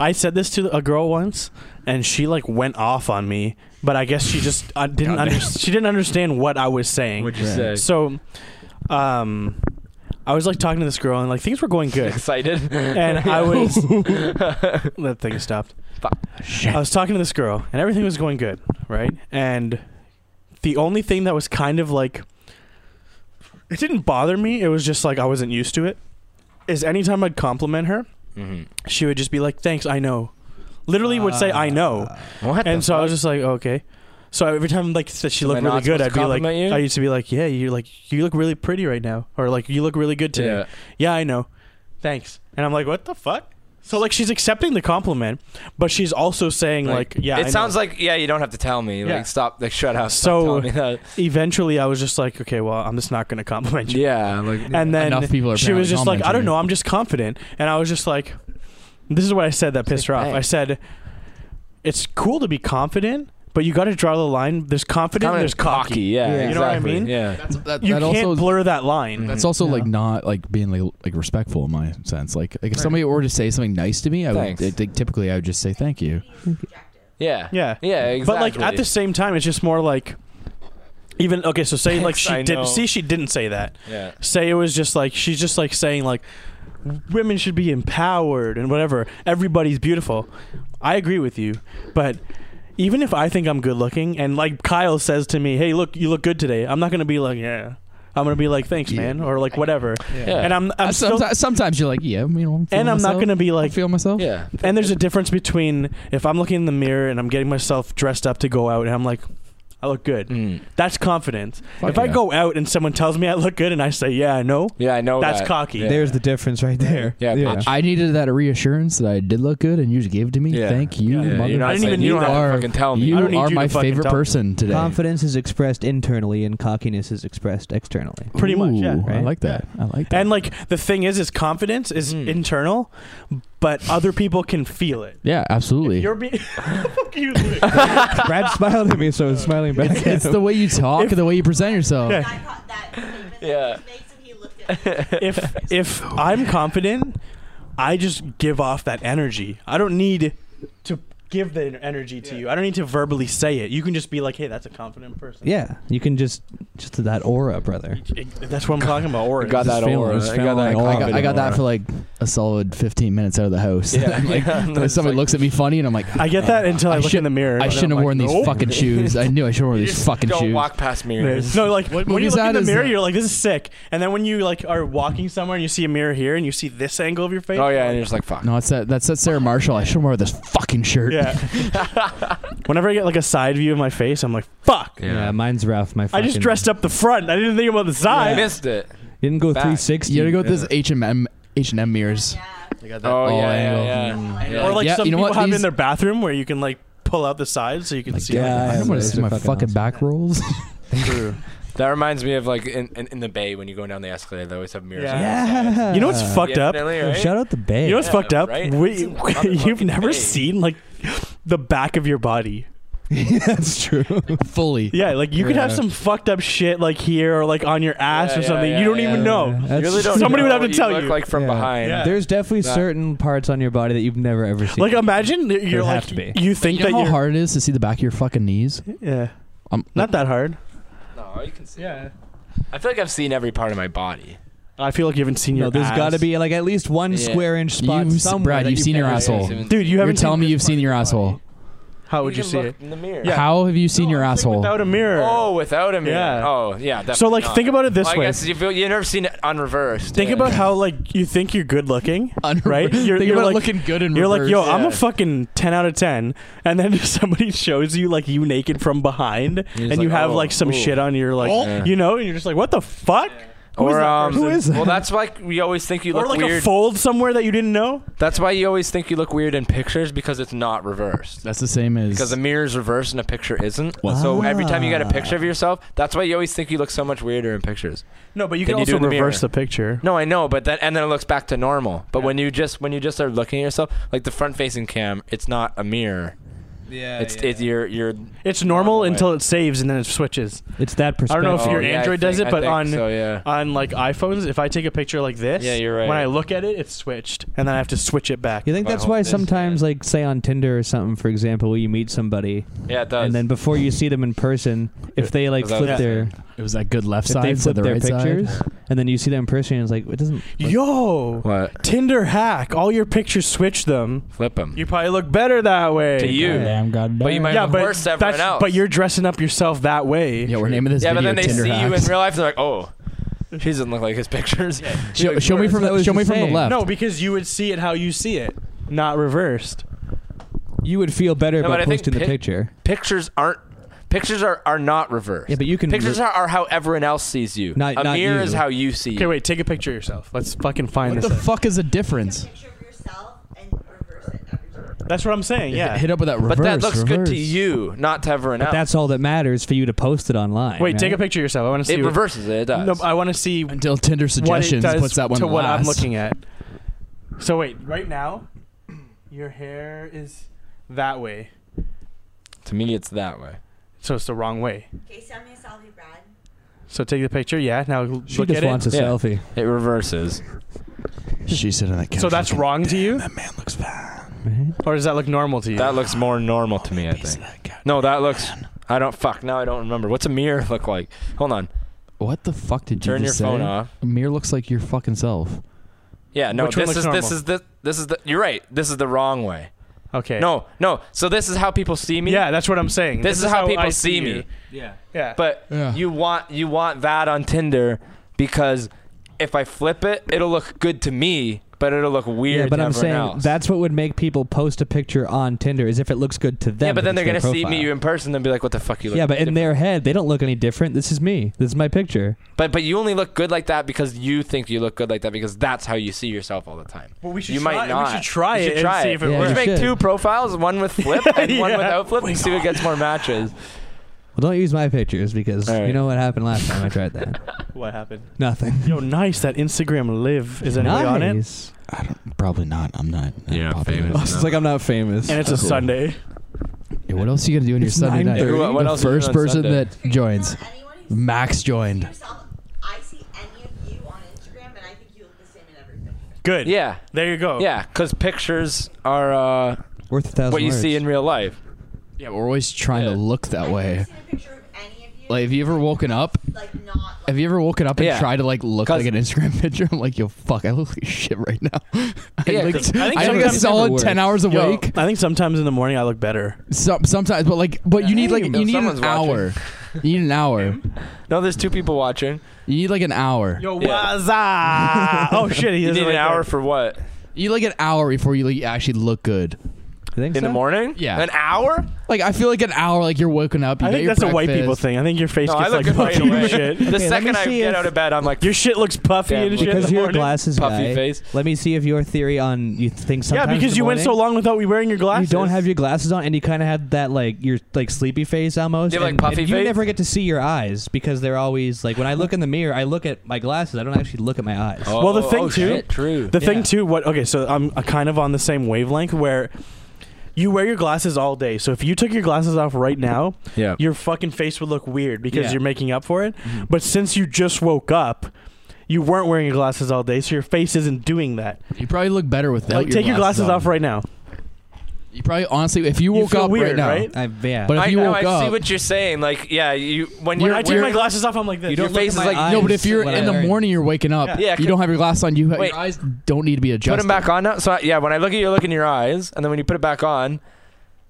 [SPEAKER 1] I said this to a girl once, and she like went off on me. But I guess she just I didn't
[SPEAKER 2] Goddamn.
[SPEAKER 1] under, she didn't understand what I was
[SPEAKER 3] yeah.
[SPEAKER 1] saying.
[SPEAKER 3] What'd you
[SPEAKER 2] Right.
[SPEAKER 3] say?
[SPEAKER 1] So, um, I was like talking to this girl, and like things were
[SPEAKER 3] <laughs>
[SPEAKER 1] going good.
[SPEAKER 3] Excited.
[SPEAKER 1] And I <laughs> was that thing stopped. I was talking to this girl, and everything was going good, right? And the only thing that was kind of like it didn't bother me. It was just like I wasn't used to it. Is anytime I'd compliment her,
[SPEAKER 3] Mhm.
[SPEAKER 1] she would just be like, "Thanks, I know." Literally would say,
[SPEAKER 4] Uh,
[SPEAKER 1] "I know,"
[SPEAKER 3] What
[SPEAKER 1] and
[SPEAKER 3] the
[SPEAKER 1] so I was
[SPEAKER 3] fuck?
[SPEAKER 1] just like, "Okay." So every time like that she
[SPEAKER 3] Am I
[SPEAKER 1] looked
[SPEAKER 3] not
[SPEAKER 1] really good, I'd
[SPEAKER 3] supposed
[SPEAKER 1] be
[SPEAKER 3] to
[SPEAKER 1] like,
[SPEAKER 3] compliment you?
[SPEAKER 1] "I used to be like, yeah, you like you look really pretty right now," or like, "You look really good today."
[SPEAKER 3] Yeah.
[SPEAKER 1] yeah, I know. Thanks. And I'm like, what the fuck? So like she's accepting the compliment, but she's also saying like, yeah,
[SPEAKER 3] It sounds like yeah, you don't have to tell me.
[SPEAKER 1] Yeah.
[SPEAKER 3] Like stop, like shut up. Stop
[SPEAKER 1] So-
[SPEAKER 3] telling
[SPEAKER 1] <laughs>
[SPEAKER 3] me that.
[SPEAKER 1] Eventually, I was just like, okay, well, I'm just not gonna <laughs> compliment you.
[SPEAKER 3] yeah, like
[SPEAKER 1] And then
[SPEAKER 2] Enough people are
[SPEAKER 1] she was
[SPEAKER 2] apparently
[SPEAKER 1] just like, I
[SPEAKER 2] complimenting
[SPEAKER 1] don't
[SPEAKER 2] you.
[SPEAKER 1] know, I'm just confident. And I was just like, this is what I said that pissed her off.
[SPEAKER 3] like,
[SPEAKER 1] I said, it's cool to be confident, but you got to draw the line. There's confident, and
[SPEAKER 3] Confident
[SPEAKER 1] there's
[SPEAKER 3] is cocky.
[SPEAKER 1] cocky.
[SPEAKER 3] Yeah,
[SPEAKER 4] Yeah.
[SPEAKER 1] You know what I
[SPEAKER 3] exactly.
[SPEAKER 1] mean?
[SPEAKER 3] Yeah.
[SPEAKER 2] That's, that,
[SPEAKER 1] You
[SPEAKER 2] that
[SPEAKER 1] can't
[SPEAKER 2] also, Mhm.
[SPEAKER 1] blur that line.
[SPEAKER 2] That's also like
[SPEAKER 4] Yeah.
[SPEAKER 2] not like being like like respectful in my sense. Like like if somebody were to say something nice to me, I would
[SPEAKER 3] Thanks.
[SPEAKER 2] I think typically I would just say thank you.
[SPEAKER 3] Yeah.
[SPEAKER 1] Yeah.
[SPEAKER 3] Yeah. Exactly.
[SPEAKER 1] But like at the same time, it's just more like, even okay. So say like
[SPEAKER 3] <laughs> Thanks,
[SPEAKER 1] she
[SPEAKER 3] I
[SPEAKER 1] did.
[SPEAKER 3] know.
[SPEAKER 1] not See, she didn't say that.
[SPEAKER 3] Yeah.
[SPEAKER 1] say it was just like she's just like saying like women should be empowered and whatever everybody's beautiful i agree with you but even if i think i'm good looking and like kyle says to me hey look you look good today i'm not gonna be like yeah i'm gonna be like thanks
[SPEAKER 2] Yeah.
[SPEAKER 1] man or like whatever
[SPEAKER 3] Yeah.
[SPEAKER 1] and i'm, I'm
[SPEAKER 2] Uh,
[SPEAKER 1] still
[SPEAKER 2] sometimes, sometimes you're like, yeah, you know, I'm feeling
[SPEAKER 1] and i'm not
[SPEAKER 2] myself.
[SPEAKER 1] gonna be
[SPEAKER 2] I
[SPEAKER 1] like
[SPEAKER 2] feel
[SPEAKER 1] <laughs>
[SPEAKER 2] myself.
[SPEAKER 3] Yeah.
[SPEAKER 1] and there's a difference between if i'm looking in the mirror and i'm getting myself dressed up to go out and i'm like i look good
[SPEAKER 3] Mm.
[SPEAKER 1] that's confidence
[SPEAKER 2] Fuck
[SPEAKER 1] if i
[SPEAKER 2] yeah.
[SPEAKER 1] go out and someone tells me i look good and i say yeah i know
[SPEAKER 3] Yeah, I know.
[SPEAKER 1] That's
[SPEAKER 3] that.
[SPEAKER 1] cocky.
[SPEAKER 3] Yeah.
[SPEAKER 4] there's the difference right there.
[SPEAKER 3] Yeah,
[SPEAKER 4] yeah.
[SPEAKER 3] bitch.
[SPEAKER 2] I needed that reassurance that I did look good, and you just gave it to me.
[SPEAKER 3] Yeah.
[SPEAKER 2] Thank you,
[SPEAKER 1] Yeah.
[SPEAKER 2] mother.
[SPEAKER 3] You're not
[SPEAKER 1] I didn't
[SPEAKER 3] saying-
[SPEAKER 1] even
[SPEAKER 3] you
[SPEAKER 1] need
[SPEAKER 3] don't have
[SPEAKER 2] are
[SPEAKER 3] to fucking tell me.
[SPEAKER 2] you
[SPEAKER 1] I don't need
[SPEAKER 2] are
[SPEAKER 1] you
[SPEAKER 2] my
[SPEAKER 1] to fucking
[SPEAKER 2] favorite
[SPEAKER 1] tell me.
[SPEAKER 2] person today.
[SPEAKER 4] Confidence is expressed internally, and cockiness is expressed
[SPEAKER 2] <laughs>
[SPEAKER 4] externally.
[SPEAKER 1] Pretty much, yeah.
[SPEAKER 2] Ooh, I
[SPEAKER 4] Right?
[SPEAKER 2] like that. I like that.
[SPEAKER 1] And like the thing is, is confidence is
[SPEAKER 2] Hmm.
[SPEAKER 3] Mm.
[SPEAKER 1] internal, but other people can feel it.
[SPEAKER 2] yeah, absolutely.
[SPEAKER 1] You're being <laughs> fuck you.
[SPEAKER 4] Brad smiled at me, so I was smiling back.
[SPEAKER 2] <laughs>
[SPEAKER 4] at
[SPEAKER 2] it's
[SPEAKER 4] him.
[SPEAKER 2] the way
[SPEAKER 1] <laughs>
[SPEAKER 2] you talk, and the way you present yourself.
[SPEAKER 1] Yeah.
[SPEAKER 6] I caught that statement that
[SPEAKER 3] Yeah.
[SPEAKER 6] he makes and he looked at me.
[SPEAKER 3] <laughs>
[SPEAKER 1] if if I'm confident, I just give off that energy. I don't need to give the energy to you. I don't need to verbally say it. You can just be like, hey, that's a confident person.
[SPEAKER 4] yeah, you can just just that aura, brother.
[SPEAKER 1] It- that's what I'm talking about. Or
[SPEAKER 3] I got that
[SPEAKER 2] feeling-
[SPEAKER 3] aura.
[SPEAKER 2] just
[SPEAKER 3] I got
[SPEAKER 4] feeling
[SPEAKER 3] that.
[SPEAKER 4] like
[SPEAKER 2] I got, I got
[SPEAKER 3] confident
[SPEAKER 2] that for
[SPEAKER 3] aura.
[SPEAKER 2] like a solid 15 minutes out of the
[SPEAKER 1] <laughs>
[SPEAKER 2] house. <laughs>
[SPEAKER 3] <laughs> Yeah.
[SPEAKER 2] like,
[SPEAKER 3] Yeah.
[SPEAKER 2] like somebody looks at me funny, and I'm like,
[SPEAKER 1] I get that until I,
[SPEAKER 2] I
[SPEAKER 1] look
[SPEAKER 2] should-
[SPEAKER 1] in the mirror.
[SPEAKER 2] I
[SPEAKER 1] and
[SPEAKER 2] shouldn't
[SPEAKER 1] I'm like,
[SPEAKER 2] have worn these
[SPEAKER 1] "Nope."
[SPEAKER 2] fucking shoes. I knew I should
[SPEAKER 3] <laughs>
[SPEAKER 2] have worn
[SPEAKER 3] You
[SPEAKER 2] these
[SPEAKER 3] just
[SPEAKER 2] fucking
[SPEAKER 3] don't
[SPEAKER 2] shoes.
[SPEAKER 3] walk past
[SPEAKER 1] <laughs>
[SPEAKER 3] mirrors.
[SPEAKER 1] No, like
[SPEAKER 2] What
[SPEAKER 1] when
[SPEAKER 2] movie
[SPEAKER 1] you
[SPEAKER 2] is
[SPEAKER 1] look in
[SPEAKER 2] that?
[SPEAKER 1] the
[SPEAKER 2] Is
[SPEAKER 1] mirror,
[SPEAKER 2] that-
[SPEAKER 1] you're like, "This is sick." And then when you like are walking somewhere and you see a mirror here and you see this angle of your face,
[SPEAKER 3] Oh yeah, and you're just like fuck.
[SPEAKER 2] No, it's that that's that Sarah Marshall. I should wear this fucking shirt.
[SPEAKER 1] Yeah. <laughs> Whenever I get like a side view of my face, I'm like, fuck.
[SPEAKER 4] Yeah, mine's rough. My
[SPEAKER 1] I
[SPEAKER 4] fucking-
[SPEAKER 1] just dressed up the front. I didn't think about the
[SPEAKER 3] I
[SPEAKER 1] side.
[SPEAKER 3] missed it.
[SPEAKER 4] You didn't go
[SPEAKER 3] back.
[SPEAKER 4] 360.
[SPEAKER 2] You gotta go with this H and M H and M mirrors.
[SPEAKER 6] Yeah.
[SPEAKER 3] Oh
[SPEAKER 2] all
[SPEAKER 3] yeah,
[SPEAKER 2] angle.
[SPEAKER 3] yeah, yeah, yeah.
[SPEAKER 1] Or like
[SPEAKER 2] Yeah,
[SPEAKER 1] some
[SPEAKER 2] you know
[SPEAKER 1] people
[SPEAKER 2] what?
[SPEAKER 1] have
[SPEAKER 2] These-
[SPEAKER 1] in their bathroom where you can like pull out the sides so you can see.
[SPEAKER 4] yeah,
[SPEAKER 2] I
[SPEAKER 1] Like,
[SPEAKER 2] don't want to
[SPEAKER 4] those
[SPEAKER 2] see
[SPEAKER 4] are
[SPEAKER 2] my
[SPEAKER 4] fucking
[SPEAKER 2] fucking,
[SPEAKER 4] awesome.
[SPEAKER 2] back rolls.
[SPEAKER 3] That reminds me of like in, in, in the bay when you go down the escalator, they always have mirrors.
[SPEAKER 1] Yeah.
[SPEAKER 3] on the
[SPEAKER 4] Yeah.
[SPEAKER 1] You know what's
[SPEAKER 4] Uh,
[SPEAKER 1] fucked up?
[SPEAKER 3] Definitely,
[SPEAKER 4] Oh,
[SPEAKER 3] right?
[SPEAKER 4] Shout out the Bay.
[SPEAKER 1] You know what's
[SPEAKER 3] Yeah,
[SPEAKER 1] fucked up?
[SPEAKER 3] right?
[SPEAKER 1] We,
[SPEAKER 3] It's a
[SPEAKER 1] <laughs>
[SPEAKER 3] motherfucking
[SPEAKER 1] you've never
[SPEAKER 3] thing.
[SPEAKER 1] seen like the back of your body.
[SPEAKER 4] That's true.
[SPEAKER 2] Fully.
[SPEAKER 1] Yeah, like you could have
[SPEAKER 2] Yeah.
[SPEAKER 1] some fucked up shit like here or like on your ass
[SPEAKER 3] Yeah,
[SPEAKER 1] or
[SPEAKER 3] yeah,
[SPEAKER 1] something.
[SPEAKER 3] yeah,
[SPEAKER 1] you don't
[SPEAKER 3] yeah.
[SPEAKER 1] even know.
[SPEAKER 4] That's-
[SPEAKER 3] You really don't
[SPEAKER 1] Somebody
[SPEAKER 3] know
[SPEAKER 1] would have to
[SPEAKER 3] what
[SPEAKER 1] tell
[SPEAKER 3] look
[SPEAKER 1] you.
[SPEAKER 3] like from
[SPEAKER 4] Yeah.
[SPEAKER 3] behind.
[SPEAKER 1] Yeah.
[SPEAKER 4] There's definitely
[SPEAKER 3] That-
[SPEAKER 4] certain parts on your body that you've never ever seen.
[SPEAKER 1] Like imagine that you're
[SPEAKER 4] It'd
[SPEAKER 1] like
[SPEAKER 4] have to be.
[SPEAKER 1] you think
[SPEAKER 2] You know
[SPEAKER 1] that
[SPEAKER 2] how
[SPEAKER 1] you're
[SPEAKER 2] hard it is to see the back of your fucking knees?
[SPEAKER 1] yeah,
[SPEAKER 2] Um,
[SPEAKER 1] not that hard.
[SPEAKER 3] No, you can see. Yeah. I feel like I've seen every part of my body.
[SPEAKER 1] I feel like you haven't seen
[SPEAKER 4] no,
[SPEAKER 1] your.
[SPEAKER 4] there's
[SPEAKER 1] ass.
[SPEAKER 4] got to be like at least one
[SPEAKER 3] Yeah.
[SPEAKER 4] square inch spot
[SPEAKER 2] You've s-
[SPEAKER 4] somewhere.
[SPEAKER 2] Brad,
[SPEAKER 4] that
[SPEAKER 2] you've
[SPEAKER 4] you
[SPEAKER 2] seen your
[SPEAKER 4] can't-
[SPEAKER 2] asshole.
[SPEAKER 1] Dude, you
[SPEAKER 2] You're
[SPEAKER 1] haven't.
[SPEAKER 2] telling
[SPEAKER 1] seen
[SPEAKER 2] me
[SPEAKER 1] this
[SPEAKER 2] you've seen
[SPEAKER 1] part.
[SPEAKER 2] your asshole.
[SPEAKER 1] How would you,
[SPEAKER 3] can
[SPEAKER 1] see
[SPEAKER 3] look
[SPEAKER 1] it?
[SPEAKER 3] in the mirror?
[SPEAKER 1] Yeah.
[SPEAKER 2] How have you seen your asshole? <laughs>
[SPEAKER 1] Without a mirror.
[SPEAKER 3] Oh, without a mirror.
[SPEAKER 1] Yeah.
[SPEAKER 3] Oh, yeah. Definitely
[SPEAKER 1] So, like,
[SPEAKER 3] not.
[SPEAKER 1] think about it this
[SPEAKER 3] Well,
[SPEAKER 1] way.
[SPEAKER 3] I guess you feel you never seen it unreversed.
[SPEAKER 1] Think
[SPEAKER 3] yeah.
[SPEAKER 1] about how like you think you're good
[SPEAKER 3] <laughs>
[SPEAKER 1] looking, right? You're,
[SPEAKER 2] Think
[SPEAKER 1] you're
[SPEAKER 2] about
[SPEAKER 1] like
[SPEAKER 2] looking good in
[SPEAKER 1] you're like,
[SPEAKER 2] reverse.
[SPEAKER 1] yo, I'm
[SPEAKER 3] yeah.
[SPEAKER 1] a fucking ten out of ten, and then <laughs> somebody shows you like you naked from behind,
[SPEAKER 3] He's
[SPEAKER 1] and you
[SPEAKER 3] like,
[SPEAKER 1] have
[SPEAKER 3] oh,
[SPEAKER 1] like some
[SPEAKER 3] ooh.
[SPEAKER 1] shit on your like,
[SPEAKER 3] Oh.
[SPEAKER 1] you know, and you're just like, what the fuck? Who is
[SPEAKER 3] or
[SPEAKER 1] that
[SPEAKER 3] um,
[SPEAKER 1] person? Who is
[SPEAKER 3] well, that's like we always think you
[SPEAKER 1] or
[SPEAKER 3] look
[SPEAKER 1] like
[SPEAKER 3] weird.
[SPEAKER 1] a fold somewhere that you didn't know.
[SPEAKER 3] that's why you always think you look weird in pictures because it's not reversed.
[SPEAKER 2] That's the same as
[SPEAKER 3] Because the mirror is reversed and a picture isn't. So every time you get a picture of yourself, that's why you always think you look so much weirder in pictures.
[SPEAKER 1] No, but you
[SPEAKER 3] Then
[SPEAKER 1] can
[SPEAKER 3] you do
[SPEAKER 1] also
[SPEAKER 3] in the mirror.
[SPEAKER 1] reverse the picture.
[SPEAKER 3] No, I know, but then and then it looks back to normal. But when you just when you just are looking at yourself, like the front facing cam, it's not a mirror.
[SPEAKER 4] Yeah,
[SPEAKER 3] It's it's you're you're.
[SPEAKER 1] It's normal
[SPEAKER 3] Normal,
[SPEAKER 1] until it saves and then it switches.
[SPEAKER 4] It's that
[SPEAKER 1] I don't
[SPEAKER 4] perspective.
[SPEAKER 1] know if your
[SPEAKER 3] Oh, yeah, I
[SPEAKER 1] Android does
[SPEAKER 3] think-
[SPEAKER 1] it,
[SPEAKER 3] I
[SPEAKER 1] but
[SPEAKER 3] think
[SPEAKER 1] on-
[SPEAKER 3] so yeah.
[SPEAKER 1] On like iPhones, if I take a picture like this,
[SPEAKER 3] Yeah, you're right.
[SPEAKER 1] When I look at it, it's switched, and then I have to switch it back.
[SPEAKER 4] You think
[SPEAKER 3] My
[SPEAKER 4] that's
[SPEAKER 3] hope
[SPEAKER 4] why
[SPEAKER 3] is
[SPEAKER 4] sometimes,
[SPEAKER 3] that-
[SPEAKER 4] like, say on Tinder or something, for example, you meet somebody,
[SPEAKER 3] Yeah, it does.
[SPEAKER 4] and then before you see them in person, if they like
[SPEAKER 3] Is that-
[SPEAKER 4] flip
[SPEAKER 3] Yeah.
[SPEAKER 4] their,
[SPEAKER 2] it was that good left
[SPEAKER 4] if they
[SPEAKER 2] side
[SPEAKER 4] flip
[SPEAKER 2] to the
[SPEAKER 4] their
[SPEAKER 2] right
[SPEAKER 4] pictures,
[SPEAKER 2] side.
[SPEAKER 4] and then you see them in person, it's like it doesn't. look-
[SPEAKER 1] Yo,
[SPEAKER 3] what?
[SPEAKER 1] Tinder hack! All your pictures switch them.
[SPEAKER 3] Flip them.
[SPEAKER 1] You probably look better that way.
[SPEAKER 3] To you.
[SPEAKER 2] Damn, god
[SPEAKER 3] But you might
[SPEAKER 1] yeah,
[SPEAKER 3] look
[SPEAKER 1] but
[SPEAKER 3] worse to everyone
[SPEAKER 1] that's,
[SPEAKER 3] else.
[SPEAKER 1] but you're dressing up yourself that way.
[SPEAKER 2] Yeah, we're naming this
[SPEAKER 3] yeah, but
[SPEAKER 2] video
[SPEAKER 3] then they
[SPEAKER 2] Tinder
[SPEAKER 3] see you in
[SPEAKER 2] hacks.
[SPEAKER 3] real life. They're like, oh, she doesn't look like his pictures.
[SPEAKER 2] Show, show me from
[SPEAKER 4] That's what I
[SPEAKER 2] the
[SPEAKER 4] was
[SPEAKER 2] show me
[SPEAKER 4] just
[SPEAKER 2] from the
[SPEAKER 4] saying.
[SPEAKER 2] left.
[SPEAKER 1] No, because you would see it how you see it, not reversed.
[SPEAKER 4] You would feel better
[SPEAKER 3] No, but I
[SPEAKER 4] about
[SPEAKER 3] think
[SPEAKER 4] posting the
[SPEAKER 3] pic-
[SPEAKER 4] picture.
[SPEAKER 3] Pictures aren't. Pictures are, are not reversed.
[SPEAKER 4] Yeah, but you can
[SPEAKER 3] Pictures
[SPEAKER 4] re-
[SPEAKER 3] are, are how everyone else sees you.
[SPEAKER 4] Not-
[SPEAKER 3] a
[SPEAKER 4] not
[SPEAKER 3] mirror
[SPEAKER 4] you.
[SPEAKER 3] is how you see.
[SPEAKER 1] Okay,
[SPEAKER 3] you.
[SPEAKER 1] wait. Take a picture of yourself. Let's fucking find
[SPEAKER 2] what
[SPEAKER 1] this.
[SPEAKER 2] the
[SPEAKER 1] out.
[SPEAKER 2] fuck is the difference?
[SPEAKER 6] Take a picture of yourself and reverse it every time.
[SPEAKER 1] That's what I'm saying. Yeah.
[SPEAKER 2] Hit up with that reverse.
[SPEAKER 3] But that looks good
[SPEAKER 2] reverse.
[SPEAKER 3] to you, not to everyone
[SPEAKER 4] But
[SPEAKER 3] else.
[SPEAKER 4] that's all that matters for you to post it online.
[SPEAKER 1] Wait,
[SPEAKER 4] right?
[SPEAKER 1] take a picture of yourself. I want to see.
[SPEAKER 3] it
[SPEAKER 1] what-
[SPEAKER 3] reverses it. It does.
[SPEAKER 1] No, I want to see
[SPEAKER 2] Until Tinder
[SPEAKER 1] what it
[SPEAKER 2] suggestions
[SPEAKER 1] does
[SPEAKER 2] puts that one
[SPEAKER 1] to
[SPEAKER 2] last.
[SPEAKER 1] what I'm looking at. So wait, right now, your hair is that way.
[SPEAKER 3] to me, it's that way.
[SPEAKER 1] So it's the wrong way.
[SPEAKER 6] Okay, send me a selfie, Brad.
[SPEAKER 1] So take the picture. Yeah. Now l-
[SPEAKER 4] She
[SPEAKER 1] look
[SPEAKER 4] just
[SPEAKER 1] at
[SPEAKER 4] wants
[SPEAKER 1] it.
[SPEAKER 4] a
[SPEAKER 3] Yeah.
[SPEAKER 4] selfie.
[SPEAKER 3] It reverses.
[SPEAKER 2] She's sitting on that couch.
[SPEAKER 1] So that's
[SPEAKER 2] looking,
[SPEAKER 1] wrong to you,
[SPEAKER 2] That man looks fine.
[SPEAKER 1] or does that look normal to you?
[SPEAKER 3] That looks more normal to me. I
[SPEAKER 2] Piece of
[SPEAKER 3] think.
[SPEAKER 2] that couch.
[SPEAKER 3] No, that looks. I don't. Fuck. Now I don't remember. What's a mirror look like? Hold on.
[SPEAKER 2] What the fuck did
[SPEAKER 3] Turn
[SPEAKER 2] you
[SPEAKER 3] your
[SPEAKER 2] just
[SPEAKER 3] phone
[SPEAKER 2] say?
[SPEAKER 3] off.
[SPEAKER 2] Amir looks like your fucking self.
[SPEAKER 3] Yeah. No.
[SPEAKER 1] Which one
[SPEAKER 3] This is
[SPEAKER 1] looks
[SPEAKER 3] this
[SPEAKER 1] normal?
[SPEAKER 3] is the this is the. You're right. This is the wrong way.
[SPEAKER 1] okay.
[SPEAKER 3] No. No. So this is how people see me.
[SPEAKER 1] Yeah, that's what I'm saying.
[SPEAKER 3] This, is, how, people
[SPEAKER 1] I
[SPEAKER 3] see me.
[SPEAKER 1] you. Yeah.
[SPEAKER 3] But
[SPEAKER 2] Yeah.
[SPEAKER 3] you want you want that on Tinder because if I flip it, it'll look good to me, but it'll look weird.
[SPEAKER 4] Yeah, but
[SPEAKER 3] to
[SPEAKER 4] I'm
[SPEAKER 3] everyone
[SPEAKER 4] saying
[SPEAKER 3] else.
[SPEAKER 4] that's what would make people post a picture on Tinder is if it looks good to them.
[SPEAKER 3] yeah. But then
[SPEAKER 4] if
[SPEAKER 3] they're gonna
[SPEAKER 4] it's their
[SPEAKER 3] see me
[SPEAKER 4] profile.
[SPEAKER 3] in person and be like, "What the fuck you look?"
[SPEAKER 4] Yeah, but in
[SPEAKER 3] different."
[SPEAKER 4] their head, they don't look any different. This is me. This is my picture.
[SPEAKER 3] But but you only look good like that because you think you look good like that because that's how you see yourself all the time.
[SPEAKER 1] Well, we should
[SPEAKER 3] you
[SPEAKER 1] try-
[SPEAKER 3] might
[SPEAKER 1] we
[SPEAKER 3] not.
[SPEAKER 1] should try
[SPEAKER 3] You
[SPEAKER 1] it and see if it
[SPEAKER 4] Yeah, works.
[SPEAKER 3] You
[SPEAKER 4] you
[SPEAKER 3] should make
[SPEAKER 4] should.
[SPEAKER 3] two profiles, one
[SPEAKER 1] <laughs>
[SPEAKER 3] with flip and one
[SPEAKER 1] Yeah.
[SPEAKER 3] without flip, and see who gets more matches.
[SPEAKER 4] Well, don't use my pictures because
[SPEAKER 3] All right.
[SPEAKER 4] you know what happened last time I
[SPEAKER 3] <laughs>
[SPEAKER 4] tried that.
[SPEAKER 1] what happened?
[SPEAKER 4] Nothing.
[SPEAKER 1] Yo, nice that Instagram live. Is anybody on it?
[SPEAKER 4] Nice.
[SPEAKER 2] I don't. Probably not. I'm not. not
[SPEAKER 3] You're not
[SPEAKER 2] popular.
[SPEAKER 3] famous.
[SPEAKER 4] It's like I'm not famous.
[SPEAKER 1] And it's a
[SPEAKER 2] Cool.
[SPEAKER 1] Sunday.
[SPEAKER 2] Yeah, what else are you gonna do on your
[SPEAKER 4] It's
[SPEAKER 2] Sunday night?
[SPEAKER 4] 9:30.
[SPEAKER 3] What- what
[SPEAKER 2] the
[SPEAKER 3] else are you
[SPEAKER 2] first
[SPEAKER 3] doing on
[SPEAKER 2] person
[SPEAKER 3] Sunday?
[SPEAKER 2] that joins.
[SPEAKER 6] Tell anyone who sees
[SPEAKER 2] Max joined.
[SPEAKER 6] yourself, I see any of you on Instagram, and I think you look the same in every picture.
[SPEAKER 1] Good.
[SPEAKER 3] Yeah.
[SPEAKER 1] There you go.
[SPEAKER 3] Yeah, because pictures are uh,
[SPEAKER 4] worth a thousand.
[SPEAKER 3] what you
[SPEAKER 4] words.
[SPEAKER 3] see in real life.
[SPEAKER 2] Yeah, we're always trying
[SPEAKER 3] Yeah.
[SPEAKER 2] to look that
[SPEAKER 6] I've
[SPEAKER 2] way.
[SPEAKER 6] never seen a picture of any of you.
[SPEAKER 2] Like, have you ever woken up?
[SPEAKER 6] Like not. Like,
[SPEAKER 2] Have you ever woken up and
[SPEAKER 3] Yeah.
[SPEAKER 2] tried to like look
[SPEAKER 3] 'Cause-
[SPEAKER 2] like an Instagram <laughs> picture? I'm like, yo, fuck, I look like shit right now. <laughs> I
[SPEAKER 3] Yeah,
[SPEAKER 2] like,
[SPEAKER 3] 'cause-
[SPEAKER 1] I think
[SPEAKER 2] I have a
[SPEAKER 1] sometimes-
[SPEAKER 2] solid ten hours
[SPEAKER 1] Yo,
[SPEAKER 2] awake.
[SPEAKER 1] I think sometimes in the morning I look better.
[SPEAKER 2] So, sometimes, but like, but you need like you
[SPEAKER 3] Yo,
[SPEAKER 2] need
[SPEAKER 3] someone's
[SPEAKER 2] an
[SPEAKER 3] watching.
[SPEAKER 2] hour. You need an hour.
[SPEAKER 3] No, there's two people watching.
[SPEAKER 2] You need like an hour.
[SPEAKER 1] Yo,
[SPEAKER 3] Yeah.
[SPEAKER 1] what's up? <laughs> oh shit, he
[SPEAKER 3] You
[SPEAKER 1] is
[SPEAKER 3] need
[SPEAKER 1] right
[SPEAKER 3] an hour
[SPEAKER 1] there.
[SPEAKER 3] for what?
[SPEAKER 2] You need like an hour before you like, actually look good.
[SPEAKER 4] You think
[SPEAKER 3] In the
[SPEAKER 4] so?
[SPEAKER 3] morning?
[SPEAKER 2] Yeah.
[SPEAKER 3] An hour?
[SPEAKER 2] Like I feel like an hour. Like you're woken up. You
[SPEAKER 1] I
[SPEAKER 2] got
[SPEAKER 1] think
[SPEAKER 2] your
[SPEAKER 1] that's a white people
[SPEAKER 2] breakfast.
[SPEAKER 1] thing. I think your face
[SPEAKER 3] No, I
[SPEAKER 1] gets
[SPEAKER 3] look
[SPEAKER 1] like
[SPEAKER 3] good right
[SPEAKER 1] puffy
[SPEAKER 3] away.
[SPEAKER 1] and shit.
[SPEAKER 3] The
[SPEAKER 4] Okay, let me
[SPEAKER 3] second I
[SPEAKER 4] see
[SPEAKER 3] get
[SPEAKER 4] if-
[SPEAKER 3] out of bed, I'm like,
[SPEAKER 1] Your shit looks puffy
[SPEAKER 3] Damn,
[SPEAKER 1] and shit. in
[SPEAKER 4] Because
[SPEAKER 1] the
[SPEAKER 4] you're a
[SPEAKER 1] morning.
[SPEAKER 4] glasses
[SPEAKER 3] Puffy
[SPEAKER 4] guy.
[SPEAKER 3] face.
[SPEAKER 4] Let me see if your theory on you think
[SPEAKER 1] Yeah,
[SPEAKER 4] sometimes. in
[SPEAKER 1] because
[SPEAKER 4] the
[SPEAKER 1] you went so
[SPEAKER 4] morning
[SPEAKER 1] long without wearing your
[SPEAKER 4] You
[SPEAKER 1] glasses.
[SPEAKER 4] don't have your glasses on, and you kind of had that like your like sleepy face almost.
[SPEAKER 3] You have, like,
[SPEAKER 4] and-
[SPEAKER 3] puffy
[SPEAKER 4] and You
[SPEAKER 3] face?
[SPEAKER 4] never get to see your eyes because they're always like when I look in the mirror, I look at my glasses. I don't actually look at my eyes.
[SPEAKER 3] Oh.
[SPEAKER 1] Well, the thing, too-
[SPEAKER 3] shit, true.
[SPEAKER 1] The thing
[SPEAKER 4] Yeah.
[SPEAKER 1] too, what? Okay, so I'm uh, kind of on the same wavelength where you wear your glasses all day. So if you took your glasses off right now,
[SPEAKER 3] yeah.
[SPEAKER 1] your fucking face would look weird because
[SPEAKER 4] Yeah. Mm-hmm.
[SPEAKER 1] you're making up for it. But since you just woke up, you weren't wearing your glasses all day, so your face isn't doing that.
[SPEAKER 2] You probably look better with that.
[SPEAKER 1] like, take your glasses off right now.
[SPEAKER 2] You probably honestly, if you
[SPEAKER 1] You
[SPEAKER 2] woke
[SPEAKER 1] feel
[SPEAKER 2] up right
[SPEAKER 1] weird,
[SPEAKER 2] now,
[SPEAKER 1] right?
[SPEAKER 4] I, yeah.
[SPEAKER 2] But if
[SPEAKER 3] I
[SPEAKER 2] you
[SPEAKER 3] know.
[SPEAKER 2] woke
[SPEAKER 3] I see
[SPEAKER 2] up-
[SPEAKER 3] what you're saying. Like, yeah, you when
[SPEAKER 1] When
[SPEAKER 3] you're
[SPEAKER 1] I take my
[SPEAKER 3] you're-
[SPEAKER 1] glasses off, I'm like this.
[SPEAKER 4] You don't
[SPEAKER 3] your
[SPEAKER 4] look
[SPEAKER 3] face
[SPEAKER 4] at
[SPEAKER 3] is
[SPEAKER 4] my
[SPEAKER 3] like-
[SPEAKER 4] eyes
[SPEAKER 2] no, but if you're
[SPEAKER 4] when
[SPEAKER 2] in
[SPEAKER 4] I
[SPEAKER 2] the
[SPEAKER 4] learn.
[SPEAKER 2] morning, you're waking up.
[SPEAKER 1] Yeah.
[SPEAKER 3] Yeah,
[SPEAKER 2] you don't have your glasses on. You
[SPEAKER 3] Wait.
[SPEAKER 2] your eyes don't need to be
[SPEAKER 3] put
[SPEAKER 2] adjusted.
[SPEAKER 3] them back on now. So yeah, when I look at you, I look in your eyes, and then when you put it back on,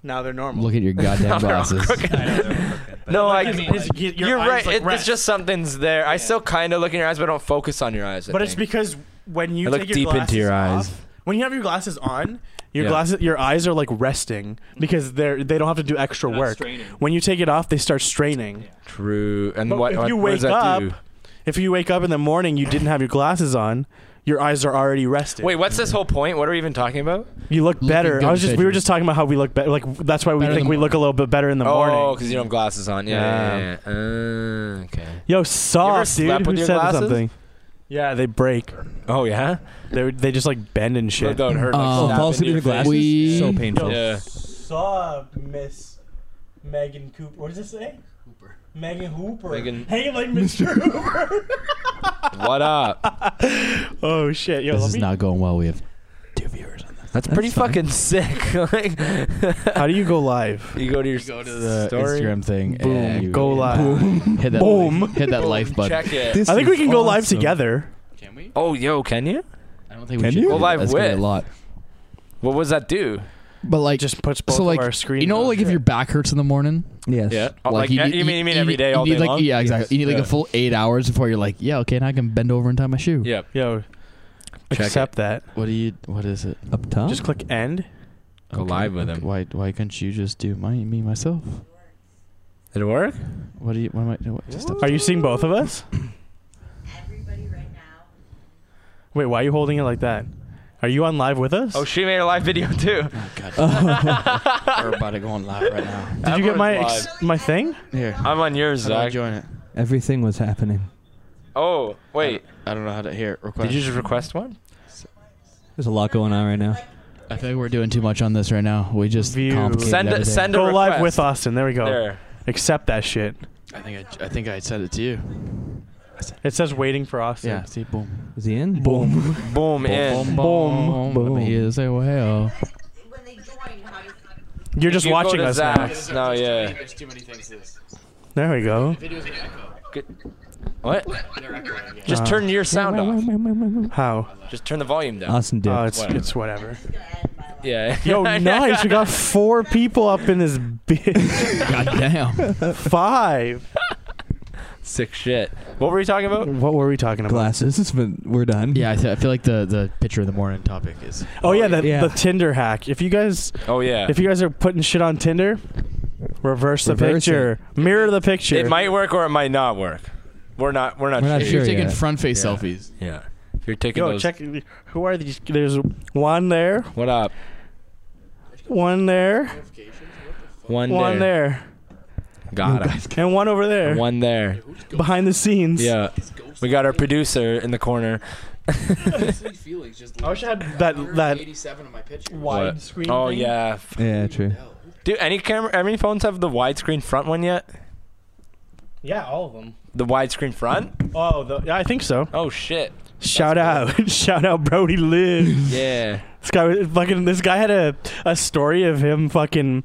[SPEAKER 1] now they're normal.
[SPEAKER 2] Look at your
[SPEAKER 3] <laughs>
[SPEAKER 2] goddamn
[SPEAKER 3] they're all
[SPEAKER 2] glasses.
[SPEAKER 3] crooked. <laughs> no, like,
[SPEAKER 1] His- his- your
[SPEAKER 3] you're
[SPEAKER 1] eyes,
[SPEAKER 3] right.
[SPEAKER 1] like,
[SPEAKER 3] it, it's
[SPEAKER 1] rest.
[SPEAKER 3] just something's there. I still kind of look in your eyes, but I don't focus on your eyes. I
[SPEAKER 1] But it's
[SPEAKER 3] think.
[SPEAKER 1] because when you
[SPEAKER 3] I look
[SPEAKER 1] take your
[SPEAKER 3] deep
[SPEAKER 1] glasses
[SPEAKER 3] into your eyes.
[SPEAKER 1] off, when you have your glasses on, your
[SPEAKER 3] Yeah.
[SPEAKER 1] glasses, your eyes are like resting because they're they don't have to do extra work. When you take it off, they start straining.
[SPEAKER 3] true. And
[SPEAKER 1] But
[SPEAKER 3] what
[SPEAKER 1] if
[SPEAKER 3] what-
[SPEAKER 1] you
[SPEAKER 3] what does
[SPEAKER 1] wake
[SPEAKER 3] that
[SPEAKER 1] up,
[SPEAKER 3] do?
[SPEAKER 1] If you wake up in the morning, you didn't have your glasses on. Your eyes are already rested.
[SPEAKER 3] Wait, what's this whole point? What are we even talking about?
[SPEAKER 1] you look
[SPEAKER 2] Looking
[SPEAKER 1] better.
[SPEAKER 2] good
[SPEAKER 1] I was just we were
[SPEAKER 2] visually.
[SPEAKER 1] just talking about how we look better. Like that's why we
[SPEAKER 2] Better in
[SPEAKER 1] think
[SPEAKER 2] the
[SPEAKER 1] we look a
[SPEAKER 2] morning.
[SPEAKER 1] little bit better in the
[SPEAKER 3] Oh,
[SPEAKER 1] morning.
[SPEAKER 3] because you don't have glasses on.
[SPEAKER 1] Yeah.
[SPEAKER 3] Yeah. yeah, yeah. Uh, okay.
[SPEAKER 1] Yo, soft
[SPEAKER 3] slept
[SPEAKER 1] dude.
[SPEAKER 3] with
[SPEAKER 1] Who
[SPEAKER 3] your
[SPEAKER 1] said
[SPEAKER 3] glasses?
[SPEAKER 1] something? Yeah, they break.
[SPEAKER 3] Oh yeah.
[SPEAKER 1] They they just like bend and shit.
[SPEAKER 3] Don't hurt.
[SPEAKER 2] Um,
[SPEAKER 3] like,
[SPEAKER 2] Oh,
[SPEAKER 3] snap
[SPEAKER 4] fall
[SPEAKER 3] into
[SPEAKER 4] asleep in
[SPEAKER 3] your
[SPEAKER 4] your glasses.
[SPEAKER 3] face.
[SPEAKER 2] We-
[SPEAKER 4] so painful.
[SPEAKER 3] Yeah.
[SPEAKER 1] Saw Miss Megan Cooper. What does it say? Hooper. Megan Hooper.
[SPEAKER 3] Megan-
[SPEAKER 1] Hey, like Mr. Hooper.
[SPEAKER 3] <laughs> What up?
[SPEAKER 1] oh shit! Yo,
[SPEAKER 2] This
[SPEAKER 1] let
[SPEAKER 2] is
[SPEAKER 1] me-
[SPEAKER 2] not going well. We have two viewers on this.
[SPEAKER 3] That's pretty fucking sick. <laughs> like,
[SPEAKER 1] <laughs> How do you go live?
[SPEAKER 3] you go to your
[SPEAKER 2] The
[SPEAKER 3] story.
[SPEAKER 2] Instagram thing.
[SPEAKER 1] Boom.
[SPEAKER 2] and you-
[SPEAKER 1] go live.
[SPEAKER 2] Hit that.
[SPEAKER 1] Boom.
[SPEAKER 2] like- hit that life button.
[SPEAKER 3] Check it.
[SPEAKER 1] I think we can go live together.
[SPEAKER 2] Can we?
[SPEAKER 3] oh, yo, can you?
[SPEAKER 2] I don't think we
[SPEAKER 4] Can
[SPEAKER 2] should. do
[SPEAKER 4] you? Go
[SPEAKER 2] that.
[SPEAKER 3] live
[SPEAKER 2] That's gonna be
[SPEAKER 3] with.
[SPEAKER 2] a lot.
[SPEAKER 3] What was that do?
[SPEAKER 2] But like,
[SPEAKER 1] It just puts both
[SPEAKER 2] so like,
[SPEAKER 1] of our screens.
[SPEAKER 2] you know,
[SPEAKER 1] on.
[SPEAKER 2] like if your back hurts in the morning,
[SPEAKER 4] Yes.
[SPEAKER 3] Oh, like,
[SPEAKER 2] need-
[SPEAKER 3] you, mean you mean every
[SPEAKER 2] need-
[SPEAKER 3] day,
[SPEAKER 2] you
[SPEAKER 3] all
[SPEAKER 2] need,
[SPEAKER 3] day
[SPEAKER 2] like,
[SPEAKER 3] long?
[SPEAKER 2] Yeah, exactly. You need like
[SPEAKER 3] Yeah.
[SPEAKER 2] a full eight hours before you're like, yeah, okay, now I can bend over and tie my shoe.
[SPEAKER 3] Yep.
[SPEAKER 1] Yo,
[SPEAKER 3] Check it.
[SPEAKER 1] accept that.
[SPEAKER 2] What do you? What is it?
[SPEAKER 4] Up top.
[SPEAKER 1] Just click end.
[SPEAKER 3] Go live with
[SPEAKER 2] okay.
[SPEAKER 3] him.
[SPEAKER 2] Why? Why couldn't you just do my me myself?
[SPEAKER 3] Did it work?
[SPEAKER 2] What do you? What am I? What, just up
[SPEAKER 1] Are you seeing both of us?
[SPEAKER 6] Everybody right now.
[SPEAKER 1] Wait, why are you holding it like that? Are you on live with us?
[SPEAKER 3] Oh, she made a live video too.
[SPEAKER 2] oh,
[SPEAKER 3] <laughs>
[SPEAKER 2] God. We're about to go on live right now.
[SPEAKER 1] Did you get my
[SPEAKER 3] Everyone's
[SPEAKER 1] ex-
[SPEAKER 3] live.
[SPEAKER 1] my thing?
[SPEAKER 2] Here,
[SPEAKER 3] I'm on yours,
[SPEAKER 2] How do I
[SPEAKER 3] Zach.
[SPEAKER 2] join it?
[SPEAKER 4] Everything was happening.
[SPEAKER 3] Oh, wait.
[SPEAKER 2] I don't know how to hear. Request.
[SPEAKER 3] Did you just request one?
[SPEAKER 4] There's a lot going on right now.
[SPEAKER 2] I think we're doing too much on this right now. We just
[SPEAKER 1] View.
[SPEAKER 2] complicated
[SPEAKER 3] Send a,
[SPEAKER 2] everything.
[SPEAKER 3] send a
[SPEAKER 1] Go live with
[SPEAKER 3] request.
[SPEAKER 1] Austin. There we go.
[SPEAKER 3] There.
[SPEAKER 1] Accept that shit.
[SPEAKER 2] I think I, I think I said it to you.
[SPEAKER 1] It says waiting for Austin.
[SPEAKER 2] Yeah. See, boom.
[SPEAKER 4] Is he in?
[SPEAKER 1] Boom.
[SPEAKER 3] Boom, in.
[SPEAKER 2] boom,
[SPEAKER 1] Boom.
[SPEAKER 2] boom, boom. He is a whale.
[SPEAKER 6] When they join, how do you
[SPEAKER 1] You're just
[SPEAKER 3] You go
[SPEAKER 1] watching
[SPEAKER 3] to
[SPEAKER 1] us
[SPEAKER 3] Zach's. No, yeah.
[SPEAKER 2] There's too many things. To this.
[SPEAKER 1] now. There we go.
[SPEAKER 2] Videos gonna echo.
[SPEAKER 3] What?
[SPEAKER 2] They're echoing.
[SPEAKER 3] Just
[SPEAKER 1] Uh.
[SPEAKER 3] turn your sound off.
[SPEAKER 1] How?
[SPEAKER 3] Just turn the volume down.
[SPEAKER 4] Austin did.
[SPEAKER 1] Oh, it's
[SPEAKER 3] Whatever.
[SPEAKER 1] it's whatever.
[SPEAKER 6] just gonna end my life?
[SPEAKER 3] Yeah.
[SPEAKER 1] Yo,
[SPEAKER 3] <laughs>
[SPEAKER 1] nice. We got four people up in this bitch.
[SPEAKER 2] God
[SPEAKER 1] <laughs>
[SPEAKER 2] damn.
[SPEAKER 1] Five.
[SPEAKER 3] sick shit. What were we talking about?
[SPEAKER 1] What were we talking about?
[SPEAKER 4] glasses. It's been, we're done.
[SPEAKER 2] Yeah, I, th- I feel like the the picture of the morning topic is.
[SPEAKER 1] Oh yeah, the,
[SPEAKER 4] Yeah.
[SPEAKER 1] the Tinder hack. If you guys
[SPEAKER 3] Oh yeah.
[SPEAKER 1] if you guys are putting shit on Tinder, reverse the
[SPEAKER 4] Reverse
[SPEAKER 1] picture. Mirror the picture.
[SPEAKER 3] it might work or it might not work. We're not. We're not.
[SPEAKER 4] We're not
[SPEAKER 2] If
[SPEAKER 3] sure.
[SPEAKER 2] you're
[SPEAKER 4] sure
[SPEAKER 2] taking
[SPEAKER 4] yet.
[SPEAKER 2] front face
[SPEAKER 3] Yeah.
[SPEAKER 2] selfies.
[SPEAKER 3] Yeah. If you're taking
[SPEAKER 1] Yo,
[SPEAKER 3] those.
[SPEAKER 1] check. Who are these? There's one there,
[SPEAKER 3] What up?
[SPEAKER 1] one there,
[SPEAKER 3] One.
[SPEAKER 1] one
[SPEAKER 3] there.
[SPEAKER 1] there,
[SPEAKER 3] Got him.
[SPEAKER 1] and one over there.
[SPEAKER 3] One there.
[SPEAKER 1] behind the scenes.
[SPEAKER 3] Yeah. We got our producer in the corner.
[SPEAKER 1] I wish I had that- Oh, that-
[SPEAKER 2] of my picture.
[SPEAKER 3] What?
[SPEAKER 1] Widescreen
[SPEAKER 3] Oh
[SPEAKER 1] thing.
[SPEAKER 3] yeah.
[SPEAKER 4] Yeah, true.
[SPEAKER 3] Do any camera? Any phones have the widescreen front one yet?
[SPEAKER 1] Yeah, all of them.
[SPEAKER 3] The widescreen front?
[SPEAKER 1] Oh, the, yeah, I think so.
[SPEAKER 3] Oh shit.
[SPEAKER 1] Shout out, <laughs> shout out, Brody <laughs> Lives.
[SPEAKER 3] Yeah.
[SPEAKER 1] This guy was fucking. This guy had a a story of him fucking.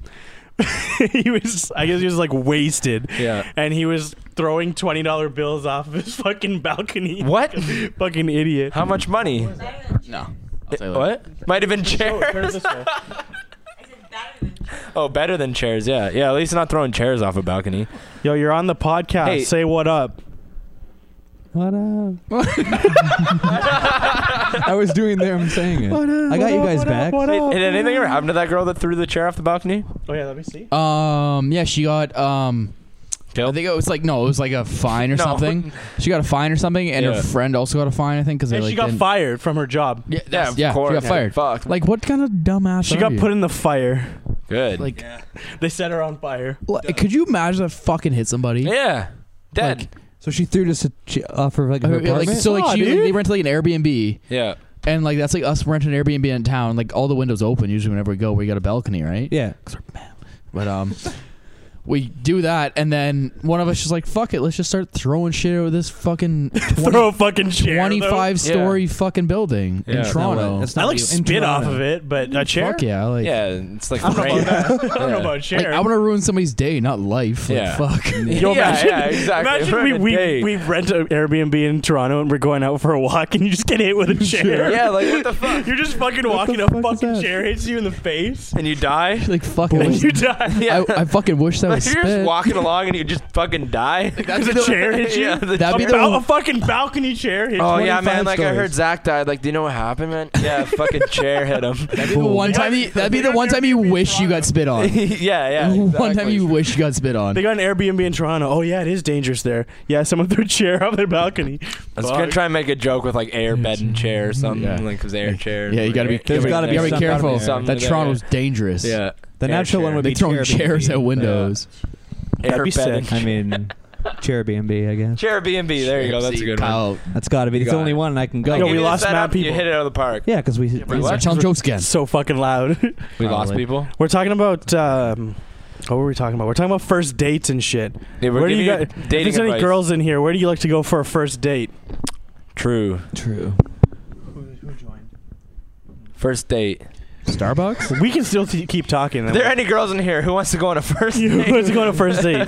[SPEAKER 1] <laughs> he was, I guess, he was like wasted,
[SPEAKER 3] Yeah.
[SPEAKER 1] and he was throwing twenty dollar bills off of his fucking balcony.
[SPEAKER 3] What?
[SPEAKER 1] <laughs> fucking idiot?
[SPEAKER 3] How much money?
[SPEAKER 6] Better than
[SPEAKER 2] No.
[SPEAKER 3] It- what? Might have been chairs. <laughs>
[SPEAKER 6] I said better
[SPEAKER 2] <laughs>
[SPEAKER 6] than
[SPEAKER 3] Oh, better than chairs. Yeah. Yeah. At least not throwing chairs off a balcony.
[SPEAKER 1] <laughs> Yo, you're on the podcast.
[SPEAKER 3] Hey.
[SPEAKER 1] Say what up.
[SPEAKER 4] What up? <laughs> I was doing there. I'm saying it.
[SPEAKER 2] uh?
[SPEAKER 4] I got you guys back.
[SPEAKER 2] Oh,
[SPEAKER 3] Did, did anything ever happen to that girl that threw the chair off the balcony?
[SPEAKER 1] Oh yeah, let me see.
[SPEAKER 2] Um. Yeah, she got um. I
[SPEAKER 3] Killed.
[SPEAKER 2] think it was like <laughs> no, it was like a fine or
[SPEAKER 3] No.
[SPEAKER 2] something. She got a fine or something, and
[SPEAKER 3] Yeah.
[SPEAKER 2] her friend also got a fine. I think because
[SPEAKER 1] And
[SPEAKER 2] like
[SPEAKER 1] she got
[SPEAKER 2] didn't-
[SPEAKER 1] fired from her job.
[SPEAKER 2] Yeah,
[SPEAKER 3] Yeah,
[SPEAKER 2] that's-
[SPEAKER 3] of
[SPEAKER 2] yeah,
[SPEAKER 3] course.
[SPEAKER 2] she got fired.
[SPEAKER 3] Fuck.
[SPEAKER 2] Like what kind of dumbass?
[SPEAKER 1] She
[SPEAKER 2] are
[SPEAKER 1] got
[SPEAKER 2] you?
[SPEAKER 1] put in the fire.
[SPEAKER 3] Good.
[SPEAKER 2] Like,
[SPEAKER 1] They set her on fire.
[SPEAKER 2] like, could you imagine if I fucking hit somebody?
[SPEAKER 3] yeah. Dead.
[SPEAKER 2] Like,
[SPEAKER 4] So she threw this she- off her like her
[SPEAKER 2] Uh, like,
[SPEAKER 4] apartment.
[SPEAKER 2] so like
[SPEAKER 1] Nah,
[SPEAKER 2] she
[SPEAKER 1] dude.
[SPEAKER 2] they rented like an Airbnb
[SPEAKER 3] yeah.
[SPEAKER 2] and like that's like us renting an Airbnb in town like all the windows open usually whenever we go we got a balcony right
[SPEAKER 4] yeah.
[SPEAKER 2] but um we do that and then one of us is like fuck it let's just start throwing shit over this fucking 20
[SPEAKER 1] Throw a fucking chair. though.
[SPEAKER 2] 25 story fucking building
[SPEAKER 3] Yeah.
[SPEAKER 2] in
[SPEAKER 3] That's
[SPEAKER 4] Not what-
[SPEAKER 2] Toronto
[SPEAKER 4] that's
[SPEAKER 1] I
[SPEAKER 4] not
[SPEAKER 1] like
[SPEAKER 4] you- in
[SPEAKER 1] spit off
[SPEAKER 4] Toronto.
[SPEAKER 1] of it, but a chair.
[SPEAKER 2] fuck yeah like,
[SPEAKER 3] Yeah. It's like.
[SPEAKER 1] I don't know about that.
[SPEAKER 3] <laughs>
[SPEAKER 1] I don't know
[SPEAKER 3] Yeah.
[SPEAKER 1] about a
[SPEAKER 2] like
[SPEAKER 1] chair.
[SPEAKER 2] I want to ruin somebody's day not life like,
[SPEAKER 3] Yeah.
[SPEAKER 2] fuck
[SPEAKER 1] Yo,
[SPEAKER 3] yeah,
[SPEAKER 1] imagine,
[SPEAKER 3] yeah, exactly.
[SPEAKER 1] Imagine
[SPEAKER 3] We're
[SPEAKER 1] we,
[SPEAKER 3] in a
[SPEAKER 1] we,
[SPEAKER 3] day.
[SPEAKER 1] we rent an Airbnb in Toronto and we're going out for a walk and you just get hit with a chair.
[SPEAKER 3] Yeah. Like what the fuck?
[SPEAKER 1] You're just fucking walking,
[SPEAKER 4] the
[SPEAKER 1] a
[SPEAKER 4] fuck is
[SPEAKER 1] fucking
[SPEAKER 3] <laughs>
[SPEAKER 4] that?
[SPEAKER 1] chair hits you in the face
[SPEAKER 3] And you die.
[SPEAKER 2] like fuck I,
[SPEAKER 1] and <laughs>
[SPEAKER 2] wish-
[SPEAKER 1] you die.
[SPEAKER 3] Yeah.
[SPEAKER 2] I, I fucking wish that
[SPEAKER 3] <laughs>
[SPEAKER 4] so
[SPEAKER 3] Like, you're
[SPEAKER 4] spit.
[SPEAKER 3] just walking along and you just fucking die.
[SPEAKER 1] There's a chair hit you.
[SPEAKER 3] yeah, the
[SPEAKER 1] a,
[SPEAKER 4] That'd be the
[SPEAKER 1] bal-
[SPEAKER 4] one-
[SPEAKER 1] a fucking balcony chair hit
[SPEAKER 3] <laughs> Oh
[SPEAKER 1] you.
[SPEAKER 3] yeah,
[SPEAKER 4] 25
[SPEAKER 3] man! Like I heard
[SPEAKER 4] stories.
[SPEAKER 3] Zach died. Like, do you know what happened, man? <laughs> Yeah, fucking chair hit
[SPEAKER 2] <laughs>
[SPEAKER 3] him.
[SPEAKER 2] That'd be the one time. You, that'd be the one time you wish you got spit on.
[SPEAKER 3] <laughs> yeah,
[SPEAKER 2] <laughs>
[SPEAKER 3] yeah.
[SPEAKER 2] One time
[SPEAKER 3] exactly.
[SPEAKER 2] you wish you got spit on.
[SPEAKER 1] They got an Airbnb in Toronto. Oh yeah, it is dangerous there. Yeah, someone threw a chair off their balcony.
[SPEAKER 3] I was gonna
[SPEAKER 1] Fuck.
[SPEAKER 3] try and make a joke with like air bed and chair or something,
[SPEAKER 2] Yeah.
[SPEAKER 3] yeah. like 'cause air and chair.
[SPEAKER 2] Yeah, you gotta be.
[SPEAKER 4] There's
[SPEAKER 2] you
[SPEAKER 4] gotta
[SPEAKER 2] gotta
[SPEAKER 4] be
[SPEAKER 2] be
[SPEAKER 4] some- gotta be
[SPEAKER 2] careful.
[SPEAKER 4] something
[SPEAKER 2] That
[SPEAKER 3] to that,
[SPEAKER 2] Torongo's
[SPEAKER 3] yeah.
[SPEAKER 2] dangerous.
[SPEAKER 3] Yeah,
[SPEAKER 4] The
[SPEAKER 3] Air
[SPEAKER 4] natural one
[SPEAKER 3] chair.
[SPEAKER 4] would
[SPEAKER 2] They
[SPEAKER 4] be
[SPEAKER 2] throwing chairs at
[SPEAKER 4] Airbnb.
[SPEAKER 2] windows.
[SPEAKER 1] That'd
[SPEAKER 3] air
[SPEAKER 1] be
[SPEAKER 3] bed.
[SPEAKER 1] sick.
[SPEAKER 3] and- <laughs>
[SPEAKER 4] I mean, chair B&B, I guess.
[SPEAKER 3] Chair B and B. There you go. That's a good one.
[SPEAKER 2] Kyle,
[SPEAKER 4] That's got to be. It's the
[SPEAKER 3] got
[SPEAKER 4] only
[SPEAKER 3] it.
[SPEAKER 4] one I can go.
[SPEAKER 1] Yo,
[SPEAKER 3] You
[SPEAKER 1] we
[SPEAKER 3] just
[SPEAKER 1] lost
[SPEAKER 3] set
[SPEAKER 1] mad
[SPEAKER 3] up, You
[SPEAKER 1] people.
[SPEAKER 3] hit it out of the park.
[SPEAKER 4] yeah, because we.
[SPEAKER 3] bro,
[SPEAKER 2] Start
[SPEAKER 3] what?
[SPEAKER 2] telling jokes again.
[SPEAKER 1] so fucking loud. <laughs>
[SPEAKER 3] We lost
[SPEAKER 4] Probably.
[SPEAKER 3] people.
[SPEAKER 1] we're talking about um, what were we talking about? We're talking about first dates and shit.
[SPEAKER 3] Yeah, we're
[SPEAKER 1] where do you
[SPEAKER 3] giving
[SPEAKER 1] got?
[SPEAKER 3] you
[SPEAKER 1] If
[SPEAKER 3] dating
[SPEAKER 1] there's any
[SPEAKER 3] advice.
[SPEAKER 1] girls in here, where do you like to go for a first date?
[SPEAKER 3] True.
[SPEAKER 4] True.
[SPEAKER 3] First date.
[SPEAKER 4] Starbucks.
[SPEAKER 1] We can still t- keep talking.
[SPEAKER 3] Are there any girls in here who wants to go on a first
[SPEAKER 1] <laughs>
[SPEAKER 3] <laughs>
[SPEAKER 1] You
[SPEAKER 3] date?
[SPEAKER 1] wants to go on a first
[SPEAKER 3] <laughs>
[SPEAKER 1] date?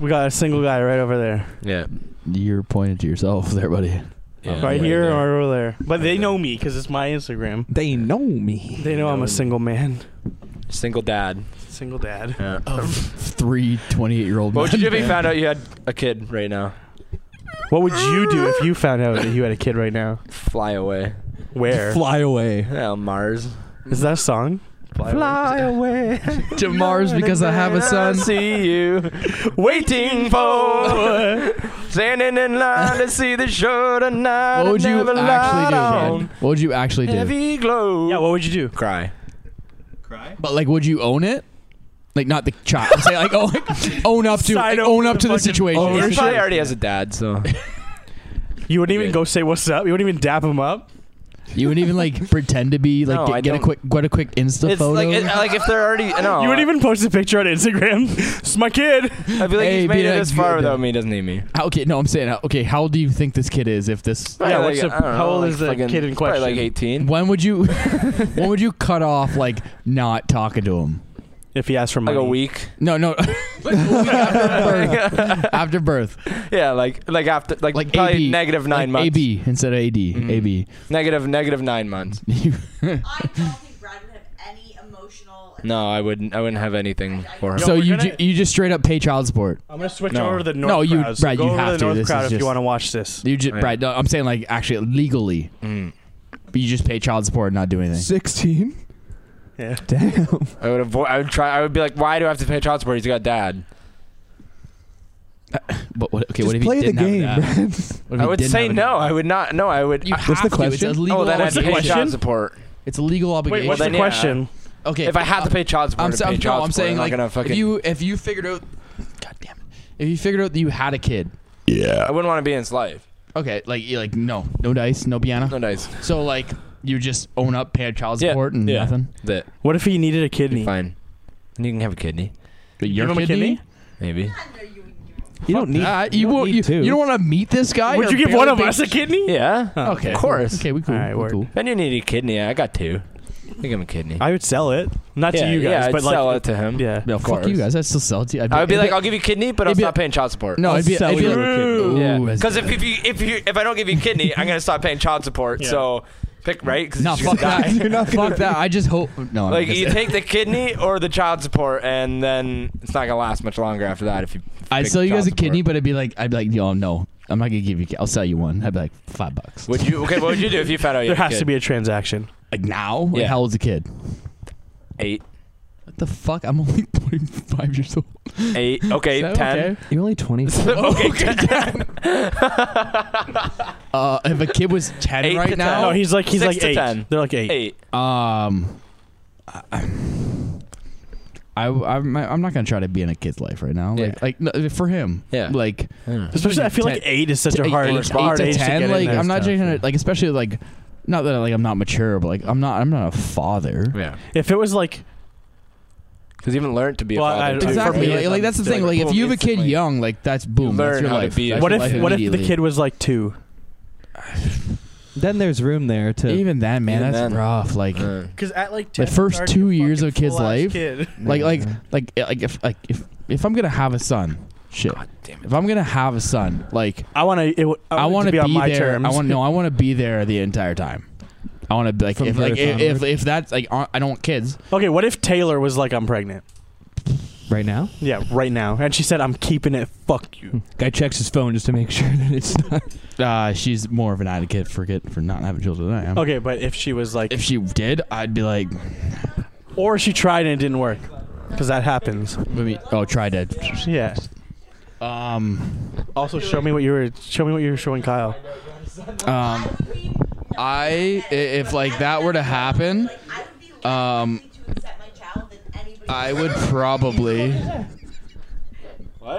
[SPEAKER 1] we got a single guy right over there,
[SPEAKER 3] Yeah.
[SPEAKER 2] You're pointing to yourself there, buddy.
[SPEAKER 3] Yeah,
[SPEAKER 1] right
[SPEAKER 3] right
[SPEAKER 1] here
[SPEAKER 3] there.
[SPEAKER 1] or over there. But they know me because it's my Instagram.
[SPEAKER 4] They know me.
[SPEAKER 1] They know I'm a single man,
[SPEAKER 3] Single dad. Oh,
[SPEAKER 1] single dad.
[SPEAKER 3] Yeah.
[SPEAKER 2] Of three 28 year old.
[SPEAKER 3] What would you do if you found out you had a kid right now?
[SPEAKER 1] What would you do if you found out that you had a kid right now?
[SPEAKER 3] Fly away.
[SPEAKER 1] Where?
[SPEAKER 2] <laughs>
[SPEAKER 4] Fly away.
[SPEAKER 3] Yeah, Mars.
[SPEAKER 1] Is that a song?
[SPEAKER 3] Fly, away.
[SPEAKER 2] to Mars because I have a son?
[SPEAKER 3] see you. <laughs> Waiting for. Standing in line to see the show tonight.
[SPEAKER 2] What would you
[SPEAKER 3] Never
[SPEAKER 2] actually do?
[SPEAKER 3] light on.
[SPEAKER 2] man? What would you actually do?
[SPEAKER 3] Heavy glow.
[SPEAKER 1] <laughs> Yeah. What would you do?
[SPEAKER 3] Cry.
[SPEAKER 2] But like, would you own it? Like not the child. Say like, oh,
[SPEAKER 3] <laughs>
[SPEAKER 2] like, own up to
[SPEAKER 1] Side
[SPEAKER 2] like,
[SPEAKER 1] up
[SPEAKER 2] own
[SPEAKER 1] to
[SPEAKER 2] up
[SPEAKER 1] the
[SPEAKER 2] to the
[SPEAKER 1] fucking
[SPEAKER 2] situation.
[SPEAKER 1] ownership.
[SPEAKER 3] He probably already has a dad, so.
[SPEAKER 1] You wouldn't even
[SPEAKER 3] Good.
[SPEAKER 1] go say what's up. You wouldn't even dap him up.
[SPEAKER 2] You wouldn't even like pretend to be like
[SPEAKER 3] No, I
[SPEAKER 2] get, get a
[SPEAKER 3] don't-
[SPEAKER 2] quick get a quick Insta
[SPEAKER 3] It's
[SPEAKER 2] photo.
[SPEAKER 3] like, it, uh, like if they're already. No.
[SPEAKER 1] you wouldn't even post a picture on Instagram. it's my kid.
[SPEAKER 3] I feel like
[SPEAKER 2] Hey,
[SPEAKER 3] he's made
[SPEAKER 2] be
[SPEAKER 3] it
[SPEAKER 2] like
[SPEAKER 3] this far
[SPEAKER 2] good.
[SPEAKER 3] without me. He doesn't need me.
[SPEAKER 2] How- okay, no, I'm saying uh, okay. How do you think this kid is? If this,
[SPEAKER 1] Yeah,
[SPEAKER 3] Probably
[SPEAKER 1] what's
[SPEAKER 3] like,
[SPEAKER 1] the-
[SPEAKER 3] I don't know,
[SPEAKER 1] how old
[SPEAKER 3] like
[SPEAKER 1] is the
[SPEAKER 3] fucking-
[SPEAKER 1] kid in
[SPEAKER 3] probably
[SPEAKER 1] question?
[SPEAKER 3] Like 18.
[SPEAKER 2] when would you <laughs> when would you cut off like not talking to him?
[SPEAKER 1] If he asked for
[SPEAKER 3] Like
[SPEAKER 1] money,
[SPEAKER 3] a week.
[SPEAKER 2] <laughs> No, no. Like, after birth. After birth.
[SPEAKER 3] <laughs> Yeah, like like after like,
[SPEAKER 2] Like
[SPEAKER 3] probably
[SPEAKER 2] AB.
[SPEAKER 3] negative
[SPEAKER 2] Like
[SPEAKER 3] nine months. Mm-hmm.
[SPEAKER 2] AB instead of AD. AB.
[SPEAKER 3] Negative negative nine months.
[SPEAKER 6] I don't think Brad would have any emotional.
[SPEAKER 3] No, I wouldn't. I wouldn't have anything for him.
[SPEAKER 1] Yo,
[SPEAKER 2] so
[SPEAKER 1] we're
[SPEAKER 2] you
[SPEAKER 1] gonna-
[SPEAKER 2] ju- you just straight up pay child support.
[SPEAKER 1] I'm gonna switch
[SPEAKER 3] No.
[SPEAKER 1] over to the North
[SPEAKER 2] No, you-
[SPEAKER 1] crowd.
[SPEAKER 2] Brad,
[SPEAKER 1] go
[SPEAKER 2] you
[SPEAKER 1] over to
[SPEAKER 2] have
[SPEAKER 1] the
[SPEAKER 2] to.
[SPEAKER 1] North
[SPEAKER 2] This
[SPEAKER 1] crowd
[SPEAKER 2] is
[SPEAKER 1] if
[SPEAKER 2] just-
[SPEAKER 1] you want to watch this.
[SPEAKER 2] You just
[SPEAKER 3] Oh, Yeah.
[SPEAKER 2] right. No, I'm saying like actually legally,
[SPEAKER 3] Mm.
[SPEAKER 2] but you just pay child support and not do anything.
[SPEAKER 4] Sixteen.
[SPEAKER 1] Yeah.
[SPEAKER 4] Damn.
[SPEAKER 3] I would avoid. I would try. I would be like, why do I have to pay child support? He's got dad.
[SPEAKER 2] But what? Okay,
[SPEAKER 4] Just
[SPEAKER 2] what if
[SPEAKER 4] play
[SPEAKER 2] you
[SPEAKER 4] the
[SPEAKER 2] didn't
[SPEAKER 4] game,
[SPEAKER 2] have that?
[SPEAKER 4] Brad.
[SPEAKER 2] What if
[SPEAKER 3] I
[SPEAKER 2] you
[SPEAKER 3] would
[SPEAKER 2] didn't
[SPEAKER 3] say
[SPEAKER 2] have
[SPEAKER 3] no.
[SPEAKER 2] that?
[SPEAKER 3] I would not. No, I would.
[SPEAKER 2] You
[SPEAKER 3] I-
[SPEAKER 2] have
[SPEAKER 4] What's the
[SPEAKER 2] to.
[SPEAKER 4] question?
[SPEAKER 2] It's a legal
[SPEAKER 3] oh, then I'd
[SPEAKER 1] What's the
[SPEAKER 3] pay
[SPEAKER 1] question?
[SPEAKER 3] child support.
[SPEAKER 2] It's a legal obligation.
[SPEAKER 1] Wait, what's
[SPEAKER 3] then
[SPEAKER 1] the
[SPEAKER 3] yeah.
[SPEAKER 1] question?
[SPEAKER 2] okay,
[SPEAKER 3] If I had to pay child support,
[SPEAKER 2] I'm,
[SPEAKER 3] I'd
[SPEAKER 2] sa-
[SPEAKER 3] pay
[SPEAKER 2] no,
[SPEAKER 3] child
[SPEAKER 2] I'm
[SPEAKER 3] support.
[SPEAKER 2] saying
[SPEAKER 3] I'm not
[SPEAKER 2] like
[SPEAKER 3] gonna fucking.
[SPEAKER 2] if you if you figured out, God damn it, if you figured out that you had a kid,
[SPEAKER 3] I wouldn't want to be in his life.
[SPEAKER 2] okay, like you like no, no dice, no piano,
[SPEAKER 3] No dice.
[SPEAKER 2] so like you just own up, pay child
[SPEAKER 3] Yeah,
[SPEAKER 2] support and
[SPEAKER 3] yeah.
[SPEAKER 2] nothing.
[SPEAKER 3] That
[SPEAKER 1] What if he needed a
[SPEAKER 3] be
[SPEAKER 1] kidney?
[SPEAKER 3] fine. And you can have a kidney,
[SPEAKER 2] But
[SPEAKER 1] Give him a kidney?
[SPEAKER 3] maybe.
[SPEAKER 6] I know you would give him.
[SPEAKER 4] You don't need.
[SPEAKER 2] That, Uh, you,
[SPEAKER 4] don't
[SPEAKER 2] won't.
[SPEAKER 4] need
[SPEAKER 2] You,
[SPEAKER 4] two.
[SPEAKER 2] you don't want to meet this guy.
[SPEAKER 1] Would you
[SPEAKER 2] You're
[SPEAKER 1] give one
[SPEAKER 2] barely
[SPEAKER 1] of
[SPEAKER 2] big-
[SPEAKER 1] us a kidney?
[SPEAKER 3] Yeah.
[SPEAKER 1] Huh.
[SPEAKER 2] Okay,
[SPEAKER 3] Of course.
[SPEAKER 2] Okay, we cool.
[SPEAKER 1] All right,
[SPEAKER 2] we
[SPEAKER 1] word.
[SPEAKER 2] cool.
[SPEAKER 3] Then you need a kidney. I got two. I give him a kidney.
[SPEAKER 1] I would sell it, not to
[SPEAKER 3] Yeah,
[SPEAKER 1] you guys,
[SPEAKER 3] yeah, I'd
[SPEAKER 1] but like
[SPEAKER 3] sell it to him.
[SPEAKER 1] yeah.
[SPEAKER 2] No,
[SPEAKER 3] Of
[SPEAKER 2] fuck you
[SPEAKER 3] course.
[SPEAKER 2] guys. I'd still sell it to you. I'd
[SPEAKER 3] I would be
[SPEAKER 2] I'd
[SPEAKER 3] like, I'll give you kidney, but I'll
[SPEAKER 2] it'd be-
[SPEAKER 3] stop paying child support.
[SPEAKER 2] no,
[SPEAKER 4] I'll
[SPEAKER 2] it'd be,
[SPEAKER 4] sell
[SPEAKER 2] it'd be
[SPEAKER 4] you
[SPEAKER 2] like,
[SPEAKER 4] a kidney.
[SPEAKER 2] Ooh,
[SPEAKER 3] Yeah,
[SPEAKER 2] that's
[SPEAKER 3] because
[SPEAKER 2] good.
[SPEAKER 3] if, if you if you if I don't give you kidney, I'm gonna stop paying child support.
[SPEAKER 1] Yeah.
[SPEAKER 3] So pick right because
[SPEAKER 2] no, fuck that. <laughs> fuck that. I just hope no. I'm
[SPEAKER 3] <laughs> Like
[SPEAKER 2] just-
[SPEAKER 3] you <laughs> take the kidney or the child support, and then it's not gonna last much longer after that. If you, if you
[SPEAKER 2] I'd
[SPEAKER 3] pick
[SPEAKER 2] sell you
[SPEAKER 3] child
[SPEAKER 2] guys a
[SPEAKER 3] support.
[SPEAKER 2] kidney, but I'd be like, I'd be like, yo, no, I'm not gonna give you. I'll sell you one. I'd be like five bucks.
[SPEAKER 3] Would you? Okay, what would you do if you found out? You
[SPEAKER 1] There
[SPEAKER 3] had
[SPEAKER 1] has
[SPEAKER 3] a
[SPEAKER 1] to
[SPEAKER 3] kid?
[SPEAKER 1] be a transaction.
[SPEAKER 2] Like now? Like
[SPEAKER 3] Yeah.
[SPEAKER 2] how old's the kid?
[SPEAKER 3] eight,
[SPEAKER 2] What the fuck? I'm only <laughs> 25 years old.
[SPEAKER 3] eight. Okay,
[SPEAKER 2] Is that
[SPEAKER 3] ten.
[SPEAKER 2] okay?
[SPEAKER 4] You're only twenty.
[SPEAKER 3] <laughs> Okay, ten.
[SPEAKER 2] <laughs> Uh, if a kid was 10
[SPEAKER 3] Eight
[SPEAKER 2] right
[SPEAKER 3] to
[SPEAKER 2] now,
[SPEAKER 1] No, he's like he's
[SPEAKER 3] Six
[SPEAKER 1] like
[SPEAKER 3] to
[SPEAKER 1] eight.
[SPEAKER 3] ten.
[SPEAKER 1] They're like eight.
[SPEAKER 3] eight.
[SPEAKER 2] um, I, I, I'm I'm not gonna try to be in a kid's life right now. Like,
[SPEAKER 3] Yeah.
[SPEAKER 2] like no, for him,
[SPEAKER 3] Yeah.
[SPEAKER 2] Like
[SPEAKER 1] Especially, I feel
[SPEAKER 2] Ten-
[SPEAKER 1] like eight is such a hard,
[SPEAKER 2] eight, eight
[SPEAKER 1] hard
[SPEAKER 2] to
[SPEAKER 1] age to
[SPEAKER 2] 10,
[SPEAKER 1] get in
[SPEAKER 2] like
[SPEAKER 1] there.
[SPEAKER 2] I'm not
[SPEAKER 4] tough,
[SPEAKER 2] just
[SPEAKER 4] yeah.
[SPEAKER 2] gonna like especially like not that like I'm not mature, but like I'm not I'm not a father.
[SPEAKER 3] Yeah,
[SPEAKER 1] If it was like
[SPEAKER 3] because you haven't learned to be
[SPEAKER 1] Well,
[SPEAKER 3] a father.
[SPEAKER 1] I-
[SPEAKER 3] too,
[SPEAKER 2] Exactly.
[SPEAKER 3] right?
[SPEAKER 2] Like, like, that's the
[SPEAKER 3] Like,
[SPEAKER 2] thing. Like if
[SPEAKER 3] boom,
[SPEAKER 2] you have a kid
[SPEAKER 3] instantly.
[SPEAKER 2] young, like that's boom. that's
[SPEAKER 3] learn
[SPEAKER 2] your
[SPEAKER 3] how to
[SPEAKER 2] life.
[SPEAKER 3] be a
[SPEAKER 2] That's
[SPEAKER 1] what
[SPEAKER 2] your
[SPEAKER 1] if
[SPEAKER 2] life
[SPEAKER 1] what if the
[SPEAKER 2] immediately.
[SPEAKER 1] kid was like two?
[SPEAKER 4] <laughs> then there's room there to.
[SPEAKER 2] even then, man,
[SPEAKER 3] Even
[SPEAKER 2] that's
[SPEAKER 3] then.
[SPEAKER 2] rough. Like
[SPEAKER 3] Uh,
[SPEAKER 1] Because at like
[SPEAKER 2] The 10, first you're already two a years of a fucking kid's full-ass life,
[SPEAKER 1] Kid.
[SPEAKER 2] like like like like if like if if I'm gonna have a son, shit.
[SPEAKER 3] God damn it.
[SPEAKER 2] If I'm gonna have a son, like
[SPEAKER 1] I want to. I,
[SPEAKER 2] I
[SPEAKER 1] want to be, on my
[SPEAKER 2] there.
[SPEAKER 1] terms.
[SPEAKER 2] I
[SPEAKER 1] <laughs>
[SPEAKER 2] want no, I want to be there the entire time. I want to be like
[SPEAKER 4] From
[SPEAKER 2] if like
[SPEAKER 4] birth
[SPEAKER 2] if, if
[SPEAKER 4] onward.
[SPEAKER 2] if that's like I don't want kids.
[SPEAKER 1] okay, what if Taylor was like I'm pregnant?
[SPEAKER 4] right now.
[SPEAKER 1] Yeah, right now. And she said, I'm keeping it. Fuck you.
[SPEAKER 4] Guy checks his phone just to make sure <laughs> that it's not.
[SPEAKER 2] Uh, she's more of an advocate for get for not having children than I am.
[SPEAKER 1] Okay, but if she was like,
[SPEAKER 2] If she did, I'd be like,
[SPEAKER 1] or she tried and it didn't work, because that happens.
[SPEAKER 2] let me- oh, try to.
[SPEAKER 1] Yeah.
[SPEAKER 2] Um,
[SPEAKER 1] Also, show me what you were. Show me what you were showing Kyle.
[SPEAKER 2] um, I i- if like that were to happen,
[SPEAKER 6] Like, I would be less
[SPEAKER 2] Um,
[SPEAKER 6] likely to accept my child than anybody. Uh,
[SPEAKER 2] I would probably.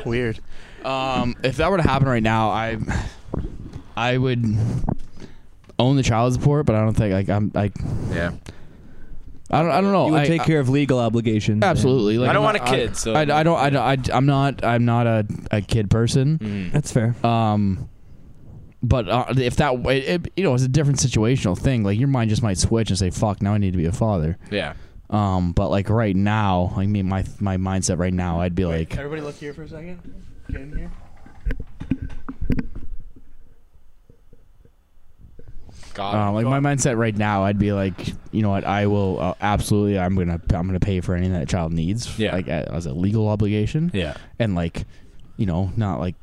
[SPEAKER 1] Weird.
[SPEAKER 2] Um, if that were to happen right now, I, I would own the child support, but I don't think like I'm like
[SPEAKER 3] Yeah.
[SPEAKER 2] I don't I
[SPEAKER 3] Oh,
[SPEAKER 2] don't know.
[SPEAKER 4] You would
[SPEAKER 2] I,
[SPEAKER 4] take
[SPEAKER 3] uh,
[SPEAKER 2] I-
[SPEAKER 4] care of legal obligations.
[SPEAKER 2] Absolutely. Like,
[SPEAKER 3] I don't
[SPEAKER 2] I'm
[SPEAKER 3] want
[SPEAKER 2] not-
[SPEAKER 3] a kid, so-
[SPEAKER 2] I, I don't. I, don't- I, am not. I'm not a, a kid
[SPEAKER 3] Mm.
[SPEAKER 2] person.
[SPEAKER 4] and- That's fair.
[SPEAKER 2] Um, but uh, if that, it, it, you know, it's a different situational thing. Like your mind just might switch and say, "Fuck, now I need to be a father."
[SPEAKER 3] Yeah.
[SPEAKER 2] Um, but like right now, I mean, my my mindset right now, I'd be like,
[SPEAKER 1] Everybody, look here for a second. Get in here.
[SPEAKER 3] God.
[SPEAKER 2] uh, like my mindset right now, I'd be like, you know what, I will uh, absolutely, I'm gonna, I'm gonna pay for anything that child needs,
[SPEAKER 3] Yeah.
[SPEAKER 2] like a- as a legal obligation,
[SPEAKER 3] Yeah.
[SPEAKER 2] and like, you know, not like.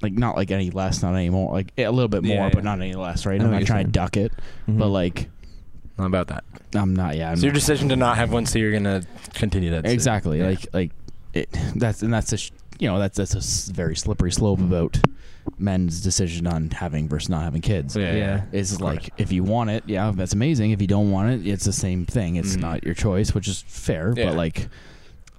[SPEAKER 2] Like not like any less, not any more. Like a little bit more,
[SPEAKER 3] Yeah, yeah.
[SPEAKER 2] but not any less, right?
[SPEAKER 4] I know
[SPEAKER 2] I'm
[SPEAKER 4] what
[SPEAKER 2] not
[SPEAKER 4] you're
[SPEAKER 2] trying
[SPEAKER 4] saying.
[SPEAKER 2] to duck it, but like
[SPEAKER 3] Not about that.
[SPEAKER 2] I'm not. Yeah, I'm
[SPEAKER 3] So your
[SPEAKER 2] not-
[SPEAKER 3] decision to not have one, so you're gonna continue that.
[SPEAKER 2] exactly.
[SPEAKER 3] Yeah.
[SPEAKER 2] Like like it. That's and that's a sh- you know that's that's a s- very slippery slope about men's decision on having versus not having kids.
[SPEAKER 3] Yeah.
[SPEAKER 4] Yeah.
[SPEAKER 3] yeah.
[SPEAKER 2] Is
[SPEAKER 3] course.
[SPEAKER 2] like if you want it, yeah, that's amazing. If you don't want it, it's the same thing. It's
[SPEAKER 3] Mhm.
[SPEAKER 2] not your choice, which is fair.
[SPEAKER 3] Yeah.
[SPEAKER 2] But like,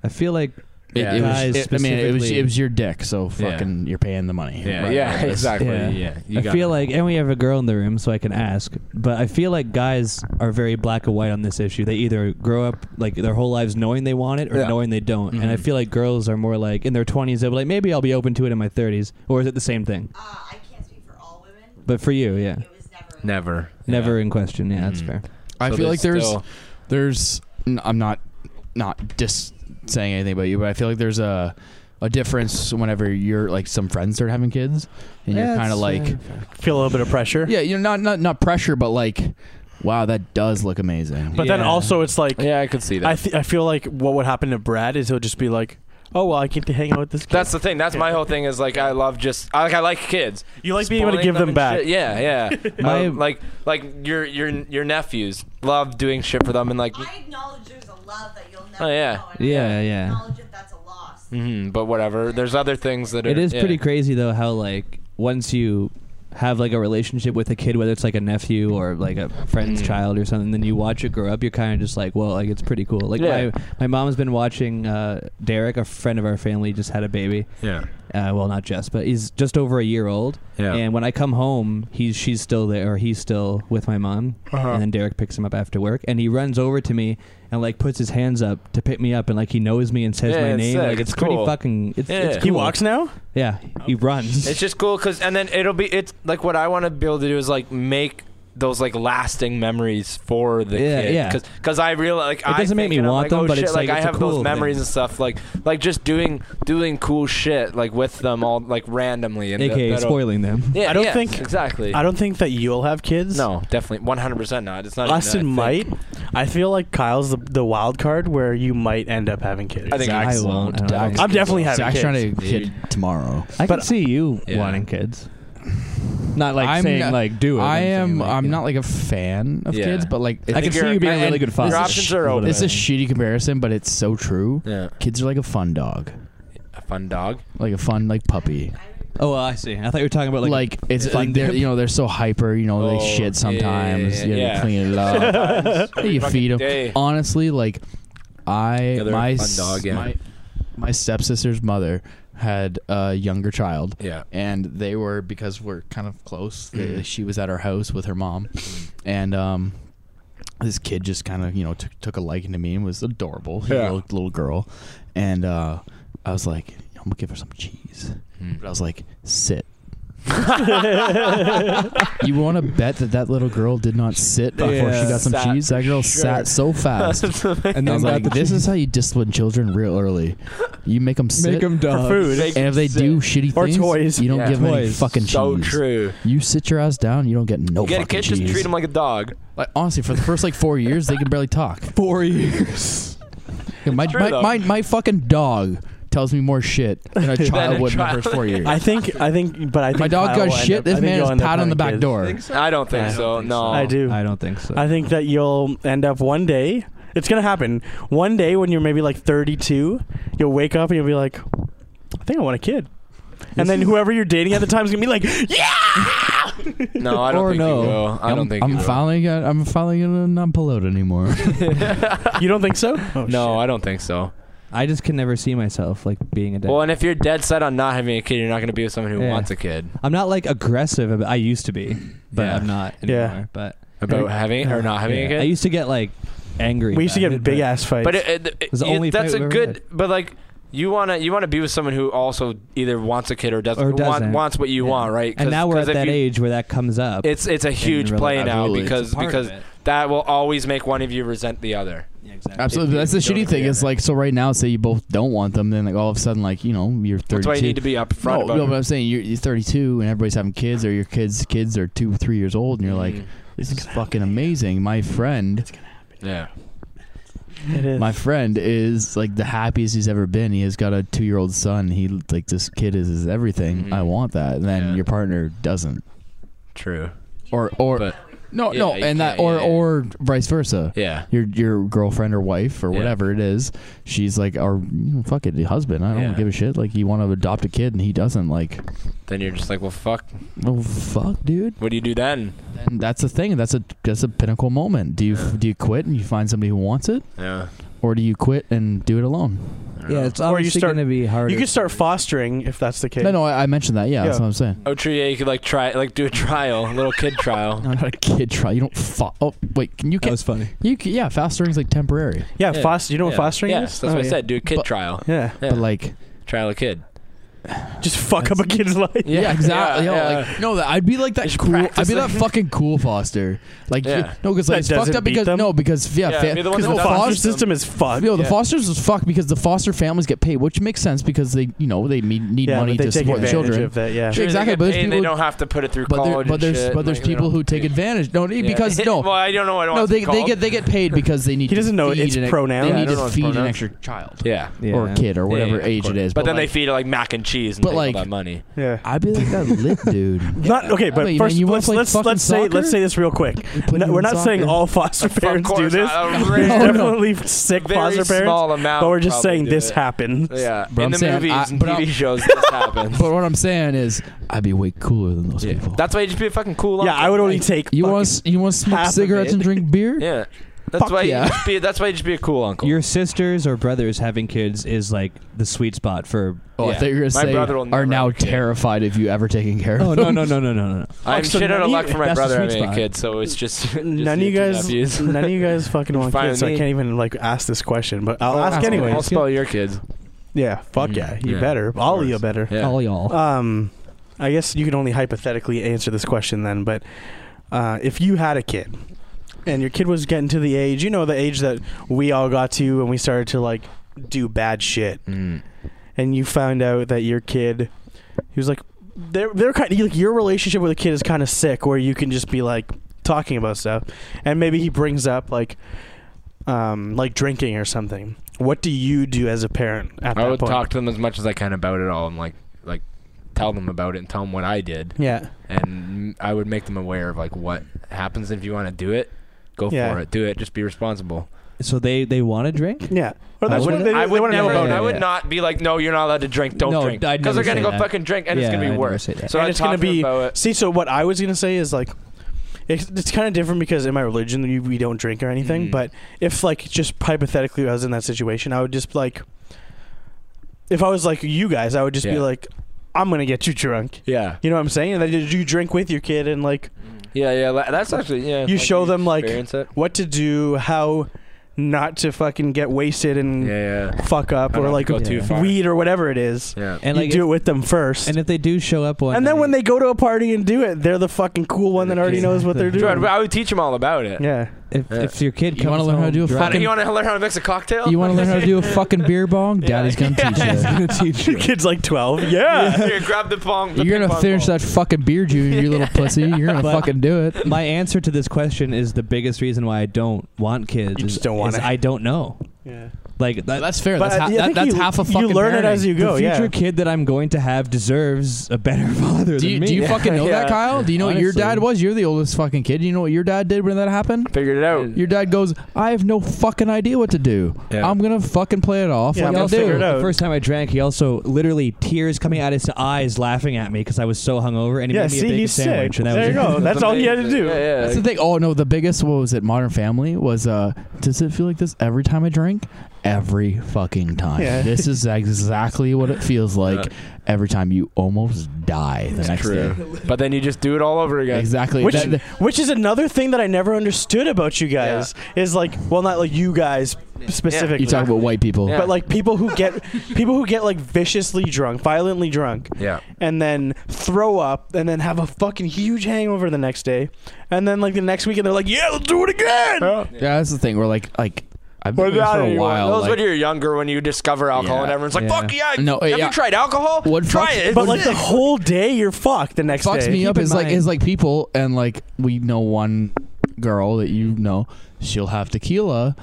[SPEAKER 4] I feel like
[SPEAKER 2] it,
[SPEAKER 3] Yeah.
[SPEAKER 2] it
[SPEAKER 4] Guys
[SPEAKER 2] was. It, I mean, it was.
[SPEAKER 4] specifically-
[SPEAKER 2] It was your dick, so
[SPEAKER 3] Yeah.
[SPEAKER 2] fucking, you're paying the money.
[SPEAKER 3] Yeah.
[SPEAKER 2] Right,
[SPEAKER 3] yeah.
[SPEAKER 2] right, that's-
[SPEAKER 3] Exactly.
[SPEAKER 4] yeah.
[SPEAKER 3] Yeah. You
[SPEAKER 4] I
[SPEAKER 3] got
[SPEAKER 4] feel
[SPEAKER 3] it.
[SPEAKER 4] like, and we have a girl in the room, so I can ask. But I feel like guys are very black and white on this issue. They either grow up like their whole lives knowing they want it or
[SPEAKER 3] Yeah. Mm-hmm.
[SPEAKER 4] knowing they don't. And I
[SPEAKER 2] Mhm.
[SPEAKER 4] feel like girls are more like in their twenties. They'll be like, maybe I'll be open to it in my thirties. Or is it the same thing?
[SPEAKER 6] Uh, I can't speak for all women.
[SPEAKER 4] But for you, yeah,
[SPEAKER 6] It was never.
[SPEAKER 3] never.
[SPEAKER 4] never
[SPEAKER 3] Yeah.
[SPEAKER 4] in question. Yeah, that's
[SPEAKER 3] Mhm.
[SPEAKER 4] fair.
[SPEAKER 2] I
[SPEAKER 3] So
[SPEAKER 2] feel like there's
[SPEAKER 3] still-
[SPEAKER 2] there's n- I'm not not dis saying anything about you, but I feel like there's a a difference whenever you're like some friends start having kids and you're kind of like
[SPEAKER 1] Feel a little bit of pressure.
[SPEAKER 2] yeah, you're not not not pressure, but like wow, that does look amazing.
[SPEAKER 1] But then
[SPEAKER 4] Yeah.
[SPEAKER 1] also, it's like
[SPEAKER 3] Yeah, I could see that.
[SPEAKER 1] I th- I feel like what would happen to Brad is he'll just be like, oh well, I get to hang out with this. Kid.
[SPEAKER 3] That's the thing. That's my whole thing. Is like I love just I like I like kids.
[SPEAKER 1] You like being able to
[SPEAKER 3] Spoiling
[SPEAKER 1] give them
[SPEAKER 3] and
[SPEAKER 1] back.
[SPEAKER 3] shit. Yeah, yeah.
[SPEAKER 4] My-
[SPEAKER 3] Um, like like your your your nephews love doing shit for them and like.
[SPEAKER 6] I acknowledge there's a love that you'll never
[SPEAKER 3] Oh, yeah.
[SPEAKER 6] know. and I
[SPEAKER 4] Yeah, yeah.
[SPEAKER 6] Acknowledge that that's a loss.
[SPEAKER 2] Mm,
[SPEAKER 3] mhm, but whatever. There's other things that are.
[SPEAKER 4] It is
[SPEAKER 3] yeah.
[SPEAKER 4] pretty crazy though how like once you have like a relationship with a kid, whether it's like a nephew or like a friend's
[SPEAKER 3] Mm.
[SPEAKER 4] child or something, then you watch it grow up. You're kind of just like, well, like it's pretty cool. Like
[SPEAKER 3] Yeah.
[SPEAKER 4] my my mom's been watching uh, Derek, a friend of our family, just had a baby.
[SPEAKER 3] Yeah.
[SPEAKER 4] Uh, well, not just, but he's just over a year old.
[SPEAKER 3] Yeah.
[SPEAKER 4] And when I come home, he's she's still there, or he's still with my mom.
[SPEAKER 1] Uh-huh.
[SPEAKER 4] And then Derek picks him up after work, and he runs over to me and like puts his hands up to pick me up, and like he knows me and says
[SPEAKER 3] Yeah,
[SPEAKER 4] my
[SPEAKER 3] it's
[SPEAKER 4] name.
[SPEAKER 3] sick.
[SPEAKER 4] Like it's,
[SPEAKER 3] It's
[SPEAKER 4] pretty
[SPEAKER 3] cool.
[SPEAKER 4] fucking. It's,
[SPEAKER 3] Yeah.
[SPEAKER 4] it's cool.
[SPEAKER 3] He
[SPEAKER 1] He walks now.
[SPEAKER 4] Yeah, he runs.
[SPEAKER 3] It's just cool because, and then it'll be it's like what I want to be able to do is like make those like lasting memories for the
[SPEAKER 4] Yeah,
[SPEAKER 3] kid.
[SPEAKER 4] yeah.
[SPEAKER 3] Because I realize like I
[SPEAKER 4] doesn't make
[SPEAKER 3] think
[SPEAKER 4] me
[SPEAKER 3] and I'm
[SPEAKER 4] want
[SPEAKER 3] like,
[SPEAKER 4] them,
[SPEAKER 3] oh,
[SPEAKER 4] but
[SPEAKER 3] shit,
[SPEAKER 4] it's like-
[SPEAKER 3] I
[SPEAKER 4] it's a
[SPEAKER 3] have
[SPEAKER 4] cool
[SPEAKER 3] those memories
[SPEAKER 4] thing.
[SPEAKER 3] and stuff like like just doing doing cool shit like with them all like randomly and
[SPEAKER 4] AKA
[SPEAKER 3] that'll-
[SPEAKER 4] spoiling them.
[SPEAKER 3] Yeah,
[SPEAKER 1] I don't
[SPEAKER 3] yes,
[SPEAKER 1] think-
[SPEAKER 3] exactly.
[SPEAKER 1] I don't think that you'll have kids.
[SPEAKER 3] No, definitely, one hundred percent not. It's not.
[SPEAKER 1] Austin
[SPEAKER 3] even, I
[SPEAKER 1] might.
[SPEAKER 3] think-
[SPEAKER 1] I feel like Kyle's the, the wild card where you might end up having kids.
[SPEAKER 3] I think
[SPEAKER 2] Zach's-
[SPEAKER 3] Zach's-
[SPEAKER 4] I won't, I don't
[SPEAKER 2] Zach's-
[SPEAKER 4] think
[SPEAKER 1] I'm definitely having
[SPEAKER 2] Zach's
[SPEAKER 1] kids.
[SPEAKER 2] trying to
[SPEAKER 3] dude.
[SPEAKER 2] kid tomorrow.
[SPEAKER 4] I
[SPEAKER 1] But-
[SPEAKER 4] can see you
[SPEAKER 3] Yeah.
[SPEAKER 4] wanting kids. Not like
[SPEAKER 2] I'm
[SPEAKER 4] saying
[SPEAKER 2] not-
[SPEAKER 4] like do it.
[SPEAKER 2] I
[SPEAKER 4] I'm saying,
[SPEAKER 2] am.
[SPEAKER 4] like,
[SPEAKER 2] I'm
[SPEAKER 4] you know.
[SPEAKER 2] not like a fan of
[SPEAKER 3] Yeah.
[SPEAKER 2] kids, but like
[SPEAKER 3] I
[SPEAKER 2] I
[SPEAKER 3] think
[SPEAKER 2] can see
[SPEAKER 3] you're-
[SPEAKER 2] you being a
[SPEAKER 3] and
[SPEAKER 2] really good father.
[SPEAKER 3] Your
[SPEAKER 2] This is
[SPEAKER 3] options
[SPEAKER 2] sh-
[SPEAKER 3] are open.
[SPEAKER 2] This is a shitty comparison, but it's so true.
[SPEAKER 3] Yeah,
[SPEAKER 2] Kids are like a fun dog,
[SPEAKER 3] a fun dog.
[SPEAKER 2] like a fun like puppy.
[SPEAKER 4] Oh, well, I see. I thought you were talking about like,
[SPEAKER 2] like, it's
[SPEAKER 4] fun
[SPEAKER 2] like they're
[SPEAKER 4] dip.
[SPEAKER 2] you know they're so hyper you know they
[SPEAKER 3] Oh,
[SPEAKER 2] shit
[SPEAKER 3] yeah, yeah,
[SPEAKER 2] sometimes
[SPEAKER 3] yeah,
[SPEAKER 2] you know,
[SPEAKER 3] yeah.
[SPEAKER 2] you clean
[SPEAKER 3] <laughs>
[SPEAKER 2] it up you feed them honestly like I
[SPEAKER 3] Yeah, they're
[SPEAKER 2] my
[SPEAKER 3] a fun
[SPEAKER 2] s-
[SPEAKER 3] dog, yeah.
[SPEAKER 2] my my stepsister's mother had a younger child
[SPEAKER 3] Yeah. Mm.
[SPEAKER 2] and they were because we're kind of close they- she was at our house with her mom and um this kid just kind of you know took took a liking to me and was adorable He was a
[SPEAKER 3] Yeah.
[SPEAKER 2] little, little girl and uh I was like I'm gonna give her some cheese
[SPEAKER 3] Mm.
[SPEAKER 2] but I was like sit you want to bet that that little girl did not sit before
[SPEAKER 4] Yeah.
[SPEAKER 2] she got some
[SPEAKER 3] Sat
[SPEAKER 2] cheese? That
[SPEAKER 3] for
[SPEAKER 2] girl
[SPEAKER 3] sure.
[SPEAKER 2] sat so fast.
[SPEAKER 4] and
[SPEAKER 2] I
[SPEAKER 4] then
[SPEAKER 2] was like, this is how you discipline children real early. You make them sit.
[SPEAKER 4] <laughs> make them dogs. <laughs>
[SPEAKER 1] food.
[SPEAKER 3] Make
[SPEAKER 2] and if they do shitty
[SPEAKER 1] Or
[SPEAKER 2] things,
[SPEAKER 1] toys.
[SPEAKER 2] you don't
[SPEAKER 3] Yeah.
[SPEAKER 2] give them any
[SPEAKER 4] Toys.
[SPEAKER 2] fucking
[SPEAKER 3] So
[SPEAKER 2] cheese.
[SPEAKER 3] true.
[SPEAKER 2] You sit your ass down, you don't get no
[SPEAKER 3] You get a
[SPEAKER 2] fucking
[SPEAKER 3] kid,
[SPEAKER 2] cheese.
[SPEAKER 3] just treat him like a dog.
[SPEAKER 2] like honestly, for the first like four years, they can barely talk.
[SPEAKER 4] Four years.
[SPEAKER 2] Yeah, my,
[SPEAKER 3] true,
[SPEAKER 2] my,
[SPEAKER 3] though.
[SPEAKER 2] my, my fucking dog tells me more shit than a child
[SPEAKER 3] a
[SPEAKER 2] would in the
[SPEAKER 3] child.
[SPEAKER 2] first four years.
[SPEAKER 1] I think. I think. But I think
[SPEAKER 2] my dog
[SPEAKER 1] Kyle
[SPEAKER 2] got
[SPEAKER 1] will end
[SPEAKER 2] shit.
[SPEAKER 1] up- I
[SPEAKER 2] this
[SPEAKER 1] think
[SPEAKER 2] man
[SPEAKER 1] you'll
[SPEAKER 2] is
[SPEAKER 1] end up
[SPEAKER 2] patted on the
[SPEAKER 1] having
[SPEAKER 2] back
[SPEAKER 1] kids.
[SPEAKER 2] door.
[SPEAKER 3] I don't think
[SPEAKER 5] I don't
[SPEAKER 3] so.
[SPEAKER 5] think
[SPEAKER 3] no,
[SPEAKER 5] so.
[SPEAKER 4] I
[SPEAKER 1] I do.
[SPEAKER 4] <laughs> I don't think so.
[SPEAKER 1] I think that you'll end up one day. It's gonna happen. One day when you're maybe like 32, you'll wake up and you'll be like, I think I want a kid. And then whoever you're dating at the time is gonna be like, Yeah.
[SPEAKER 3] no, I don't
[SPEAKER 2] or
[SPEAKER 3] think
[SPEAKER 2] no.
[SPEAKER 3] you will. I
[SPEAKER 2] am
[SPEAKER 3] don't think
[SPEAKER 2] I'm
[SPEAKER 3] you will.
[SPEAKER 2] finally got, I'm finally gonna not pilot anymore.
[SPEAKER 1] You don't think so? Oh,
[SPEAKER 3] No, I don't think so.
[SPEAKER 4] I just can never see myself like being a dad.
[SPEAKER 3] Well, and if you're dead set on not having a kid, you're not going to be with someone who
[SPEAKER 4] Yeah.
[SPEAKER 3] wants a kid.
[SPEAKER 4] I'm not like aggressive. ab- I used to be, but
[SPEAKER 3] Yeah.
[SPEAKER 4] I'm not
[SPEAKER 1] Yeah.
[SPEAKER 4] anymore. But
[SPEAKER 3] About having or not having
[SPEAKER 4] yeah.
[SPEAKER 3] a kid.
[SPEAKER 4] I used to get like angry.
[SPEAKER 1] We used to
[SPEAKER 4] about
[SPEAKER 1] get
[SPEAKER 4] it,
[SPEAKER 1] big
[SPEAKER 4] but-
[SPEAKER 1] ass fights.
[SPEAKER 3] but it, it, it-
[SPEAKER 4] was the
[SPEAKER 3] you-
[SPEAKER 4] only
[SPEAKER 3] that's
[SPEAKER 4] fight
[SPEAKER 3] a
[SPEAKER 4] we ever
[SPEAKER 3] good.
[SPEAKER 4] had.
[SPEAKER 3] But like, you want to you want to be with someone who also either wants a kid or doesn't,
[SPEAKER 4] Or
[SPEAKER 3] Want,
[SPEAKER 4] doesn't.
[SPEAKER 3] wants what you
[SPEAKER 4] Yeah.
[SPEAKER 3] want, right? 'Cause-
[SPEAKER 4] And now we're
[SPEAKER 3] 'cause
[SPEAKER 4] at
[SPEAKER 3] if
[SPEAKER 4] that
[SPEAKER 3] you-
[SPEAKER 4] age where that comes up.
[SPEAKER 3] It's it's a huge
[SPEAKER 4] real
[SPEAKER 3] play
[SPEAKER 4] life.
[SPEAKER 3] now
[SPEAKER 2] Absolutely.
[SPEAKER 3] because
[SPEAKER 4] part of
[SPEAKER 3] because
[SPEAKER 4] it.
[SPEAKER 3] that will always make one of you resent the other.
[SPEAKER 2] Absolutely. That's
[SPEAKER 3] If
[SPEAKER 2] the
[SPEAKER 3] you
[SPEAKER 2] shitty
[SPEAKER 3] don't
[SPEAKER 2] thing. It's
[SPEAKER 3] together.
[SPEAKER 2] like so right now. Say you both don't want them, then like all of a sudden, like you know, you're 32.
[SPEAKER 3] That's why you need to be upfront
[SPEAKER 2] no,
[SPEAKER 3] about
[SPEAKER 2] no,
[SPEAKER 3] it.
[SPEAKER 2] but I'm saying you're, you're 32 and everybody's having kids, or your kids' kids are two, three years old, and you're like,
[SPEAKER 3] Mhm.
[SPEAKER 2] this is fucking amazing. My friend,
[SPEAKER 3] yeah.
[SPEAKER 1] It is.
[SPEAKER 2] my friend is like the happiest he's ever been. He has got a two-year-old son. He like this kid is his everything.
[SPEAKER 3] Mhm.
[SPEAKER 2] I want that. And then
[SPEAKER 3] Yeah.
[SPEAKER 2] your partner doesn't,
[SPEAKER 3] True.
[SPEAKER 2] or or
[SPEAKER 3] But-
[SPEAKER 2] no,
[SPEAKER 3] Yeah,
[SPEAKER 2] no,
[SPEAKER 3] you
[SPEAKER 2] and that
[SPEAKER 3] can't-
[SPEAKER 2] or
[SPEAKER 3] yeah, yeah.
[SPEAKER 2] or vice versa.
[SPEAKER 3] Yeah.
[SPEAKER 2] your your girlfriend or wife or
[SPEAKER 3] Yeah.
[SPEAKER 2] whatever it is, she's like our you know, fuck it, husband. I don't
[SPEAKER 3] Yeah.
[SPEAKER 2] give a shit. Like you want to adopt a kid and he doesn't. Like
[SPEAKER 3] Then you're just like, well, fuck.
[SPEAKER 2] oh fuck, dude.
[SPEAKER 3] What do you do then?
[SPEAKER 2] And that's the thing. That's a that's a pinnacle moment. Do you do you quit and you find somebody who wants it,
[SPEAKER 3] Yeah.
[SPEAKER 2] or do you quit and do it alone?
[SPEAKER 4] yeah, it's
[SPEAKER 1] Or you
[SPEAKER 4] obviously
[SPEAKER 1] start-
[SPEAKER 4] going to be harder.
[SPEAKER 1] you could start fostering if that's the case.
[SPEAKER 2] No, no, I, I mentioned that. Yeah, that's
[SPEAKER 1] Yeah.
[SPEAKER 2] what I'm
[SPEAKER 3] <laughs>
[SPEAKER 2] saying.
[SPEAKER 3] Oh, true. Yeah, you could like try, like do a trial, a little kid trial.
[SPEAKER 2] <laughs> No, not a kid trial. You don't fuck. Oh wait, can you
[SPEAKER 4] That
[SPEAKER 2] can
[SPEAKER 4] was funny.
[SPEAKER 2] you can, yeah? Fostering's like temporary,
[SPEAKER 1] Yeah,
[SPEAKER 3] Yeah.
[SPEAKER 1] foster. You know what
[SPEAKER 3] Yeah.
[SPEAKER 1] fostering
[SPEAKER 3] Yes,
[SPEAKER 1] is?
[SPEAKER 3] that's
[SPEAKER 1] Oh,
[SPEAKER 3] what I
[SPEAKER 1] yeah.
[SPEAKER 3] said. Do a kid
[SPEAKER 2] But-
[SPEAKER 3] trial.
[SPEAKER 1] Yeah.
[SPEAKER 3] Yeah.
[SPEAKER 2] but like
[SPEAKER 3] trial a kid.
[SPEAKER 1] Just fuck up a kid's
[SPEAKER 2] <laughs>
[SPEAKER 1] life.
[SPEAKER 2] Yeah, exactly.
[SPEAKER 3] Yeah,
[SPEAKER 2] Yo,
[SPEAKER 3] yeah.
[SPEAKER 2] Like, no, that- I'd be like that
[SPEAKER 3] Just
[SPEAKER 2] cool. I'd
[SPEAKER 3] practice
[SPEAKER 2] be that
[SPEAKER 3] it.
[SPEAKER 2] fucking cool foster. Like, you-
[SPEAKER 3] Yeah.
[SPEAKER 2] no, because like,
[SPEAKER 1] That
[SPEAKER 2] it's fucked
[SPEAKER 1] doesn't
[SPEAKER 2] up
[SPEAKER 1] beat
[SPEAKER 2] because
[SPEAKER 1] them?
[SPEAKER 2] no, because yeah,
[SPEAKER 3] Yeah,
[SPEAKER 2] fa-
[SPEAKER 3] be the one
[SPEAKER 2] because
[SPEAKER 3] that
[SPEAKER 2] the
[SPEAKER 3] doesn't
[SPEAKER 1] foster
[SPEAKER 3] foster-
[SPEAKER 1] system is fucked.
[SPEAKER 2] Yo, the
[SPEAKER 3] Yeah.
[SPEAKER 2] fosters is fucked because the foster families get paid, which makes sense because they, you know, they need, need
[SPEAKER 1] yeah,
[SPEAKER 2] money
[SPEAKER 1] but they
[SPEAKER 2] to
[SPEAKER 1] take
[SPEAKER 2] support
[SPEAKER 1] advantage
[SPEAKER 2] children.
[SPEAKER 1] of that. Yeah.
[SPEAKER 2] Sure. Exactly,
[SPEAKER 3] They,
[SPEAKER 2] but
[SPEAKER 3] get
[SPEAKER 2] there's
[SPEAKER 3] paid and they
[SPEAKER 2] people-
[SPEAKER 3] don't have to put it through
[SPEAKER 2] But, there,
[SPEAKER 3] college.
[SPEAKER 2] but there's
[SPEAKER 3] and shit,
[SPEAKER 2] but there's
[SPEAKER 3] like, they
[SPEAKER 2] people
[SPEAKER 3] don't-
[SPEAKER 2] who take advantage. No,
[SPEAKER 3] Yeah. <laughs>
[SPEAKER 2] because no,
[SPEAKER 3] well, I don't know what. it
[SPEAKER 2] no,
[SPEAKER 3] wants to
[SPEAKER 2] they,
[SPEAKER 3] be
[SPEAKER 2] they
[SPEAKER 3] called.
[SPEAKER 2] get they get paid because
[SPEAKER 3] <laughs>
[SPEAKER 2] they need. to
[SPEAKER 1] doesn't know
[SPEAKER 2] feed
[SPEAKER 1] it's
[SPEAKER 2] an ex-
[SPEAKER 1] pronouns.
[SPEAKER 2] They
[SPEAKER 1] Yeah, I
[SPEAKER 2] need
[SPEAKER 3] don't know
[SPEAKER 2] to
[SPEAKER 3] it's
[SPEAKER 2] feed an
[SPEAKER 3] pronouns.
[SPEAKER 2] extra child
[SPEAKER 3] Yeah.
[SPEAKER 2] or
[SPEAKER 4] Yeah.
[SPEAKER 2] kid or whatever
[SPEAKER 3] yeah, of
[SPEAKER 2] age it
[SPEAKER 3] course.
[SPEAKER 2] is.
[SPEAKER 3] But, then
[SPEAKER 2] like,
[SPEAKER 3] they feed it like mac and cheese and
[SPEAKER 2] But,
[SPEAKER 3] take
[SPEAKER 2] like-
[SPEAKER 3] all that money.
[SPEAKER 1] Yeah.
[SPEAKER 2] I'd be like that lit dude.
[SPEAKER 1] Not okay, but
[SPEAKER 2] Wait, man,
[SPEAKER 1] first
[SPEAKER 2] you wanna
[SPEAKER 1] let's
[SPEAKER 2] play
[SPEAKER 1] let's,
[SPEAKER 2] fucking
[SPEAKER 1] let's say let's
[SPEAKER 2] soccer?
[SPEAKER 1] say this real quick.
[SPEAKER 2] We play
[SPEAKER 1] No,
[SPEAKER 2] you
[SPEAKER 1] we're
[SPEAKER 2] in
[SPEAKER 1] not saying
[SPEAKER 2] soccer.
[SPEAKER 1] all
[SPEAKER 2] <laughs>
[SPEAKER 1] foster
[SPEAKER 3] Of
[SPEAKER 1] parents do
[SPEAKER 3] course,
[SPEAKER 1] this. <laughs>
[SPEAKER 3] a
[SPEAKER 1] There's
[SPEAKER 3] rare-
[SPEAKER 2] No, no.
[SPEAKER 1] definitely sick
[SPEAKER 3] Very
[SPEAKER 1] foster parents,
[SPEAKER 3] small amount.
[SPEAKER 1] but we're just
[SPEAKER 3] probably
[SPEAKER 1] saying
[SPEAKER 3] do
[SPEAKER 1] this
[SPEAKER 3] it.
[SPEAKER 1] happens.
[SPEAKER 3] Yeah,
[SPEAKER 2] But
[SPEAKER 3] in
[SPEAKER 2] I'm
[SPEAKER 3] the
[SPEAKER 2] saying,
[SPEAKER 3] movies
[SPEAKER 2] I-
[SPEAKER 3] and
[SPEAKER 2] but I'm-
[SPEAKER 3] TV shows, this
[SPEAKER 2] <laughs>
[SPEAKER 3] happens.
[SPEAKER 2] But what I'm saying is, I'd be way cooler than those
[SPEAKER 3] Yeah.
[SPEAKER 2] people.
[SPEAKER 3] That's why you just be a fucking cool.
[SPEAKER 1] Yeah,
[SPEAKER 3] uncle.
[SPEAKER 1] I would only
[SPEAKER 3] Like,
[SPEAKER 1] take.
[SPEAKER 2] you
[SPEAKER 1] fucking- <laughs>
[SPEAKER 2] want to you want to
[SPEAKER 1] half
[SPEAKER 2] smoke
[SPEAKER 1] of
[SPEAKER 2] cigarettes
[SPEAKER 1] it.
[SPEAKER 2] and drink beer?
[SPEAKER 3] <laughs> Yeah, that's
[SPEAKER 2] Fuck
[SPEAKER 3] why
[SPEAKER 2] yeah.
[SPEAKER 3] you just be. That's why you just be a cool uncle.
[SPEAKER 4] Your sisters or brothers having kids is like the sweet spot for.
[SPEAKER 2] Oh, I
[SPEAKER 3] Yeah.
[SPEAKER 2] thought you were gonna
[SPEAKER 3] My
[SPEAKER 2] say
[SPEAKER 3] brother will
[SPEAKER 2] are
[SPEAKER 3] never
[SPEAKER 2] now
[SPEAKER 3] have a kid.
[SPEAKER 2] terrified of you ever taking care of
[SPEAKER 4] Oh
[SPEAKER 2] them.
[SPEAKER 4] no no no no <laughs> no no!
[SPEAKER 3] I'm
[SPEAKER 1] so
[SPEAKER 3] shit out
[SPEAKER 1] none
[SPEAKER 3] of luck
[SPEAKER 1] of
[SPEAKER 3] for my
[SPEAKER 4] that's the
[SPEAKER 3] brother
[SPEAKER 4] sweet
[SPEAKER 3] having a
[SPEAKER 4] spot.
[SPEAKER 3] kid, so it's just, just
[SPEAKER 1] None of you guys, none of you guys fucking
[SPEAKER 2] <laughs>
[SPEAKER 1] want
[SPEAKER 3] Fine
[SPEAKER 1] kids, so
[SPEAKER 3] with
[SPEAKER 1] I
[SPEAKER 3] me.
[SPEAKER 1] can't even like ask this question. But <laughs> I'll
[SPEAKER 2] Oh,
[SPEAKER 1] ask
[SPEAKER 2] ask it.
[SPEAKER 1] anyway.
[SPEAKER 3] I'll spell your kids.
[SPEAKER 1] Yeah, fuck
[SPEAKER 3] Mm.
[SPEAKER 1] yeah, you
[SPEAKER 3] Yeah,
[SPEAKER 1] better,
[SPEAKER 3] of
[SPEAKER 1] all of
[SPEAKER 3] course.
[SPEAKER 1] you better.
[SPEAKER 3] Yeah.
[SPEAKER 4] All y'all.
[SPEAKER 1] Um, I guess you can only hypothetically answer this question then, but uh, if you had a kid and your kid was getting to the age, you know, the age that we all got to when we started to like do bad shit,
[SPEAKER 3] Mm.
[SPEAKER 1] and you found out that your kid, he was like, they're they're kind of like your relationship with a kid is kind of sick, where you can just be like talking about stuff, and maybe he brings up like. Um, like drinking or something. What do you do as a parent at
[SPEAKER 3] I
[SPEAKER 1] that
[SPEAKER 3] would
[SPEAKER 1] point?
[SPEAKER 3] talk to them as much as I can about it all, and like like tell them about it and tell them what I did,
[SPEAKER 1] yeah,
[SPEAKER 3] and I would make them aware of like what happens if you want to do it. Go
[SPEAKER 1] Yeah.
[SPEAKER 3] for it. Do it. Just be responsible.
[SPEAKER 4] So they they want to drink.
[SPEAKER 1] yeah. Or
[SPEAKER 4] I
[SPEAKER 1] that's what
[SPEAKER 4] wouldn't-
[SPEAKER 1] they,
[SPEAKER 3] I
[SPEAKER 1] they
[SPEAKER 3] would
[SPEAKER 1] want to know
[SPEAKER 3] never.
[SPEAKER 1] about.
[SPEAKER 4] yeah,
[SPEAKER 3] I would
[SPEAKER 4] yeah.
[SPEAKER 3] not be like, no, you're not allowed to drink. Don't
[SPEAKER 4] No,
[SPEAKER 3] drink.
[SPEAKER 4] I'd
[SPEAKER 3] Because they're
[SPEAKER 4] never
[SPEAKER 3] gonna go
[SPEAKER 4] say that.
[SPEAKER 3] fucking drink, and it's
[SPEAKER 4] Yeah,
[SPEAKER 3] gonna
[SPEAKER 4] I'd
[SPEAKER 3] be
[SPEAKER 4] never
[SPEAKER 3] worse.
[SPEAKER 4] say that.
[SPEAKER 3] So
[SPEAKER 1] and
[SPEAKER 3] I'd
[SPEAKER 1] it's gonna
[SPEAKER 3] talk to them
[SPEAKER 1] be
[SPEAKER 3] about it.
[SPEAKER 1] see. So what I was gonna say is like, it's, it's kind of different because in my religion we, we don't drink or anything.
[SPEAKER 3] Mhm.
[SPEAKER 1] But if like just hypothetically I was in that situation, I would just like, if I was like you guys, I would just be
[SPEAKER 3] Yeah.
[SPEAKER 1] like, I'm gonna get you drunk.
[SPEAKER 3] Yeah.
[SPEAKER 1] You know what I'm saying? And then you drink with your kid and like
[SPEAKER 3] Yeah, yeah. li- That's actually yeah.
[SPEAKER 1] You show them, like-
[SPEAKER 3] experience it.
[SPEAKER 1] what to do, how not to fucking get wasted and
[SPEAKER 3] Yeah, yeah.
[SPEAKER 1] fuck up
[SPEAKER 3] I don't
[SPEAKER 1] or
[SPEAKER 3] have to
[SPEAKER 1] like
[SPEAKER 3] go
[SPEAKER 4] Yeah.
[SPEAKER 3] too far.
[SPEAKER 1] weed or whatever it is.
[SPEAKER 3] Yeah.
[SPEAKER 4] And
[SPEAKER 1] you
[SPEAKER 4] like
[SPEAKER 1] do it
[SPEAKER 4] if,
[SPEAKER 1] with them first.
[SPEAKER 4] and
[SPEAKER 1] And,
[SPEAKER 4] if they do show up one
[SPEAKER 1] then when
[SPEAKER 4] night-
[SPEAKER 1] they go to a party and do it, they're the fucking cool one that already knows
[SPEAKER 3] <laughs>
[SPEAKER 1] what they're
[SPEAKER 4] Exactly.
[SPEAKER 3] Sure,
[SPEAKER 1] doing.
[SPEAKER 3] I'd- I would teach them all about it.
[SPEAKER 1] Yeah.
[SPEAKER 4] if,
[SPEAKER 3] Yeah.
[SPEAKER 4] if your kid
[SPEAKER 2] You
[SPEAKER 4] comes
[SPEAKER 2] wanna learn how to
[SPEAKER 4] home
[SPEAKER 2] do a
[SPEAKER 3] How
[SPEAKER 4] drunk,
[SPEAKER 3] do you
[SPEAKER 2] Fucking-
[SPEAKER 3] want to learn how to mix a cocktail?
[SPEAKER 2] You want to learn how to
[SPEAKER 3] <laughs>
[SPEAKER 2] do a fucking beer bong? Daddy's gonna teach
[SPEAKER 4] <laughs>
[SPEAKER 2] you.
[SPEAKER 1] <laughs>
[SPEAKER 4] I'm gonna teach
[SPEAKER 1] <laughs> Your
[SPEAKER 4] you.
[SPEAKER 1] kid's like 12. <laughs> Yeah.
[SPEAKER 4] <laughs>
[SPEAKER 3] Here, grab the pong. the
[SPEAKER 2] You're
[SPEAKER 3] ping
[SPEAKER 2] gonna
[SPEAKER 3] pong
[SPEAKER 2] finish
[SPEAKER 3] ball.
[SPEAKER 2] that fucking beer, Junior, you little pussy. You're gonna
[SPEAKER 4] But-
[SPEAKER 2] fucking do it.
[SPEAKER 4] My answer to this question is the biggest reason why I don't want kids.
[SPEAKER 1] You
[SPEAKER 4] is,
[SPEAKER 1] just don't want
[SPEAKER 4] is
[SPEAKER 1] it.
[SPEAKER 4] I don't know.
[SPEAKER 1] Yeah.
[SPEAKER 4] Like that,
[SPEAKER 2] That's fair. That's,
[SPEAKER 1] But
[SPEAKER 2] ha-
[SPEAKER 1] I- I
[SPEAKER 2] that,
[SPEAKER 1] think you-
[SPEAKER 2] that's half a
[SPEAKER 1] you
[SPEAKER 2] fucking.
[SPEAKER 1] learn it
[SPEAKER 2] parenting.
[SPEAKER 1] as you
[SPEAKER 4] the
[SPEAKER 1] go,
[SPEAKER 4] future
[SPEAKER 1] yeah.
[SPEAKER 4] kid that I'm going to have deserves a better <laughs> father
[SPEAKER 2] Do you,
[SPEAKER 4] than me.
[SPEAKER 2] do you fucking know that,
[SPEAKER 3] Yeah.
[SPEAKER 2] Kyle? Do you know what your
[SPEAKER 4] Honestly.
[SPEAKER 2] dad was? You're the oldest fucking kid. You know what your dad did when that happened?
[SPEAKER 3] Figured it out. <laughs>
[SPEAKER 2] Your dad goes, "I have no fucking idea what to do.
[SPEAKER 3] Yeah.
[SPEAKER 2] I'm gonna fucking play it off
[SPEAKER 1] Yeah,
[SPEAKER 2] like
[SPEAKER 1] I'm
[SPEAKER 2] I
[SPEAKER 1] gonna figure it
[SPEAKER 2] do."
[SPEAKER 1] out.
[SPEAKER 4] The first time I drank, he also literally tears coming out his eyes, laughing at me because I was so hungover, and he
[SPEAKER 1] yeah,
[SPEAKER 4] made me a
[SPEAKER 1] see,
[SPEAKER 4] bacon
[SPEAKER 1] he's
[SPEAKER 4] sandwich.
[SPEAKER 1] sick.
[SPEAKER 4] And that was
[SPEAKER 1] There you
[SPEAKER 4] it. <laughs>
[SPEAKER 1] go. Oh, That's all he had to
[SPEAKER 3] amazing.
[SPEAKER 1] do.
[SPEAKER 3] Yeah, yeah.
[SPEAKER 2] That's the thing. Oh no, the biggest what was it? Modern Family was. uh Does it feel like this every time I drink? Every fucking time.
[SPEAKER 1] Yeah. <laughs>
[SPEAKER 2] This is exactly what it feels like
[SPEAKER 3] Yeah.
[SPEAKER 2] every time you almost die the next day.
[SPEAKER 3] But then you just do it all over again.
[SPEAKER 2] Exactly.
[SPEAKER 1] Which,
[SPEAKER 2] That- that-
[SPEAKER 1] which is another thing that I never understood about you guys is like, well, not like you guys specifically,
[SPEAKER 2] you talk about white people.
[SPEAKER 3] Yeah.
[SPEAKER 1] but like people who get people who get like viciously drunk, violently drunk,
[SPEAKER 3] Yeah.
[SPEAKER 1] and then throw up, and then have a fucking huge hangover the next day, and then like the next weekend they're like, yeah, let's do it again.
[SPEAKER 2] Yeah, that's the thing. We're like, like I've been
[SPEAKER 3] Well,
[SPEAKER 2] doing this for a while.
[SPEAKER 3] Those
[SPEAKER 2] like-
[SPEAKER 3] when you're younger, when you discover alcohol,
[SPEAKER 2] Yeah.
[SPEAKER 3] and everyone's like,
[SPEAKER 4] Yeah.
[SPEAKER 3] "Fuck yeah!"
[SPEAKER 2] No,
[SPEAKER 3] have
[SPEAKER 2] yeah.
[SPEAKER 3] you tried alcohol?
[SPEAKER 2] What
[SPEAKER 3] Try
[SPEAKER 2] fucks-
[SPEAKER 3] it. It's
[SPEAKER 1] But like the
[SPEAKER 3] <laughs> sick.
[SPEAKER 1] whole day, you're fucked the next
[SPEAKER 2] fucks
[SPEAKER 1] day.
[SPEAKER 2] me up
[SPEAKER 4] Keep in
[SPEAKER 2] is like
[SPEAKER 4] mind-
[SPEAKER 2] is like people and like we know one girl that you know she'll have tequila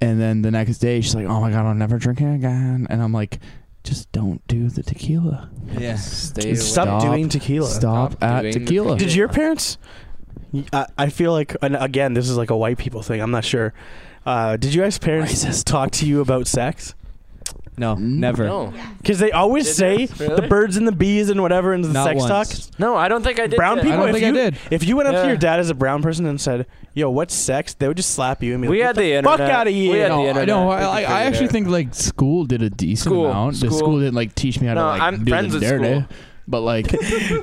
[SPEAKER 2] and then the next day she's like oh my god i'm never drinking again and i'm like just don't do the tequila
[SPEAKER 4] Yeah.
[SPEAKER 2] Stay
[SPEAKER 1] Stop doing tequila.
[SPEAKER 2] stop,
[SPEAKER 5] Stop
[SPEAKER 2] at
[SPEAKER 5] doing the
[SPEAKER 2] tequila
[SPEAKER 1] Did your parents? I, I feel like, and again, this is like a white people thing. I'm not sure. Uh, did you guys' parents
[SPEAKER 2] Racist.
[SPEAKER 1] talk to you about sex?
[SPEAKER 4] No, never.
[SPEAKER 3] Mm, no,
[SPEAKER 1] Because they always
[SPEAKER 3] Did
[SPEAKER 1] say
[SPEAKER 3] they?
[SPEAKER 1] the
[SPEAKER 3] Really?
[SPEAKER 1] birds and the bees and whatever and the
[SPEAKER 4] Not
[SPEAKER 1] sex
[SPEAKER 4] once.
[SPEAKER 1] talk.
[SPEAKER 3] no, I don't think I did.
[SPEAKER 1] Brown
[SPEAKER 3] that.
[SPEAKER 1] people,
[SPEAKER 2] don't
[SPEAKER 1] if
[SPEAKER 2] think I
[SPEAKER 1] you
[SPEAKER 2] did.
[SPEAKER 1] if you went up to
[SPEAKER 3] Yeah.
[SPEAKER 1] your dad as a brown person and said, "Yo, what's sex?" they would just slap you and be
[SPEAKER 3] We
[SPEAKER 1] like,
[SPEAKER 3] had
[SPEAKER 1] "Get
[SPEAKER 3] the
[SPEAKER 1] fuck
[SPEAKER 3] internet.
[SPEAKER 1] out of
[SPEAKER 3] We
[SPEAKER 1] here."
[SPEAKER 3] had the
[SPEAKER 2] no, I-
[SPEAKER 3] internet.
[SPEAKER 2] no,
[SPEAKER 3] We
[SPEAKER 2] I,
[SPEAKER 3] could
[SPEAKER 2] I,
[SPEAKER 3] figure
[SPEAKER 2] I
[SPEAKER 3] it
[SPEAKER 2] actually
[SPEAKER 3] out.
[SPEAKER 2] think like school did a decent
[SPEAKER 3] School,
[SPEAKER 2] amount. The
[SPEAKER 3] school.
[SPEAKER 2] school didn't like teach me how to
[SPEAKER 3] No,
[SPEAKER 2] like
[SPEAKER 3] I'm
[SPEAKER 2] do
[SPEAKER 3] friends
[SPEAKER 2] the
[SPEAKER 3] with
[SPEAKER 2] dirty,
[SPEAKER 3] school.
[SPEAKER 2] but
[SPEAKER 3] <laughs>
[SPEAKER 2] like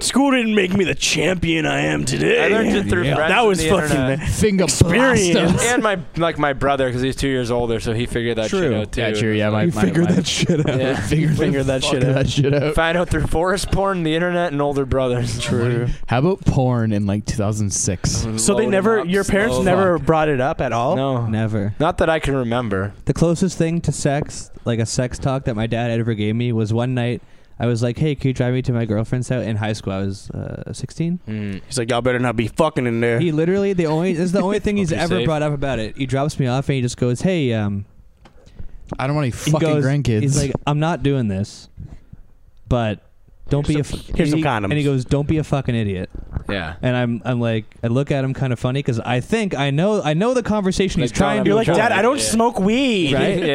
[SPEAKER 1] School didn't make me the champion I am today.
[SPEAKER 3] I learned it through
[SPEAKER 2] Yeah.
[SPEAKER 3] friends
[SPEAKER 1] that
[SPEAKER 3] and
[SPEAKER 1] was
[SPEAKER 3] the
[SPEAKER 1] fucking.
[SPEAKER 3] internet.
[SPEAKER 2] finger
[SPEAKER 1] Experience.
[SPEAKER 2] blasters.
[SPEAKER 3] <laughs> and my like my brother because he's two years older, so he figured that shit
[SPEAKER 4] True.
[SPEAKER 3] out too.
[SPEAKER 2] Yeah, true. Yeah, my,
[SPEAKER 4] You
[SPEAKER 2] my,
[SPEAKER 4] figured
[SPEAKER 2] my,
[SPEAKER 4] that shit out.
[SPEAKER 3] Yeah.
[SPEAKER 2] figured
[SPEAKER 1] Figure that
[SPEAKER 2] fuck
[SPEAKER 1] shit out.
[SPEAKER 2] That shit out.
[SPEAKER 3] Find out through forest porn, the internet, and older brothers. True. <laughs>
[SPEAKER 2] How about porn in like 2006?
[SPEAKER 1] So they never. Your parents never brought it up at all.
[SPEAKER 3] No,
[SPEAKER 4] Never.
[SPEAKER 3] not that I can remember.
[SPEAKER 4] The closest thing to sex, like a sex talk that my dad ever gave me, was one night I was like, "Hey, can you drive me to my girlfriend's house?" In high school, I was uh, 16.
[SPEAKER 2] Mm,
[SPEAKER 1] He's like, "Y'all better not be fucking in there."
[SPEAKER 4] He literally the only this
[SPEAKER 3] <laughs>
[SPEAKER 4] is the only thing he's
[SPEAKER 3] Hope you're
[SPEAKER 4] ever
[SPEAKER 3] safe.
[SPEAKER 4] brought up about it. He drops me off and he just goes, "Hey, um,
[SPEAKER 2] I don't want any
[SPEAKER 4] he
[SPEAKER 2] fucking
[SPEAKER 4] goes-
[SPEAKER 2] grandkids.
[SPEAKER 4] He's like, I'm not doing this, but don't be a f-
[SPEAKER 1] here's some
[SPEAKER 4] he-
[SPEAKER 1] condoms.
[SPEAKER 4] And he goes, don't be a fucking idiot.
[SPEAKER 3] Yeah.
[SPEAKER 4] And I'm I'm like, I look at him kind of funny because I think I know I know the conversation he's
[SPEAKER 3] Like, don't
[SPEAKER 4] trying to
[SPEAKER 1] You're like,
[SPEAKER 3] Yeah.
[SPEAKER 1] Dad, I <laughs> don't
[SPEAKER 3] Yeah.
[SPEAKER 1] smoke weed.
[SPEAKER 4] right?
[SPEAKER 3] Yeah, yeah,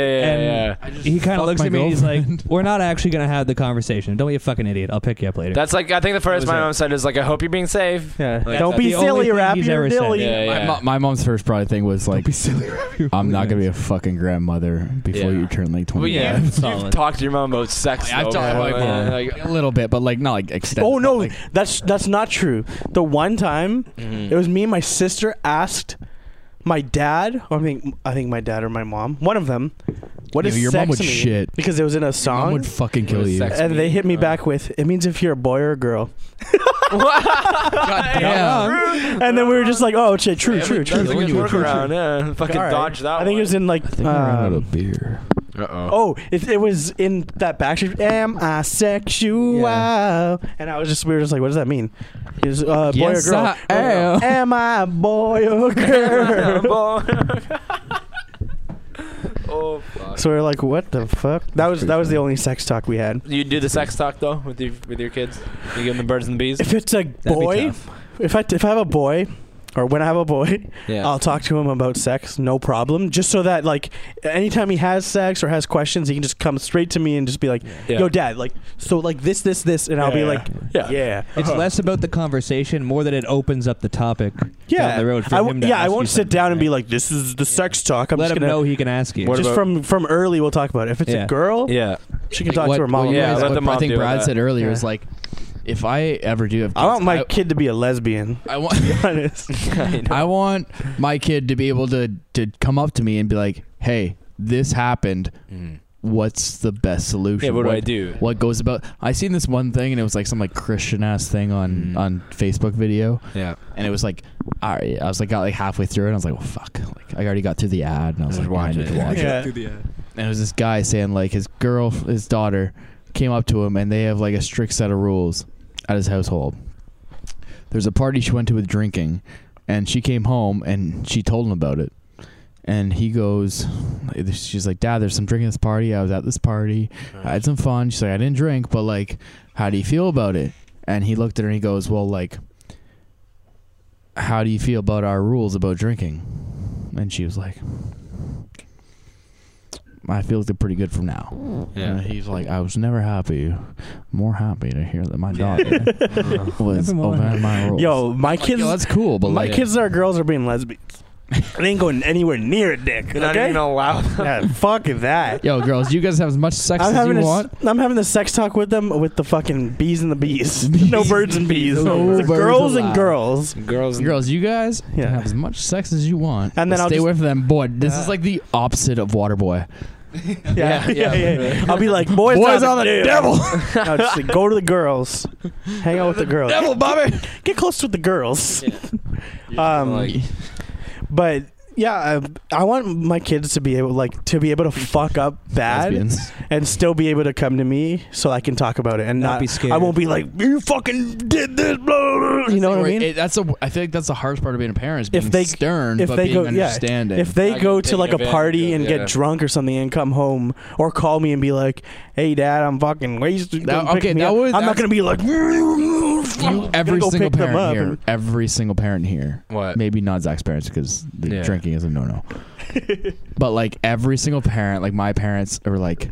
[SPEAKER 4] and
[SPEAKER 3] yeah.
[SPEAKER 4] he
[SPEAKER 2] fucked
[SPEAKER 4] kind of looks
[SPEAKER 2] my
[SPEAKER 4] at me and he's like,
[SPEAKER 2] girlfriend.
[SPEAKER 4] "We're not actually gonna have the conversation. Don't be a fucking idiot. I'll pick you up later."
[SPEAKER 3] That's like I think the first
[SPEAKER 4] was
[SPEAKER 3] my
[SPEAKER 4] it?
[SPEAKER 3] mom said is like I hope you're being safe.
[SPEAKER 4] yeah.
[SPEAKER 3] Like,
[SPEAKER 1] Don't
[SPEAKER 3] that's
[SPEAKER 1] be
[SPEAKER 4] the only
[SPEAKER 1] silly,
[SPEAKER 4] thing
[SPEAKER 1] rap
[SPEAKER 4] he's
[SPEAKER 1] your
[SPEAKER 4] ever said.
[SPEAKER 1] dilly.
[SPEAKER 3] Yeah,
[SPEAKER 2] my,
[SPEAKER 3] yeah.
[SPEAKER 2] mo- my mom's first probably thing was like, I'm not gonna be a fucking grandmother before
[SPEAKER 3] Yeah.
[SPEAKER 2] you turn like 20.
[SPEAKER 3] Well, yeah,
[SPEAKER 4] Yeah,
[SPEAKER 3] you've
[SPEAKER 4] solid.
[SPEAKER 3] talked to your mom about sex.
[SPEAKER 2] I've
[SPEAKER 3] though,
[SPEAKER 2] talked about
[SPEAKER 3] man.
[SPEAKER 2] it,
[SPEAKER 3] Like,
[SPEAKER 2] like <laughs> a little bit, but like not like extended.
[SPEAKER 1] Oh
[SPEAKER 2] but,
[SPEAKER 1] no,
[SPEAKER 2] like,
[SPEAKER 1] that's that's not true. The one time
[SPEAKER 3] Mhm.
[SPEAKER 1] it was me and my sister asked my dad, or I think I think my dad or my mom, one of them, what
[SPEAKER 2] Yo,
[SPEAKER 1] is
[SPEAKER 2] your
[SPEAKER 1] sex
[SPEAKER 2] mom would
[SPEAKER 1] mean?
[SPEAKER 2] shit.
[SPEAKER 1] because it was in a
[SPEAKER 2] your mom
[SPEAKER 1] song.
[SPEAKER 2] would uh, fucking kill
[SPEAKER 3] With
[SPEAKER 2] you.
[SPEAKER 3] sex.
[SPEAKER 1] and they hit me back with, "It means if you're a boy or a girl."
[SPEAKER 2] God
[SPEAKER 4] Yeah.
[SPEAKER 2] damn.
[SPEAKER 3] <laughs>
[SPEAKER 1] And then we were just like, "Oh shit, true,
[SPEAKER 3] Yeah,
[SPEAKER 1] true,
[SPEAKER 3] that was
[SPEAKER 1] true."
[SPEAKER 3] a good
[SPEAKER 2] True, true, true.
[SPEAKER 3] workaround, yeah. Fucking
[SPEAKER 1] Alright.
[SPEAKER 3] dodge that.
[SPEAKER 1] I think it was in like.
[SPEAKER 2] I think I ran out
[SPEAKER 1] um,
[SPEAKER 2] of beer.
[SPEAKER 3] Uh oh.
[SPEAKER 1] Oh, it, it was in that Backstreet. Am I sexual? And I was just, we were just like, what does that mean? Is uh, boy
[SPEAKER 2] Yes,
[SPEAKER 1] or girl?
[SPEAKER 2] I
[SPEAKER 1] Boy or girl? <laughs>
[SPEAKER 2] am.
[SPEAKER 1] Am I a boy or girl? <laughs>
[SPEAKER 3] <laughs> oh fuck.
[SPEAKER 1] so we were like, what the fuck? That was that was the only sex talk we had.
[SPEAKER 3] You do the sex talk though with your with your kids. You give them the birds and the bees.
[SPEAKER 1] If it's a
[SPEAKER 4] That'd be
[SPEAKER 1] boy,
[SPEAKER 4] tough.
[SPEAKER 1] if I if I have a boy, or when I have a boy,
[SPEAKER 3] Yeah.
[SPEAKER 1] I'll talk to him about sex, no problem. Just so that like, anytime he has sex or has questions, he can just come straight to me and just be like,
[SPEAKER 3] Yeah.
[SPEAKER 1] yo, dad, like, so like this, this, this, and I'll
[SPEAKER 3] Yeah,
[SPEAKER 1] be
[SPEAKER 3] yeah.
[SPEAKER 1] like,
[SPEAKER 3] Yeah.
[SPEAKER 1] yeah. Uh-huh.
[SPEAKER 4] It's less about the conversation, more that it opens up the topic
[SPEAKER 1] yeah.
[SPEAKER 4] down the road for
[SPEAKER 1] I
[SPEAKER 4] him. To
[SPEAKER 1] yeah,
[SPEAKER 4] ask
[SPEAKER 1] I
[SPEAKER 4] you
[SPEAKER 1] won't sit
[SPEAKER 4] something,
[SPEAKER 1] down and be
[SPEAKER 4] right?
[SPEAKER 1] like, "This is the sex talk." I'm
[SPEAKER 4] Let
[SPEAKER 1] just
[SPEAKER 4] him
[SPEAKER 1] gonna
[SPEAKER 4] know he can ask you.
[SPEAKER 3] What
[SPEAKER 1] just
[SPEAKER 3] about-
[SPEAKER 1] from from early. We'll talk about it. if it's
[SPEAKER 4] Yeah.
[SPEAKER 1] a girl, <laughs>
[SPEAKER 3] yeah.
[SPEAKER 1] she can talk
[SPEAKER 2] what,
[SPEAKER 1] to her mom.
[SPEAKER 2] What, you
[SPEAKER 3] Yeah,
[SPEAKER 2] guys-
[SPEAKER 3] let
[SPEAKER 2] what
[SPEAKER 3] the mom
[SPEAKER 2] I think
[SPEAKER 3] deal with
[SPEAKER 2] Brad
[SPEAKER 3] that.
[SPEAKER 2] said earlier
[SPEAKER 1] Yeah.
[SPEAKER 2] is like, if I ever do have kids,
[SPEAKER 1] I want my
[SPEAKER 2] I-
[SPEAKER 1] kid to be a lesbian. <laughs>
[SPEAKER 2] I want. <laughs>
[SPEAKER 1] Honest.
[SPEAKER 2] I want my kid to be able to to come up to me and be like, "Hey, this happened. What's the best solution?
[SPEAKER 3] Yeah, Mm. what do I do?
[SPEAKER 2] What goes about?" I seen this one thing, and it was like some like Christian ass thing on
[SPEAKER 3] Mm.
[SPEAKER 2] on Facebook video,
[SPEAKER 3] Yeah.
[SPEAKER 2] and it was like, "All right," I was like, got like halfway through, it, and I was like, "Well, fuck!" Like I already got through the ad, and I was
[SPEAKER 3] Just
[SPEAKER 2] like, "I
[SPEAKER 3] watch
[SPEAKER 2] need
[SPEAKER 3] it."
[SPEAKER 2] to watch
[SPEAKER 3] <laughs>
[SPEAKER 2] it."
[SPEAKER 1] yeah.
[SPEAKER 2] And it was this guy saying like his girl, his daughter, came up to him, and they have like a strict set of rules at his household. There's a party she went to with drinking, and she came home and she told him about it. and he goes, she's like, Dad, there's some drinking at this party. I was at this party. I had some fun. She's like, I didn't drink, but like, how do you feel about it? And he looked at her and he goes, Well, like, how do you feel about our rules about drinking? And she was like, I feel like they're pretty good from now.
[SPEAKER 3] Yeah.
[SPEAKER 2] And he's like, I was never happy, more happy to hear that my daughter was
[SPEAKER 4] Never mind.
[SPEAKER 2] obeying my rules.
[SPEAKER 1] Yo, my
[SPEAKER 2] Like,
[SPEAKER 1] kids,
[SPEAKER 2] yo, that's cool, but
[SPEAKER 1] my
[SPEAKER 2] like,
[SPEAKER 1] kids that are girls are being lesbians. It ain't going anywhere near a dick.
[SPEAKER 3] You're not
[SPEAKER 1] okay?
[SPEAKER 3] even allowed.
[SPEAKER 1] <laughs> yeah, fuck that.
[SPEAKER 2] yo, girls, you guys have as much sex
[SPEAKER 1] I'm
[SPEAKER 2] as
[SPEAKER 1] having
[SPEAKER 2] you
[SPEAKER 1] a,
[SPEAKER 2] want.
[SPEAKER 1] am having the sex talk with them with the fucking bees and the bees. no birds and bees.
[SPEAKER 2] No
[SPEAKER 1] The
[SPEAKER 2] birds
[SPEAKER 1] girls and
[SPEAKER 2] allowed.
[SPEAKER 1] girls.
[SPEAKER 3] <laughs> Girls,
[SPEAKER 2] Girls, you guys can
[SPEAKER 1] Yeah.
[SPEAKER 2] have as much sex as you want.
[SPEAKER 1] And then
[SPEAKER 2] but
[SPEAKER 1] I'll
[SPEAKER 2] stay
[SPEAKER 1] just-
[SPEAKER 2] away from them. Boy, this is
[SPEAKER 1] Yeah.
[SPEAKER 2] like the opposite of Waterboy.
[SPEAKER 1] <laughs> Yeah,
[SPEAKER 3] Yeah,
[SPEAKER 1] yeah, yeah.
[SPEAKER 3] yeah.
[SPEAKER 1] <laughs>
[SPEAKER 3] <laughs>
[SPEAKER 1] I'll be like, boys,
[SPEAKER 2] Boys
[SPEAKER 1] on
[SPEAKER 2] are the devil.
[SPEAKER 1] <laughs> no, just like, go to the girls, <laughs> hang out with the girls,
[SPEAKER 2] devil, Bobby.
[SPEAKER 1] <laughs> get close with the girls. Um,
[SPEAKER 3] like,
[SPEAKER 1] But yeah, I, I want my kids to be able, like, to be able to fuck up bad
[SPEAKER 2] Lesbians.
[SPEAKER 1] and still be able to come to me so I can talk about it and
[SPEAKER 4] Not
[SPEAKER 1] not
[SPEAKER 4] be scared.
[SPEAKER 1] I won't be like, you fucking did this, blah, blah, blah," <laughs> you know what I
[SPEAKER 2] Where
[SPEAKER 1] mean?
[SPEAKER 2] It, that's a. I feel like that's the hardest part of being a parent is
[SPEAKER 1] If
[SPEAKER 2] being
[SPEAKER 1] they-
[SPEAKER 2] stern,
[SPEAKER 1] if
[SPEAKER 2] but
[SPEAKER 1] they
[SPEAKER 2] being
[SPEAKER 1] go- yeah,
[SPEAKER 2] understanding.
[SPEAKER 1] if they
[SPEAKER 3] I
[SPEAKER 1] go
[SPEAKER 3] get
[SPEAKER 1] to like a
[SPEAKER 3] taken advantage
[SPEAKER 1] party
[SPEAKER 3] of,
[SPEAKER 1] and
[SPEAKER 3] yeah.
[SPEAKER 1] get drunk or something and come home or call me and be like, "Hey, Dad, I'm fucking wasted."
[SPEAKER 2] That-
[SPEAKER 1] Come pick
[SPEAKER 2] okay,
[SPEAKER 1] me
[SPEAKER 2] that
[SPEAKER 1] up."
[SPEAKER 2] would-
[SPEAKER 1] I'm not
[SPEAKER 2] that's-
[SPEAKER 1] gonna be like
[SPEAKER 2] you, every
[SPEAKER 1] gonna go
[SPEAKER 2] single
[SPEAKER 1] pick them
[SPEAKER 2] parent
[SPEAKER 1] up
[SPEAKER 2] here,
[SPEAKER 1] and-
[SPEAKER 2] every single parent here,
[SPEAKER 3] what?
[SPEAKER 2] maybe not Zach's parents because the
[SPEAKER 3] Yeah.
[SPEAKER 2] drinking is
[SPEAKER 1] <laughs>
[SPEAKER 2] a no-no. but like every single parent, like my parents are like,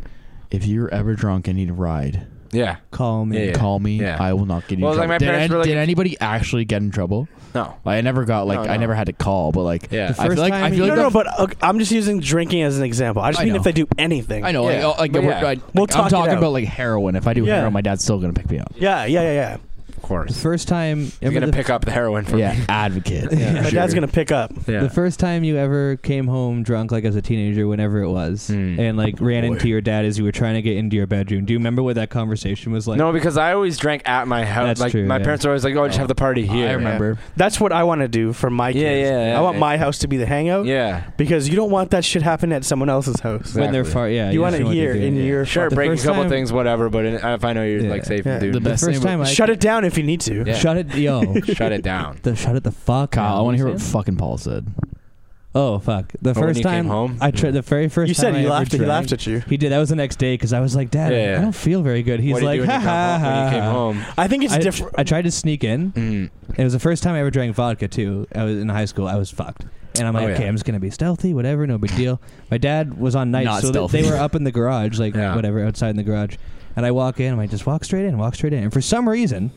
[SPEAKER 2] if you're ever drunk and need a ride,
[SPEAKER 3] Yeah.
[SPEAKER 4] Call me.
[SPEAKER 3] Yeah.
[SPEAKER 2] call me.
[SPEAKER 3] Yeah.
[SPEAKER 2] I will not get you.
[SPEAKER 3] Well,
[SPEAKER 2] in
[SPEAKER 3] like,
[SPEAKER 2] trouble.
[SPEAKER 3] my
[SPEAKER 2] did,
[SPEAKER 3] parents
[SPEAKER 2] an-
[SPEAKER 3] were, like,
[SPEAKER 2] did
[SPEAKER 3] if-
[SPEAKER 2] anybody actually get in trouble?
[SPEAKER 3] No.
[SPEAKER 2] Like, I never got like
[SPEAKER 3] No,
[SPEAKER 2] I
[SPEAKER 3] no.
[SPEAKER 2] never had to call, but like
[SPEAKER 3] Yeah.
[SPEAKER 4] The
[SPEAKER 2] I feel
[SPEAKER 4] first
[SPEAKER 2] like I
[SPEAKER 4] time
[SPEAKER 2] feel
[SPEAKER 4] you-
[SPEAKER 1] No,
[SPEAKER 2] like
[SPEAKER 1] no,
[SPEAKER 2] the,
[SPEAKER 1] no, but okay, I'm just using drinking as an example. I just
[SPEAKER 2] I
[SPEAKER 1] mean
[SPEAKER 2] know.
[SPEAKER 1] if they do anything.
[SPEAKER 2] I know
[SPEAKER 3] Yeah.
[SPEAKER 2] like, like,
[SPEAKER 3] But
[SPEAKER 2] we're-
[SPEAKER 3] yeah.
[SPEAKER 2] like,
[SPEAKER 1] We'll
[SPEAKER 2] I'm
[SPEAKER 1] talk it
[SPEAKER 2] talking
[SPEAKER 1] out.
[SPEAKER 2] about like heroin. If I do
[SPEAKER 1] Yeah.
[SPEAKER 2] heroin, my dad's still gonna pick me up.
[SPEAKER 1] Yeah, yeah, yeah, yeah.
[SPEAKER 2] Of
[SPEAKER 4] The
[SPEAKER 2] course.
[SPEAKER 4] first time.
[SPEAKER 3] You're
[SPEAKER 4] remember
[SPEAKER 3] gonna
[SPEAKER 4] the,
[SPEAKER 3] pick up the heroin for
[SPEAKER 2] Yeah,
[SPEAKER 3] me.
[SPEAKER 2] <laughs> advocate.
[SPEAKER 4] Yeah.
[SPEAKER 1] My dad's gonna pick up.
[SPEAKER 3] Yeah.
[SPEAKER 4] The first time you ever came home drunk, like as a teenager, whenever it was,
[SPEAKER 3] Hmm.
[SPEAKER 4] and like ran
[SPEAKER 2] Boy.
[SPEAKER 4] into your dad as you were trying to get into your bedroom. Do you remember what that conversation was like?
[SPEAKER 3] no, because I always drank at my house.
[SPEAKER 4] That's
[SPEAKER 3] like
[SPEAKER 4] true,
[SPEAKER 3] my
[SPEAKER 4] yeah.
[SPEAKER 3] parents were always like, "Oh, just have the party here."
[SPEAKER 2] I remember.
[SPEAKER 1] That's what I want to do for my
[SPEAKER 3] Yeah,
[SPEAKER 1] kids.
[SPEAKER 3] yeah, yeah.
[SPEAKER 1] I want my house to be the hangout
[SPEAKER 3] Yeah.
[SPEAKER 1] because you don't want that shit happen at someone else's house.
[SPEAKER 4] When they're
[SPEAKER 3] Exactly.
[SPEAKER 4] far, yeah.
[SPEAKER 1] you want
[SPEAKER 4] just
[SPEAKER 1] it
[SPEAKER 4] don't
[SPEAKER 1] here
[SPEAKER 4] to do
[SPEAKER 1] in
[SPEAKER 4] it.
[SPEAKER 1] your
[SPEAKER 3] Sure,
[SPEAKER 4] The
[SPEAKER 3] break a
[SPEAKER 4] first
[SPEAKER 3] couple
[SPEAKER 4] time-
[SPEAKER 3] things, whatever. But in, if I know you're
[SPEAKER 4] Yeah.
[SPEAKER 3] like safe,
[SPEAKER 1] Yeah.
[SPEAKER 3] and dude,
[SPEAKER 2] The
[SPEAKER 4] The
[SPEAKER 2] best
[SPEAKER 4] first
[SPEAKER 2] thing-
[SPEAKER 4] time I
[SPEAKER 1] shut it down if you need to.
[SPEAKER 3] Yeah.
[SPEAKER 4] Shut it, yo.
[SPEAKER 3] <laughs> shut it down.
[SPEAKER 4] the shut it the fuck.
[SPEAKER 2] Kyle, I
[SPEAKER 4] out,
[SPEAKER 2] want to
[SPEAKER 4] you
[SPEAKER 2] hear what
[SPEAKER 4] see?
[SPEAKER 2] fucking Paul said.
[SPEAKER 4] Oh fuck! The
[SPEAKER 3] when
[SPEAKER 4] first
[SPEAKER 3] you
[SPEAKER 4] time
[SPEAKER 3] came home?
[SPEAKER 4] I tried the very first.
[SPEAKER 1] You
[SPEAKER 4] time
[SPEAKER 1] said
[SPEAKER 4] I
[SPEAKER 1] he
[SPEAKER 4] ever
[SPEAKER 1] laughed. He
[SPEAKER 4] drank-
[SPEAKER 1] laughed at you.
[SPEAKER 4] He did. That was the next day because I was like, Dad,
[SPEAKER 3] Yeah, yeah.
[SPEAKER 4] I don't feel very good. <laughs> He's
[SPEAKER 3] what
[SPEAKER 4] like,
[SPEAKER 3] do you do when you,
[SPEAKER 4] ha,
[SPEAKER 3] come home, when you came
[SPEAKER 4] ha, Mm-hmm. ha,
[SPEAKER 3] home?
[SPEAKER 4] ha."
[SPEAKER 1] I think it's
[SPEAKER 4] I,
[SPEAKER 1] different.
[SPEAKER 4] I tried to sneak in.
[SPEAKER 3] Mm.
[SPEAKER 4] It was the first time I ever drank vodka too. I was in high school. I was fucked, and I'm like,
[SPEAKER 3] Oh, yeah.
[SPEAKER 4] okay, I'm just gonna be stealthy, whatever, no big deal. My dad was on night,
[SPEAKER 2] Not
[SPEAKER 4] so they- they
[SPEAKER 2] stealthy.
[SPEAKER 4] were up in the garage, like
[SPEAKER 3] Yeah.
[SPEAKER 4] whatever, outside in the garage. And I walk in, and I just walk straight in, walk straight in. And for some reason,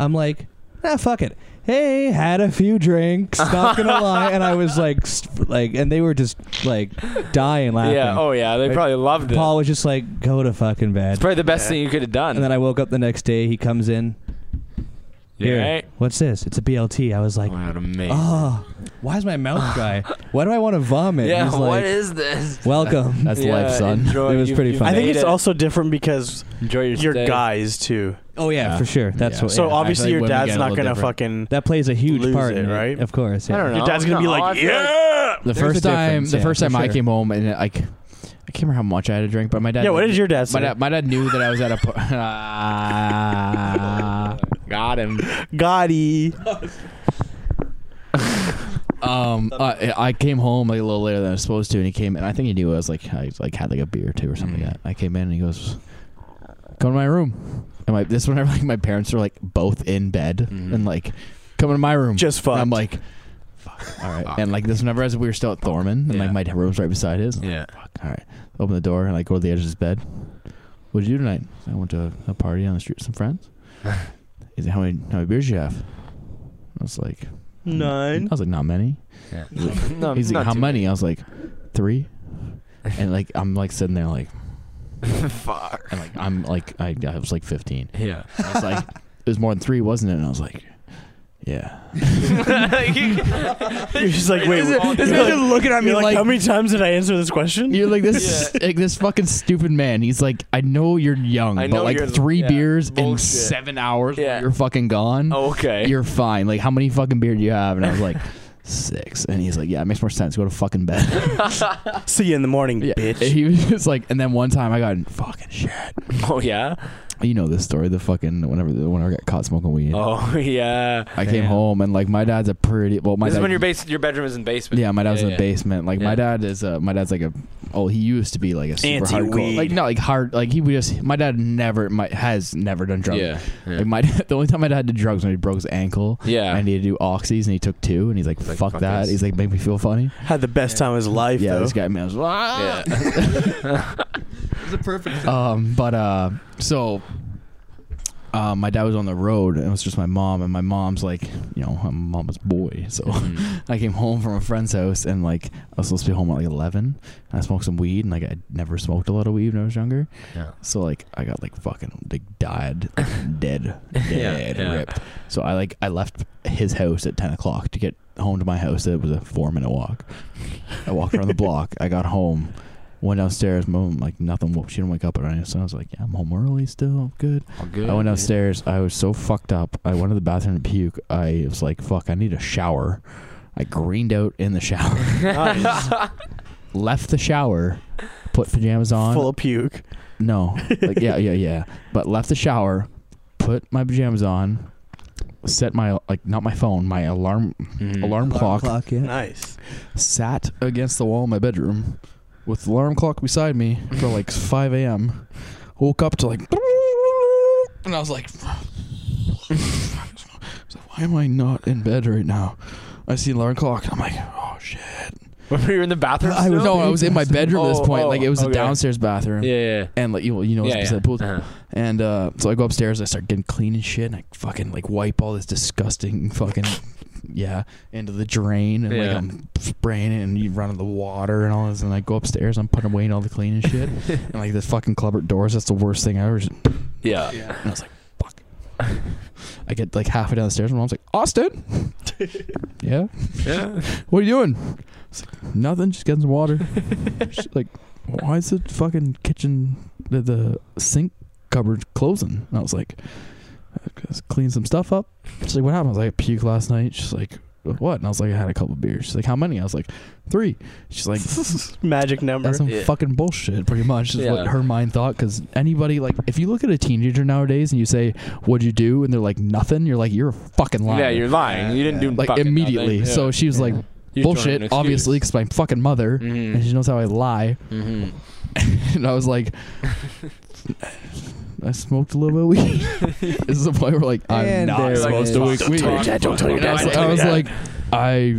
[SPEAKER 4] I'm like, ah, fuck it. Hey, had a
[SPEAKER 3] <laughs>
[SPEAKER 4] few drinks. Not gonna lie, and I was like, st- like, and they were just like dying laughing.
[SPEAKER 3] Yeah. Oh yeah. They
[SPEAKER 4] Like,
[SPEAKER 3] probably loved it.
[SPEAKER 4] Paul was just like, go to fucking
[SPEAKER 3] it's
[SPEAKER 4] bed.
[SPEAKER 3] probably the best
[SPEAKER 1] Yeah.
[SPEAKER 3] thing you could have done.
[SPEAKER 4] And then I woke up the next day. He comes in. Here,
[SPEAKER 3] Right?
[SPEAKER 4] what's this? It's a BLT. I was like,
[SPEAKER 3] Wow, amazing.
[SPEAKER 4] oh, why is my mouth dry? Why do I want to vomit? And
[SPEAKER 3] yeah.
[SPEAKER 4] he's
[SPEAKER 3] What
[SPEAKER 4] like,
[SPEAKER 3] is this?
[SPEAKER 4] Welcome.
[SPEAKER 2] That's life, son.
[SPEAKER 3] enjoy-
[SPEAKER 4] It was
[SPEAKER 3] you've-
[SPEAKER 4] pretty
[SPEAKER 3] you've
[SPEAKER 4] fun.
[SPEAKER 1] I think
[SPEAKER 3] made
[SPEAKER 1] it's
[SPEAKER 3] it.
[SPEAKER 1] also different because
[SPEAKER 3] enjoy your
[SPEAKER 1] you're
[SPEAKER 3] stay.
[SPEAKER 1] guys too.
[SPEAKER 4] <laughs> oh yeah,
[SPEAKER 2] Yeah.
[SPEAKER 4] for sure. That's
[SPEAKER 2] Yeah.
[SPEAKER 4] what.
[SPEAKER 1] So
[SPEAKER 4] yeah.
[SPEAKER 1] obviously
[SPEAKER 2] feel like
[SPEAKER 1] your
[SPEAKER 2] women
[SPEAKER 1] dad's
[SPEAKER 2] get a
[SPEAKER 1] not
[SPEAKER 2] little
[SPEAKER 1] gonna
[SPEAKER 2] different.
[SPEAKER 1] fucking.
[SPEAKER 4] that plays a huge
[SPEAKER 1] Lose
[SPEAKER 4] part,
[SPEAKER 1] it,
[SPEAKER 4] in
[SPEAKER 1] right?
[SPEAKER 4] Of course.
[SPEAKER 3] I
[SPEAKER 4] Yeah.
[SPEAKER 3] don't know.
[SPEAKER 1] Your dad's gonna be
[SPEAKER 3] No,
[SPEAKER 1] like,
[SPEAKER 3] I feel
[SPEAKER 1] yeah.
[SPEAKER 2] The
[SPEAKER 4] There's
[SPEAKER 2] first
[SPEAKER 4] a
[SPEAKER 2] time,
[SPEAKER 4] difference,
[SPEAKER 2] the
[SPEAKER 4] yeah,
[SPEAKER 2] first
[SPEAKER 4] for
[SPEAKER 2] time I
[SPEAKER 4] sure.
[SPEAKER 2] came home and like, I can't remember how much I had to drink, but my dad.
[SPEAKER 1] Yeah. What did your dad
[SPEAKER 2] My
[SPEAKER 1] say?
[SPEAKER 2] dad, my dad knew that I was at a. <laughs> Ah. par-
[SPEAKER 3] Got him.
[SPEAKER 1] Gotti. <laughs>
[SPEAKER 2] Um, I, I came home like a little later than I was supposed to, and he came and I think he knew I was like I like had like a beer or two or something.
[SPEAKER 3] Mm.
[SPEAKER 2] like that. I came in and he goes, "Come to my room." And my this whenever like my parents were like both in bed
[SPEAKER 3] Mhm.
[SPEAKER 2] and like, "Come to my room."
[SPEAKER 1] Just
[SPEAKER 2] And I'm
[SPEAKER 1] fucked.
[SPEAKER 2] like, "Fuck, all right."
[SPEAKER 3] Fuck.
[SPEAKER 2] And like this whenever as we were still at Thorman, and
[SPEAKER 3] Yeah.
[SPEAKER 2] like my room's right beside his.
[SPEAKER 3] Yeah.
[SPEAKER 2] All right, open the door and I go to the edge of his bed. What'd you do tonight? I went to a, a party on the street with some
[SPEAKER 3] <laughs>
[SPEAKER 2] friends. He's like, "How many how many beers you have?" I was like, "Hmm."
[SPEAKER 1] Nine. <laughs>
[SPEAKER 2] I was like, "Not many."
[SPEAKER 3] <laughs> Yeah.
[SPEAKER 2] No, He's like,
[SPEAKER 3] not
[SPEAKER 2] how
[SPEAKER 3] too
[SPEAKER 2] many? I was like, three. And like, I'm like sitting there like,
[SPEAKER 3] bad. <laughs> Fuck.
[SPEAKER 2] and like, I'm like, I, I was like
[SPEAKER 3] <laughs>
[SPEAKER 2] 15.
[SPEAKER 3] Yeah.
[SPEAKER 2] I was like, it was more than three, wasn't it? And I was like,
[SPEAKER 3] <laughs>
[SPEAKER 2] yeah.
[SPEAKER 1] You're just like, wait.
[SPEAKER 2] This
[SPEAKER 1] what-
[SPEAKER 2] this
[SPEAKER 1] you're
[SPEAKER 2] man's just looking at me
[SPEAKER 1] you're like,
[SPEAKER 2] like-
[SPEAKER 1] how many times did I answer this question?
[SPEAKER 2] You're
[SPEAKER 1] <laughs>
[SPEAKER 2] like this, like this fucking stupid man. He's like, I know you're young,
[SPEAKER 3] I
[SPEAKER 2] but
[SPEAKER 3] know
[SPEAKER 2] like
[SPEAKER 3] you're-
[SPEAKER 2] three
[SPEAKER 3] yeah,
[SPEAKER 2] beers in
[SPEAKER 3] bullshit.
[SPEAKER 2] seven hours, while
[SPEAKER 3] Yeah.
[SPEAKER 2] you're fucking gone.
[SPEAKER 3] Oh, okay.
[SPEAKER 2] You're fine. Like, how many fucking beer do you have? And I was like, six. And he's like, yeah, it makes more sense. Go to fucking bed.
[SPEAKER 3] <laughs>
[SPEAKER 2] <laughs>
[SPEAKER 1] See you in the morning,
[SPEAKER 2] yeah.
[SPEAKER 1] bitch.
[SPEAKER 2] He was just like, and then one time I got in fucking shit.
[SPEAKER 3] <laughs> oh yeah.
[SPEAKER 2] you know this story. The fucking whenever the whenever I got caught smoking weed,
[SPEAKER 3] Oh <laughs> yeah.
[SPEAKER 2] I came home and like my dad's a pretty well. My
[SPEAKER 3] this
[SPEAKER 2] dad,
[SPEAKER 3] is when your base your bedroom is in the basement.
[SPEAKER 2] yeah, my dad's in the
[SPEAKER 3] yeah.
[SPEAKER 2] basement. Like
[SPEAKER 3] Yeah.
[SPEAKER 2] my dad is uh, my dad's like a oh he used to be like a super
[SPEAKER 1] Anti-weed.
[SPEAKER 2] hardcore like no like hard like he would just my dad never my has never done drugs. <laughs>
[SPEAKER 3] Yeah, yeah.
[SPEAKER 2] Like my the only time my dad did drugs when he broke his ankle.
[SPEAKER 3] Yeah.
[SPEAKER 2] and he had to do oxys and he took two and he's like,
[SPEAKER 3] like,
[SPEAKER 2] fuck,
[SPEAKER 3] fuck
[SPEAKER 2] that.
[SPEAKER 3] this.
[SPEAKER 2] He's like make me feel funny.
[SPEAKER 1] Had the best time of his life.
[SPEAKER 2] yeah,
[SPEAKER 1] though.
[SPEAKER 2] this guy man was <laughs> "Ah."
[SPEAKER 3] Yeah.
[SPEAKER 2] um, but uh, so uh, my dad was on the road and it was just my mom and my mom's like you know I'm mama's boy so <laughs> I came home from a friend's house and like I was supposed to be home at like 11 and I smoked some weed and like I never smoked a lot of weed when I was younger
[SPEAKER 3] <laughs>
[SPEAKER 2] <laughs>
[SPEAKER 3] Yeah. <laughs>
[SPEAKER 2] so like I got like fucking like died like, dead dead
[SPEAKER 3] <laughs> yeah.
[SPEAKER 2] ripped so I like I left his house at 10 o'clock to get home to my house it was a four minute walk I walked around the block I got home went downstairs my mom like nothing woke she didn't wake up at anything so I was like yeah I'm home early still I'm good
[SPEAKER 3] All good.
[SPEAKER 2] I went downstairs. I was so fucked up. I went to the bathroom to puke. I was like, fuck, I need a shower. I greened out in the shower. <laughs>
[SPEAKER 1] Nice.
[SPEAKER 2] Left the shower, put pajamas on.
[SPEAKER 1] Full of puke.
[SPEAKER 2] no. Like, yeah, yeah, yeah. But left the shower, put my pajamas on, set my, like, not my phone, my alarm,
[SPEAKER 3] Mhm.
[SPEAKER 2] alarm, clock,
[SPEAKER 4] yeah.
[SPEAKER 1] Nice.
[SPEAKER 2] sat against the wall in my bedroom with the alarm clock beside me for like 5 a.m. Woke up to like, and I was like, <laughs> I was like, why am I not in bed right now? I see the alarm clock, and I'm like, oh shit.
[SPEAKER 3] When we <laughs> were in the bathroom.
[SPEAKER 2] I was,
[SPEAKER 3] still?
[SPEAKER 2] no, I was in my bedroom at this
[SPEAKER 3] <laughs> Oh,
[SPEAKER 2] point.
[SPEAKER 3] oh,
[SPEAKER 2] like it was a
[SPEAKER 3] okay.
[SPEAKER 2] downstairs bathroom.
[SPEAKER 3] Yeah. yeah.
[SPEAKER 2] And like you, you know, it's
[SPEAKER 3] Yeah,
[SPEAKER 2] beside
[SPEAKER 3] yeah.
[SPEAKER 2] the pool.
[SPEAKER 3] Uh-huh.
[SPEAKER 2] And uh, so I go upstairs, I start getting clean and shit, and I fucking like wipe all this disgusting <laughs> fucking yeah into the drain, and like
[SPEAKER 3] Yeah.
[SPEAKER 2] I'm spraying it, and you run in the water and all this, and I go upstairs, I'm putting away all the clean and shit, and like the fucking cupboard doors, that's the worst thing ever. Just, and
[SPEAKER 3] Yeah.
[SPEAKER 2] <laughs> I was like, fuck. I get like halfway down the stairs, and mom's like, Austin, <laughs> yeah,
[SPEAKER 3] Yeah.
[SPEAKER 2] what are you doing? It's like, Nothing, just getting some water. She's like, why is the fucking kitchen, the, the sink cupboard closing? And I was like, I was cleaning some stuff up. She's like, what happened? I was like, I puked last night. She's like, what? And I was like, I had a couple beers. She's like, how many? I was like, three. She's like,
[SPEAKER 1] Magic number.
[SPEAKER 2] that's some
[SPEAKER 3] Yeah.
[SPEAKER 2] fucking bullshit, pretty much, is what
[SPEAKER 3] Yeah.
[SPEAKER 2] her mind thought. Because anybody, like, if you look at a teenager nowadays and you say, what'd you do? And they're like, nothing, you're like, you're a fucking liar.
[SPEAKER 3] Yeah, you're lying. You didn't do
[SPEAKER 2] like
[SPEAKER 3] fucking
[SPEAKER 2] immediately.
[SPEAKER 3] nothing. Yeah.
[SPEAKER 2] So she was like,
[SPEAKER 3] You just wanted an
[SPEAKER 2] bullshit, obviously, Mm-hmm.
[SPEAKER 3] excuse.
[SPEAKER 2] because my fucking mother,
[SPEAKER 3] Mhm.
[SPEAKER 2] and she knows how I lie. <laughs>
[SPEAKER 3] Mhm.
[SPEAKER 2] and I was like, I smoked a little bit of weed. this is the point where like I'm
[SPEAKER 4] And
[SPEAKER 2] not
[SPEAKER 4] there
[SPEAKER 2] supposed to
[SPEAKER 4] it
[SPEAKER 2] smoke
[SPEAKER 4] is.
[SPEAKER 2] weed.
[SPEAKER 3] tell your
[SPEAKER 2] And
[SPEAKER 3] dad, don't tell your
[SPEAKER 2] I was,
[SPEAKER 3] dad,
[SPEAKER 2] I
[SPEAKER 3] don't
[SPEAKER 2] was
[SPEAKER 3] tell your
[SPEAKER 2] like,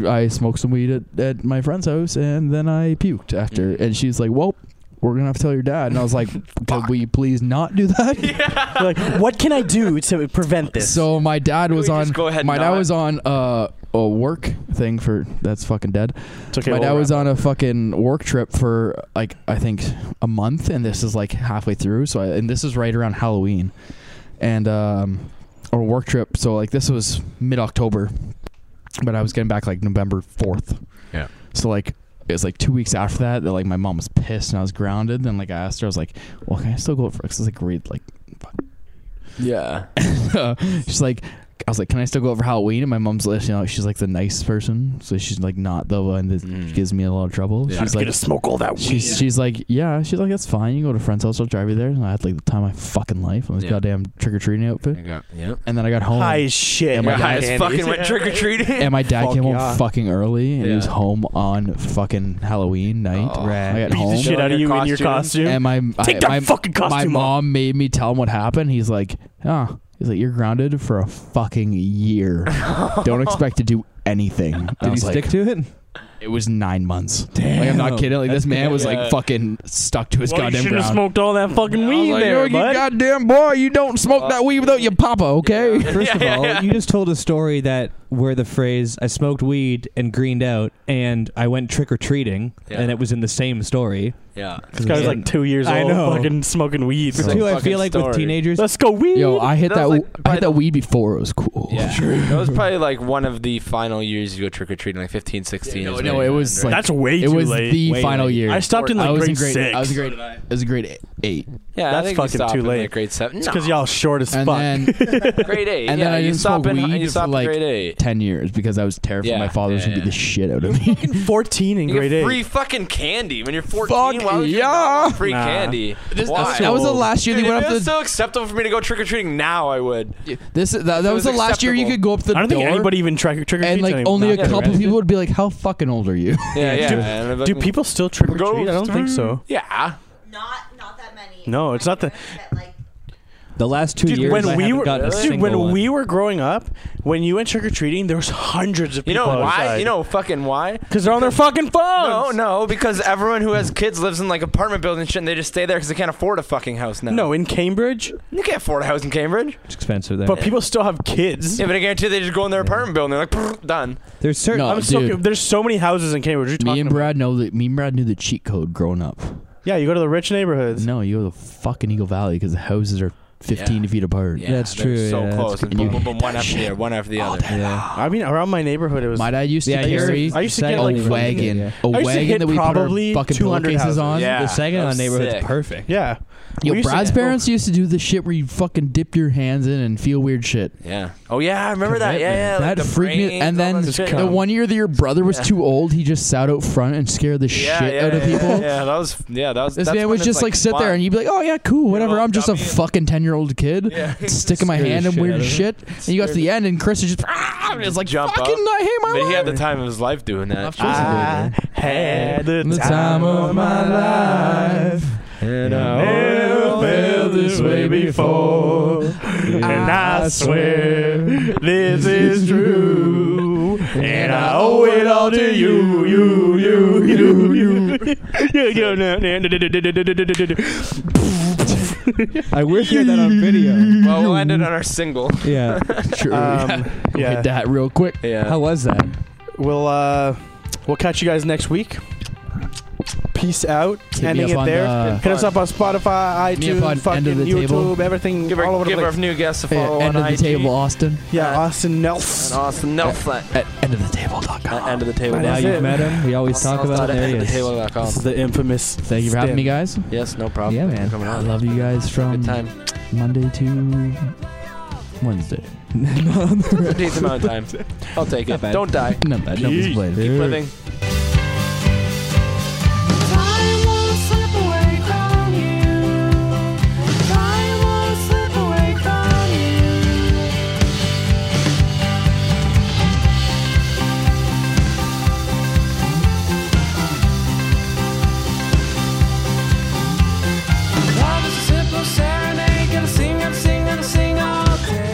[SPEAKER 2] I I smoked some weed at, at my friend's house and then I puked after. And she's like, well. We're gonna have to tell your dad, and I was like, "Could we please not do that?"
[SPEAKER 1] like,
[SPEAKER 2] <laughs>
[SPEAKER 1] what can I do to prevent this?
[SPEAKER 2] So my dad was
[SPEAKER 3] we
[SPEAKER 2] on.
[SPEAKER 3] just go ahead and
[SPEAKER 2] my dad
[SPEAKER 3] not?
[SPEAKER 2] was on uh, a work thing for that's fucking dead.
[SPEAKER 1] It's okay,
[SPEAKER 2] my
[SPEAKER 1] we'll
[SPEAKER 2] dad was
[SPEAKER 1] wrap
[SPEAKER 2] on a fucking work trip for like I think a month, and this is like halfway through. So I, and this is right around Halloween, and um, or work trip. So like this was mid October, but I was getting back like November fourth.
[SPEAKER 3] Yeah.
[SPEAKER 2] So like it was like two weeks after that that like my mom was pissed and I was grounded. Then like I asked her, I was like, "Well, can I still go out for?" Because like grade like <laughs>
[SPEAKER 3] Yeah.
[SPEAKER 2] she's like I was like, "Can I still go out for Halloween?" And my mom's, like, you know, she's like the nice person, so she's like not the one that
[SPEAKER 3] Mm.
[SPEAKER 2] gives me a lot of trouble.
[SPEAKER 3] Yeah.
[SPEAKER 2] She's like,
[SPEAKER 1] gonna smoke all that weed.
[SPEAKER 2] She's she's like, yeah, she's like, that's fine. You go to a friend's house, I'll drive you there. And I had like the time of my fucking life on this
[SPEAKER 3] Yeah.
[SPEAKER 2] goddamn trick or treating outfit.
[SPEAKER 3] Yeah. Yeah.
[SPEAKER 2] And then I got home,
[SPEAKER 1] High as shit.
[SPEAKER 2] And my
[SPEAKER 3] My
[SPEAKER 2] dad-
[SPEAKER 1] <laughs>
[SPEAKER 3] guys fucking went trick or treating.
[SPEAKER 2] and my dad
[SPEAKER 1] Fuck
[SPEAKER 2] came home
[SPEAKER 1] yeah.
[SPEAKER 2] fucking early, and he
[SPEAKER 3] Yeah.
[SPEAKER 2] was home on fucking Halloween night.
[SPEAKER 3] Oh.
[SPEAKER 2] I got
[SPEAKER 1] Beat the
[SPEAKER 2] home,
[SPEAKER 1] shit out of you in your costume.
[SPEAKER 2] and my
[SPEAKER 1] Take
[SPEAKER 2] I,
[SPEAKER 1] that
[SPEAKER 2] my,
[SPEAKER 1] fucking costume
[SPEAKER 2] my
[SPEAKER 1] off.
[SPEAKER 2] mom made me tell him what happened. He's like, ah, he's like, you're grounded for a
[SPEAKER 1] <laughs>
[SPEAKER 2] fucking year. Don't expect to do anything. And I
[SPEAKER 4] Did you
[SPEAKER 2] was like,
[SPEAKER 4] stick to it?
[SPEAKER 2] <laughs> It was nine months. Damn. Like I'm not kidding. Like this man was
[SPEAKER 3] Yeah.
[SPEAKER 2] like fucking stuck to his
[SPEAKER 1] well, you
[SPEAKER 2] goddamn
[SPEAKER 1] should have
[SPEAKER 2] ground.
[SPEAKER 1] smoked all that fucking weed
[SPEAKER 2] like,
[SPEAKER 1] there,
[SPEAKER 2] "Yo, you
[SPEAKER 1] bud.
[SPEAKER 2] goddamn boy, you don't smoke that weed without your papa, okay?
[SPEAKER 4] First of all, you just told a story that where the phrase "I smoked weed and greened out" and "I went trick or treating"
[SPEAKER 3] Yeah.
[SPEAKER 4] and it was in the same story.
[SPEAKER 3] Yeah.
[SPEAKER 1] this guy was like two years
[SPEAKER 4] I
[SPEAKER 1] old,
[SPEAKER 4] know.
[SPEAKER 1] fucking smoking weed.
[SPEAKER 4] For
[SPEAKER 3] So-
[SPEAKER 4] two, I
[SPEAKER 3] fucking
[SPEAKER 4] feel like
[SPEAKER 3] story.
[SPEAKER 4] with teenagers,
[SPEAKER 1] Let's go weed.
[SPEAKER 2] Yo, I hit
[SPEAKER 3] That
[SPEAKER 2] that.
[SPEAKER 3] was,
[SPEAKER 2] w
[SPEAKER 3] like,
[SPEAKER 2] I I
[SPEAKER 3] by
[SPEAKER 2] hit that
[SPEAKER 3] the-
[SPEAKER 2] weed before it was cool.
[SPEAKER 3] Yeah. that was probably like one of the final years you go trick or treating, like 15, 16.
[SPEAKER 2] No,
[SPEAKER 3] is
[SPEAKER 2] it
[SPEAKER 3] when
[SPEAKER 2] no, it was like
[SPEAKER 1] That's way
[SPEAKER 2] it
[SPEAKER 1] too
[SPEAKER 2] was
[SPEAKER 1] late.
[SPEAKER 2] the
[SPEAKER 5] Way
[SPEAKER 2] final
[SPEAKER 5] late.
[SPEAKER 2] year.
[SPEAKER 1] I stopped in like
[SPEAKER 2] I was
[SPEAKER 1] grade,
[SPEAKER 2] in grade.
[SPEAKER 1] six.
[SPEAKER 2] I was in grade. I was in grade eight,
[SPEAKER 3] Yeah,
[SPEAKER 1] That's
[SPEAKER 3] I think
[SPEAKER 1] fucking
[SPEAKER 3] you stop
[SPEAKER 1] too
[SPEAKER 3] in,
[SPEAKER 1] late.
[SPEAKER 3] Like grade seven.
[SPEAKER 1] It's because y'all short as
[SPEAKER 2] and
[SPEAKER 1] fuck.
[SPEAKER 2] then
[SPEAKER 3] y'all grade eight.
[SPEAKER 2] and
[SPEAKER 3] yeah,
[SPEAKER 2] then I
[SPEAKER 3] you
[SPEAKER 2] didn't
[SPEAKER 3] stop
[SPEAKER 2] smoke
[SPEAKER 3] in,
[SPEAKER 2] weed
[SPEAKER 3] you
[SPEAKER 2] for
[SPEAKER 3] stop in
[SPEAKER 2] like
[SPEAKER 3] grade eight.
[SPEAKER 2] ten years because I was terrified
[SPEAKER 3] Yeah,
[SPEAKER 2] my father was
[SPEAKER 3] yeah,
[SPEAKER 2] gonna beat
[SPEAKER 3] yeah.
[SPEAKER 2] the shit out of me.
[SPEAKER 1] Fourteen in
[SPEAKER 3] You
[SPEAKER 1] grade
[SPEAKER 3] get
[SPEAKER 1] eight.
[SPEAKER 3] free fucking candy when you're 14.
[SPEAKER 2] Fuck
[SPEAKER 3] why would you not
[SPEAKER 2] yeah.
[SPEAKER 3] want free
[SPEAKER 1] Nah.
[SPEAKER 3] candy?
[SPEAKER 2] This-
[SPEAKER 3] Why?
[SPEAKER 2] That was the last year
[SPEAKER 3] Dude,
[SPEAKER 2] they
[SPEAKER 3] if
[SPEAKER 2] went
[SPEAKER 3] it
[SPEAKER 2] up
[SPEAKER 3] was
[SPEAKER 2] the.
[SPEAKER 3] still acceptable for me to go trick or treating now, I would.
[SPEAKER 2] This that, that
[SPEAKER 3] it
[SPEAKER 2] was
[SPEAKER 3] was
[SPEAKER 2] the last year you
[SPEAKER 3] acceptable.
[SPEAKER 2] could go up the
[SPEAKER 1] I don't
[SPEAKER 2] door.
[SPEAKER 1] think anybody even trick trick or
[SPEAKER 2] and
[SPEAKER 1] treats
[SPEAKER 2] like
[SPEAKER 1] anymore.
[SPEAKER 2] only a
[SPEAKER 1] Not
[SPEAKER 2] couple
[SPEAKER 1] anymore.
[SPEAKER 2] people would be like, "How fucking old are you?"
[SPEAKER 3] Yeah, yeah.
[SPEAKER 1] Do-
[SPEAKER 3] and if I
[SPEAKER 1] Do
[SPEAKER 3] can-
[SPEAKER 1] people still trick or
[SPEAKER 3] Go
[SPEAKER 1] treat? I don't think so.
[SPEAKER 3] Yeah.
[SPEAKER 6] Not, not that many.
[SPEAKER 1] No, it's not the-
[SPEAKER 6] I noticed that, like,
[SPEAKER 4] The last two
[SPEAKER 1] Dude,
[SPEAKER 4] years,
[SPEAKER 1] when
[SPEAKER 4] I
[SPEAKER 1] we
[SPEAKER 4] haven't
[SPEAKER 1] were
[SPEAKER 4] gotten a
[SPEAKER 1] dude,
[SPEAKER 4] single
[SPEAKER 1] when
[SPEAKER 4] one.
[SPEAKER 1] we were growing up, when you went trick or treating, there was hundreds of
[SPEAKER 3] You
[SPEAKER 1] people.
[SPEAKER 3] know why?
[SPEAKER 1] outside.
[SPEAKER 3] You know fucking why?
[SPEAKER 1] because they're on their fucking
[SPEAKER 3] No,
[SPEAKER 1] phones.
[SPEAKER 3] no, because everyone who has kids lives in like apartment buildings and shit, and they just stay there because they can't afford a fucking house now.
[SPEAKER 1] no. In Cambridge,
[SPEAKER 3] you can't afford a house in Cambridge.
[SPEAKER 4] it's expensive there.
[SPEAKER 1] but people still have kids.
[SPEAKER 3] Yeah, but I guarantee they just go in their apartment building. They're like, "Prr, done.
[SPEAKER 4] There's certain.
[SPEAKER 2] No.
[SPEAKER 1] I'm so
[SPEAKER 2] dude.
[SPEAKER 1] co- there's so many houses in Cambridge. You're
[SPEAKER 2] Me
[SPEAKER 1] talking
[SPEAKER 2] and
[SPEAKER 1] about-
[SPEAKER 2] Brad know that. Me and Brad knew the cheat code growing up.
[SPEAKER 1] Yeah, you go to the rich neighborhoods.
[SPEAKER 2] No, you go to the fucking Eagle Valley because the houses are 15 feet apart.
[SPEAKER 4] That's
[SPEAKER 3] they're
[SPEAKER 4] true,
[SPEAKER 3] So
[SPEAKER 4] yeah, that's
[SPEAKER 3] close. And
[SPEAKER 2] good. Oh,
[SPEAKER 3] boom, boom, boom, one after the other, one after the other.
[SPEAKER 4] yeah.
[SPEAKER 1] I mean, around my neighborhood, it was.
[SPEAKER 2] My dad used
[SPEAKER 1] <laughs>
[SPEAKER 2] to
[SPEAKER 4] Yeah, I used to-
[SPEAKER 2] carry
[SPEAKER 1] I used to
[SPEAKER 4] Second
[SPEAKER 1] get
[SPEAKER 2] a
[SPEAKER 1] like
[SPEAKER 4] neighborhood.
[SPEAKER 2] wagon,
[SPEAKER 1] I
[SPEAKER 2] a
[SPEAKER 4] Yeah.
[SPEAKER 1] used to
[SPEAKER 2] wagon
[SPEAKER 1] hit
[SPEAKER 2] that we put our
[SPEAKER 1] probably
[SPEAKER 2] fucking
[SPEAKER 1] 200
[SPEAKER 2] pillowcases
[SPEAKER 1] houses.
[SPEAKER 2] on.
[SPEAKER 3] Yeah.
[SPEAKER 4] The Saginaw
[SPEAKER 3] that's
[SPEAKER 4] neighborhood's
[SPEAKER 3] sick.
[SPEAKER 4] perfect.
[SPEAKER 1] Yeah. We
[SPEAKER 2] Yo,
[SPEAKER 1] used to-
[SPEAKER 2] Brad's parents used to do the shit where you fucking dip your hands in and feel weird shit.
[SPEAKER 3] Yeah. Oh yeah, I remember that. Yeah, yeah.
[SPEAKER 2] that
[SPEAKER 3] like the
[SPEAKER 2] freaked me.
[SPEAKER 3] brains,
[SPEAKER 2] And
[SPEAKER 3] all
[SPEAKER 2] then
[SPEAKER 3] that
[SPEAKER 2] the
[SPEAKER 3] shit.
[SPEAKER 1] cum.
[SPEAKER 2] one year that your brother was too old, he just sat out front and scared the
[SPEAKER 3] yeah,
[SPEAKER 2] shit
[SPEAKER 3] yeah,
[SPEAKER 2] out of
[SPEAKER 3] yeah,
[SPEAKER 2] people.
[SPEAKER 3] Yeah, that was. Yeah, that was.
[SPEAKER 2] This
[SPEAKER 3] that's
[SPEAKER 2] man
[SPEAKER 3] when
[SPEAKER 2] was
[SPEAKER 3] it's,
[SPEAKER 2] just like, sit there
[SPEAKER 3] fun.
[SPEAKER 2] and you'd be like, oh yeah, cool, whatever.
[SPEAKER 3] little
[SPEAKER 2] I'm just a
[SPEAKER 3] dummy.
[SPEAKER 2] fucking ten year old kid,
[SPEAKER 3] Yeah.
[SPEAKER 2] <laughs> sticking my
[SPEAKER 4] Scared the
[SPEAKER 2] hand in
[SPEAKER 4] shit out
[SPEAKER 2] weird
[SPEAKER 4] of
[SPEAKER 2] shit. And you got to the end, and Chris is just, <laughs> ah, and it's like,
[SPEAKER 3] Jump
[SPEAKER 2] fucking,
[SPEAKER 3] up.
[SPEAKER 2] I hate my
[SPEAKER 3] But
[SPEAKER 2] life.
[SPEAKER 3] he had the time of his life doing that.
[SPEAKER 2] Of course he did, man.
[SPEAKER 1] had the,
[SPEAKER 2] The time of my life. Oh,
[SPEAKER 4] And uh,
[SPEAKER 1] I never Oh, felt this way before, and I swear this is true. And I owe it all to you, you, you, you, you.
[SPEAKER 2] <laughs>
[SPEAKER 1] <laughs> You, you, no, no, no, no, no, no, no, no, no, no.
[SPEAKER 4] I wish we had that <laughs> on video.
[SPEAKER 3] Well, we'll end it on our single.
[SPEAKER 4] Yeah.
[SPEAKER 2] True.
[SPEAKER 1] Um,
[SPEAKER 2] yeah.
[SPEAKER 1] yeah.
[SPEAKER 2] Hit that real quick.
[SPEAKER 3] Yeah.
[SPEAKER 4] How was that?
[SPEAKER 1] We'll uh, we'll catch you guys next week. Peace out.
[SPEAKER 2] Hit me
[SPEAKER 1] Ending
[SPEAKER 2] up
[SPEAKER 1] it
[SPEAKER 2] on
[SPEAKER 1] there.
[SPEAKER 2] the-
[SPEAKER 1] Hit us up on Spotify,
[SPEAKER 2] Hit me up on
[SPEAKER 1] iTunes, fucking
[SPEAKER 2] End of the
[SPEAKER 1] YouTube,
[SPEAKER 2] Table.
[SPEAKER 1] everything
[SPEAKER 3] Give
[SPEAKER 1] all
[SPEAKER 3] our,
[SPEAKER 1] over the
[SPEAKER 3] give our
[SPEAKER 1] place.
[SPEAKER 3] new guests a
[SPEAKER 2] Yeah,
[SPEAKER 3] follow
[SPEAKER 2] end
[SPEAKER 3] Oh, on
[SPEAKER 2] of the
[SPEAKER 3] IG.
[SPEAKER 2] table, Austin.
[SPEAKER 1] yeah, Austin
[SPEAKER 3] And
[SPEAKER 1] Nelson.
[SPEAKER 3] Austin Nelson.
[SPEAKER 2] At endoftheTable.com.
[SPEAKER 3] End of the table.
[SPEAKER 1] That's
[SPEAKER 4] Now
[SPEAKER 1] it.
[SPEAKER 4] you've met him. We always talk about it. There
[SPEAKER 3] End
[SPEAKER 4] he
[SPEAKER 3] of the
[SPEAKER 4] is.
[SPEAKER 3] table.
[SPEAKER 1] This is the infamous.
[SPEAKER 2] Thank you for having me, guys.
[SPEAKER 3] Yes, no problem.
[SPEAKER 4] Yeah,
[SPEAKER 3] Thanks for Coming
[SPEAKER 4] man.
[SPEAKER 2] I
[SPEAKER 3] on.
[SPEAKER 2] love you guys from
[SPEAKER 3] Good time.
[SPEAKER 4] <laughs>
[SPEAKER 2] Monday <laughs> to Wednesday.
[SPEAKER 3] It's a decent amount of time. I'll take
[SPEAKER 4] Not
[SPEAKER 3] it.
[SPEAKER 4] bad.
[SPEAKER 3] Don't die.
[SPEAKER 2] Not bad. Nobody's
[SPEAKER 1] Peace.
[SPEAKER 2] played.
[SPEAKER 3] Keep living.